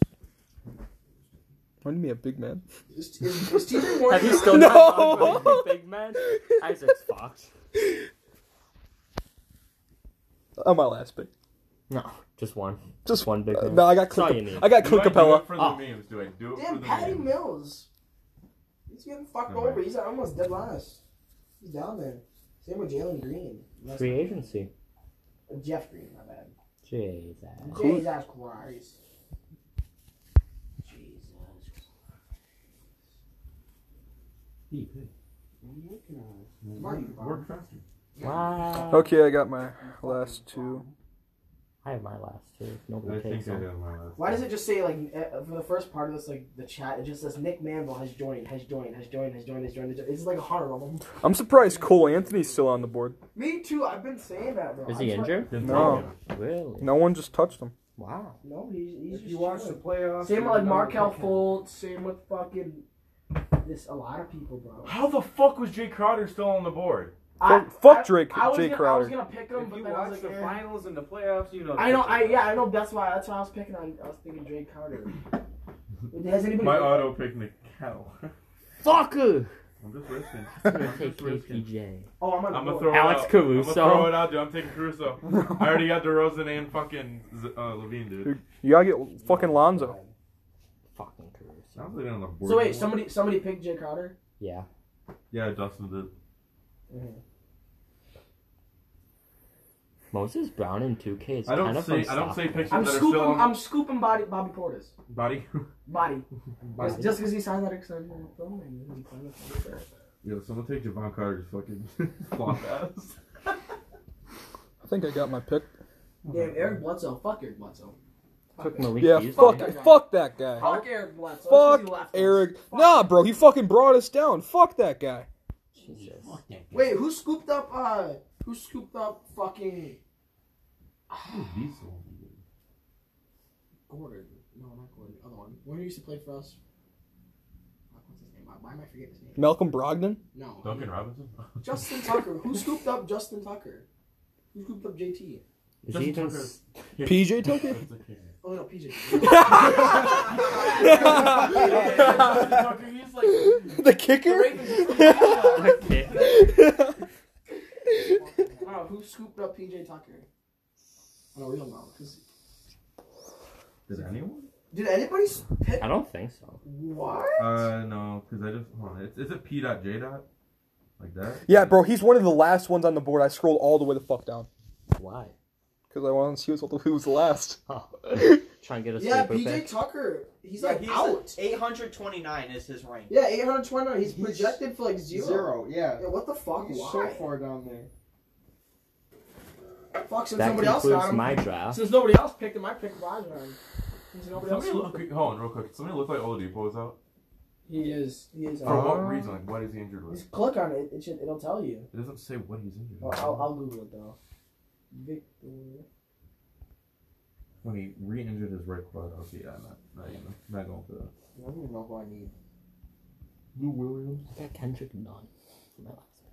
[SPEAKER 1] Remind me a big
[SPEAKER 8] (laughs)
[SPEAKER 1] man.
[SPEAKER 4] Is, is, is TJ Warren?
[SPEAKER 8] Have you still
[SPEAKER 1] No!
[SPEAKER 8] not gone for the big man? Isaac's Fox.
[SPEAKER 1] Oh, my last pick.
[SPEAKER 8] No, just one.
[SPEAKER 1] Just
[SPEAKER 8] one big
[SPEAKER 1] Uh,
[SPEAKER 8] man.
[SPEAKER 1] no, I got
[SPEAKER 8] That's all you
[SPEAKER 1] Clint.
[SPEAKER 8] need.
[SPEAKER 1] I got
[SPEAKER 7] Do
[SPEAKER 1] Clint
[SPEAKER 7] I do
[SPEAKER 1] Capella.
[SPEAKER 7] it For
[SPEAKER 8] Oh.
[SPEAKER 7] the memes, do I do it for
[SPEAKER 4] Damn,
[SPEAKER 7] the
[SPEAKER 4] Patty
[SPEAKER 7] memes?
[SPEAKER 4] Mills. He's getting fucked
[SPEAKER 7] Never
[SPEAKER 4] over. He's almost dead last. He's down there. Same with Jalen Green. That's-
[SPEAKER 8] Free agency.
[SPEAKER 4] Jeff Green, my bad.
[SPEAKER 8] Jesus.
[SPEAKER 4] Jesus Christ. Jesus.
[SPEAKER 7] Work faster.
[SPEAKER 8] Wow.
[SPEAKER 1] Okay, I got my last two.
[SPEAKER 8] I have my last two. If
[SPEAKER 7] I
[SPEAKER 8] nobody
[SPEAKER 7] think
[SPEAKER 8] takes
[SPEAKER 7] I
[SPEAKER 8] them.
[SPEAKER 7] have my last.
[SPEAKER 4] Why does it just say like uh, for the first part of this like the chat? It just says Nick Manville has joined, has joined, has joined, has joined, has joined. Has joined. It's like a hundred of them. (laughs)
[SPEAKER 1] I'm surprised Cole Anthony's still on the board.
[SPEAKER 4] Me too. I've been saying that, bro.
[SPEAKER 8] Is
[SPEAKER 4] I
[SPEAKER 8] he
[SPEAKER 4] just-
[SPEAKER 8] injured?
[SPEAKER 7] Didn't
[SPEAKER 1] No.
[SPEAKER 7] take him.
[SPEAKER 8] Really?
[SPEAKER 1] No one just touched him.
[SPEAKER 8] Wow.
[SPEAKER 4] No, he's, he's
[SPEAKER 3] If
[SPEAKER 4] just
[SPEAKER 3] you watch the
[SPEAKER 4] chilling.
[SPEAKER 3] playoffs,
[SPEAKER 4] Same
[SPEAKER 3] you
[SPEAKER 4] with like
[SPEAKER 3] know
[SPEAKER 4] Markel
[SPEAKER 3] they can-
[SPEAKER 4] Fultz. Same with fucking this. A lot of people, bro.
[SPEAKER 7] How the fuck was Jay Crowder still on the board?
[SPEAKER 1] Fuck- fuck Drake-
[SPEAKER 4] I was
[SPEAKER 1] Jay
[SPEAKER 4] gonna, I
[SPEAKER 1] Crowder.
[SPEAKER 4] was gonna pick him,
[SPEAKER 3] If
[SPEAKER 4] but
[SPEAKER 3] you
[SPEAKER 4] then I was
[SPEAKER 3] watch
[SPEAKER 4] like,
[SPEAKER 3] the
[SPEAKER 4] eh.
[SPEAKER 3] finals and the playoffs, you know.
[SPEAKER 4] I know. I yeah. I know. That's why. That's why I was picking on. I was thinking Drake Carter. Has anybody?
[SPEAKER 7] My uh, auto picked the cow.
[SPEAKER 8] Fucker!
[SPEAKER 7] I'm just risking.
[SPEAKER 8] I'm
[SPEAKER 7] (laughs) I'm
[SPEAKER 8] gonna
[SPEAKER 7] just
[SPEAKER 8] take
[SPEAKER 7] risking.
[SPEAKER 8] KPJ.
[SPEAKER 4] oh, I'm on.
[SPEAKER 7] I'm
[SPEAKER 4] the
[SPEAKER 7] gonna
[SPEAKER 4] board.
[SPEAKER 7] throw
[SPEAKER 8] Alex
[SPEAKER 7] it out. I'm
[SPEAKER 8] Caruso.
[SPEAKER 7] gonna throw it out, dude. I'm taking Caruso. (laughs) I already got DeRozan and fucking Z- uh, Levine, dude.
[SPEAKER 1] You gotta get fucking Lonzo.
[SPEAKER 8] Fucking Caruso.
[SPEAKER 7] I'm leaving on the board.
[SPEAKER 4] So wait, somebody somebody picked Jay Crowder.
[SPEAKER 8] Yeah.
[SPEAKER 7] Yeah, Justin did.
[SPEAKER 8] Moses Brown in 2K is
[SPEAKER 7] I
[SPEAKER 8] kind
[SPEAKER 7] don't
[SPEAKER 8] of
[SPEAKER 7] see.
[SPEAKER 8] from
[SPEAKER 7] I don't see
[SPEAKER 8] Stockton.
[SPEAKER 7] pictures
[SPEAKER 4] I'm
[SPEAKER 7] that are
[SPEAKER 4] scooping.
[SPEAKER 7] still on
[SPEAKER 4] I'm scooping Bobby Bobby Portis
[SPEAKER 7] body. (laughs)
[SPEAKER 4] (laughs) body.
[SPEAKER 8] Body.
[SPEAKER 4] Just because he signed that extension with them, and he's playing with them.
[SPEAKER 7] Yo, someone take Javon Carter's fucking (laughs) flop ass.
[SPEAKER 1] I think I got my pick.
[SPEAKER 4] Damn, Eric Bledsoe. Fuck Eric Bledsoe.
[SPEAKER 8] Took Malik
[SPEAKER 1] Yeah,
[SPEAKER 8] Beasley.
[SPEAKER 1] fuck, fuck that guy.
[SPEAKER 4] Fuck Eric Bledsoe. That's 'cause he
[SPEAKER 1] Fuck
[SPEAKER 4] left us.
[SPEAKER 1] Eric. Nah, bro, he fucking brought us down. Fuck that guy.
[SPEAKER 8] Jesus.
[SPEAKER 4] Wait, who scooped up? Uh, who scooped up? Fucking
[SPEAKER 7] Diesel.
[SPEAKER 4] Gordon. No, not Gordon. The other one. Where he used to play for us. Fuck, What's his name? Why- Why am I forgetting his name?
[SPEAKER 1] Malcolm Brogdon?
[SPEAKER 4] No.
[SPEAKER 7] Duncan Robinson. (laughs)
[SPEAKER 4] Justin Tucker. Who scooped up Justin Tucker? Who scooped up JT?
[SPEAKER 8] Is
[SPEAKER 7] Justin
[SPEAKER 8] he even
[SPEAKER 7] Tucker.
[SPEAKER 8] s-
[SPEAKER 1] PJ
[SPEAKER 5] (laughs)
[SPEAKER 1] Tucker?
[SPEAKER 7] That's the kid.
[SPEAKER 4] Oh no, PJ.
[SPEAKER 7] Justin
[SPEAKER 1] (laughs)
[SPEAKER 7] Tucker, he's like
[SPEAKER 1] the kicker?
[SPEAKER 8] Okay.
[SPEAKER 4] know who scooped up PJ Tucker. I know we don't know. 'cause-
[SPEAKER 7] Is anyone?
[SPEAKER 4] Did anybody s- pick?
[SPEAKER 8] I don't think so.
[SPEAKER 4] What?
[SPEAKER 7] Uh, no, because I just hold on. It's, is it P dot J dot? Like that?
[SPEAKER 1] (laughs) Yeah, bro, he's one of the last ones on the board. I scrolled all the way the fuck down
[SPEAKER 8] Why?
[SPEAKER 1] because I wanted to see who's- who was the last.
[SPEAKER 8] Trying to get a
[SPEAKER 4] Yeah,
[SPEAKER 8] sleeper
[SPEAKER 4] PJ
[SPEAKER 8] pick.
[SPEAKER 4] Tucker. He's
[SPEAKER 19] Yeah,
[SPEAKER 4] like out.
[SPEAKER 19] 829 is his rank.
[SPEAKER 4] Yeah, 829. He's, projected for like zero.
[SPEAKER 3] Zero, yeah.
[SPEAKER 4] Yeah, what the fuck?
[SPEAKER 3] He's
[SPEAKER 4] Why?
[SPEAKER 3] so far down there.
[SPEAKER 4] Fuck, since
[SPEAKER 8] That
[SPEAKER 4] nobody else got
[SPEAKER 8] concludes
[SPEAKER 4] him.
[SPEAKER 8] my draft.
[SPEAKER 5] Since nobody else picked him, I picked Rajon. Since nobody else
[SPEAKER 7] Somebody
[SPEAKER 5] picked
[SPEAKER 7] look, hold on, real quick. Somebody look like Oladipo was out.
[SPEAKER 4] He is. He is. uh,
[SPEAKER 7] For
[SPEAKER 8] Oh.
[SPEAKER 7] what reason? Like, what is he injured with?
[SPEAKER 4] Just click on it. It should. It'll tell you.
[SPEAKER 7] It doesn't say what he's injured.
[SPEAKER 4] Well,
[SPEAKER 7] with.
[SPEAKER 4] I'll, I'll Google it though. Victor.
[SPEAKER 7] When he re-injured his right quad. Okay, yeah, not not even not going for that.
[SPEAKER 4] I don't even know who I need.
[SPEAKER 7] Lou Williams.
[SPEAKER 8] I got Kendrick Nunn.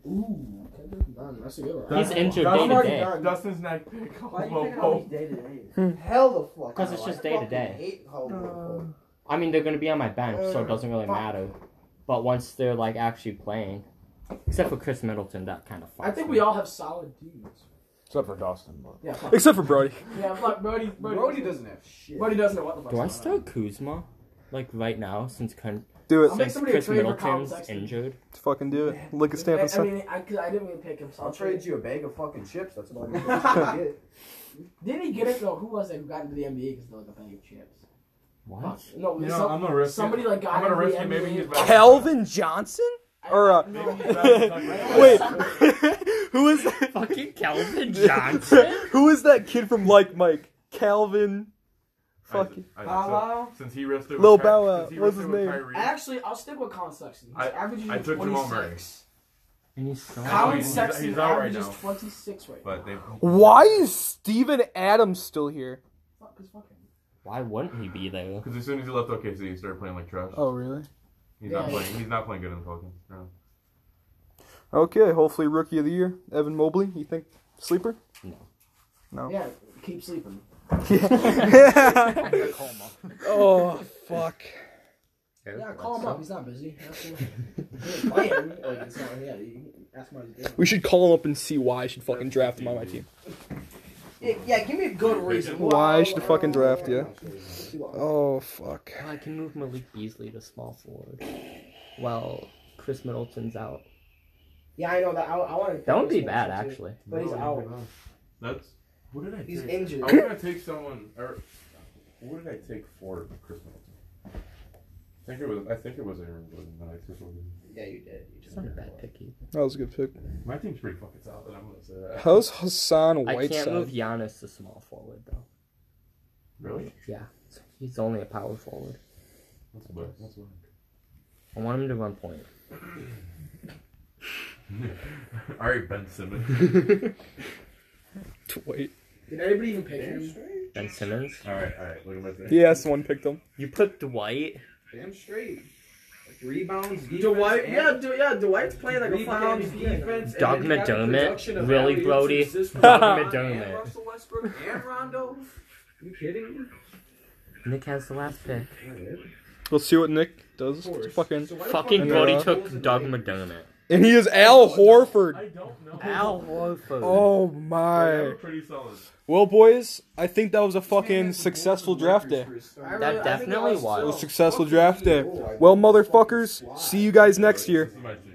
[SPEAKER 4] Ooh, Kendrick Dunn. That's a good one.
[SPEAKER 8] He's injured
[SPEAKER 7] Dustin-
[SPEAKER 8] day to day.
[SPEAKER 7] Dustin's not (laughs) pick.
[SPEAKER 19] Why are you
[SPEAKER 7] Well,
[SPEAKER 19] picking all these
[SPEAKER 7] oh.
[SPEAKER 19] day to days?
[SPEAKER 5] Hmm.
[SPEAKER 4] Hell the fuck.
[SPEAKER 8] 'Cause
[SPEAKER 4] no,
[SPEAKER 8] it's
[SPEAKER 4] I
[SPEAKER 8] just day to
[SPEAKER 4] fucking
[SPEAKER 8] day.
[SPEAKER 4] hate Hell
[SPEAKER 5] Uh,
[SPEAKER 4] the fuck.
[SPEAKER 8] I mean, they're gonna be on my bench, so it doesn't really matter. But once they're like actually playing, except for Chris Middleton, that kind of.
[SPEAKER 5] I think we all have solid dudes.
[SPEAKER 20] Except for Dustin, but
[SPEAKER 5] Yeah, fuck.
[SPEAKER 1] Except for Brody.
[SPEAKER 5] yeah, fuck Brody. Brody,
[SPEAKER 3] Brody doesn't have shit.
[SPEAKER 5] Brody doesn't know what the fuck.
[SPEAKER 8] Do I start Kuzma, like right now, since Ken,
[SPEAKER 1] Do it.
[SPEAKER 5] I'll make
[SPEAKER 8] since
[SPEAKER 5] somebody a
[SPEAKER 8] Chris
[SPEAKER 5] trade for Colin
[SPEAKER 8] Middleton's
[SPEAKER 5] Sexton.
[SPEAKER 8] injured?
[SPEAKER 1] Let's fucking do it. Look at
[SPEAKER 5] I,
[SPEAKER 1] stamp and
[SPEAKER 5] I
[SPEAKER 1] stuff.
[SPEAKER 5] mean, I, 'cause I didn't even pick him. So
[SPEAKER 3] I'll
[SPEAKER 5] trade
[SPEAKER 3] trade you a bag of fucking chips. That's about it.
[SPEAKER 5] (laughs)
[SPEAKER 3] That's it.
[SPEAKER 5] Didn't he get it though? Who was it who got into the NBA because they like a bag of chips?
[SPEAKER 8] What?
[SPEAKER 5] Fuck. No,
[SPEAKER 7] You know,
[SPEAKER 5] some-
[SPEAKER 7] I'm gonna risk it.
[SPEAKER 5] somebody like got
[SPEAKER 7] I'm gonna
[SPEAKER 5] into
[SPEAKER 7] risk
[SPEAKER 5] the
[SPEAKER 7] it. Maybe
[SPEAKER 5] NBA.
[SPEAKER 7] he's back.
[SPEAKER 1] Calvin Johnson or uh,
[SPEAKER 5] No.
[SPEAKER 1] (laughs)
[SPEAKER 8] (laughs)
[SPEAKER 1] wait, who is that?
[SPEAKER 8] Fucking
[SPEAKER 1] (laughs)
[SPEAKER 8] Calvin Johnson.
[SPEAKER 1] who is that kid from Like Mike? Calvin,
[SPEAKER 7] I-
[SPEAKER 1] fucking
[SPEAKER 7] I-
[SPEAKER 5] Hello?
[SPEAKER 7] so- Since he risked it. with
[SPEAKER 1] Lil
[SPEAKER 7] Ky-
[SPEAKER 1] Bow Wow.
[SPEAKER 7] since he
[SPEAKER 1] What's
[SPEAKER 7] risked it
[SPEAKER 1] his
[SPEAKER 7] with
[SPEAKER 1] name?
[SPEAKER 7] Kyrie,
[SPEAKER 5] Actually, I'll stick with Colin Sexton. He's
[SPEAKER 7] I-
[SPEAKER 5] averaging
[SPEAKER 7] I took Jamal Murray.
[SPEAKER 5] 26.
[SPEAKER 8] And he's still.
[SPEAKER 7] Oh,
[SPEAKER 5] Colin
[SPEAKER 7] he's-
[SPEAKER 5] Sexton
[SPEAKER 7] he's out right
[SPEAKER 5] averages
[SPEAKER 7] now.
[SPEAKER 5] 26 right
[SPEAKER 7] But they.
[SPEAKER 1] Why is Steven Adams still here?
[SPEAKER 5] now. Fuck, 'cause fuck him.
[SPEAKER 8] Why wouldn't he be there?
[SPEAKER 7] Because as soon as he left OKC, he started playing like trash.
[SPEAKER 1] Oh really?
[SPEAKER 7] He's
[SPEAKER 5] Yeah.
[SPEAKER 7] not playing. He's not playing good in the Pelicans. No.
[SPEAKER 1] Okay, hopefully rookie of the year, Evan Mobley. You think (laughs) sleeper?
[SPEAKER 5] Yeah, keep sleeping.
[SPEAKER 1] (laughs) oh fuck.
[SPEAKER 4] Yeah, call him up. He's not (laughs) busy. Ask him. He ain't playing. Like, it's not, yeah, you can ask him how he's doing.
[SPEAKER 1] We should call him up and see why I should fucking draft him on my team.
[SPEAKER 4] Yeah, yeah, give me a good reason.
[SPEAKER 1] Why I should fucking draft you? Oh fuck.
[SPEAKER 8] I can move Malik Beasley to small forward. Well, Chris Middleton's out.
[SPEAKER 4] Yeah, I know that. I, I want to.
[SPEAKER 8] That would be bad, actually.
[SPEAKER 4] But he's
[SPEAKER 7] No,
[SPEAKER 4] out.
[SPEAKER 7] no. That's. What did I
[SPEAKER 4] He's
[SPEAKER 7] take?
[SPEAKER 4] injured. (laughs)
[SPEAKER 7] I was gonna take someone. Or what did I take for Christmas? I think it was. I think it was Aaron Gordon that I took. over.
[SPEAKER 19] Yeah, you did. You
[SPEAKER 8] It's not a bad pick either.
[SPEAKER 1] That was a good pick.
[SPEAKER 7] My team's pretty fucking solid. I'm gonna say that.
[SPEAKER 1] How's Hassan
[SPEAKER 8] I can't move
[SPEAKER 1] Whiteside?
[SPEAKER 8] Giannis to small forward though.
[SPEAKER 7] Really?
[SPEAKER 8] Yeah, he's only a power forward.
[SPEAKER 7] That's a bug. That's a bug.
[SPEAKER 8] I want him to run point.
[SPEAKER 7] (laughs) All right, Ben Simmons.
[SPEAKER 1] Wait.
[SPEAKER 4] Did anybody even pick him?
[SPEAKER 8] Ben Simmons.
[SPEAKER 7] all right, all right. Look at my thing.
[SPEAKER 1] Yeah, someone picked him.
[SPEAKER 8] You put Dwight.
[SPEAKER 3] Damn straight. Like rebounds, defense,
[SPEAKER 4] Dwight,
[SPEAKER 3] and-
[SPEAKER 4] yeah, Du- yeah, Dwight's playing like a fucking
[SPEAKER 3] rebounds,
[SPEAKER 4] MVP. right now.
[SPEAKER 3] defense, and
[SPEAKER 8] Doug
[SPEAKER 3] then you got the
[SPEAKER 8] McDermott?
[SPEAKER 3] production of
[SPEAKER 8] Really,
[SPEAKER 3] alley-oops,
[SPEAKER 8] Brody? (laughs)
[SPEAKER 3] assists from
[SPEAKER 8] Doug
[SPEAKER 3] LeBron
[SPEAKER 8] McDermott.
[SPEAKER 3] And Russell Westbrook and Rondo. You kidding me?
[SPEAKER 8] Nick has the last pick.
[SPEAKER 1] We'll see what Nick does. Fucking.
[SPEAKER 3] So why the
[SPEAKER 8] Fucking
[SPEAKER 3] fuck-
[SPEAKER 8] Brody
[SPEAKER 1] uh,
[SPEAKER 8] took Doug McDermott.
[SPEAKER 1] And he is Al Horford.
[SPEAKER 7] (laughs) I don't know.
[SPEAKER 8] Al Horford.
[SPEAKER 1] Oh
[SPEAKER 7] They
[SPEAKER 1] my.
[SPEAKER 7] were pretty solid.
[SPEAKER 1] Well, boys, I think that was a fucking successful draft day.
[SPEAKER 4] I really-
[SPEAKER 8] That
[SPEAKER 4] I think
[SPEAKER 8] definitely
[SPEAKER 4] was
[SPEAKER 8] was.
[SPEAKER 1] It
[SPEAKER 4] still-
[SPEAKER 1] was a successful draft day. Well, motherfuckers, see you guys next year.
[SPEAKER 7] This is my team.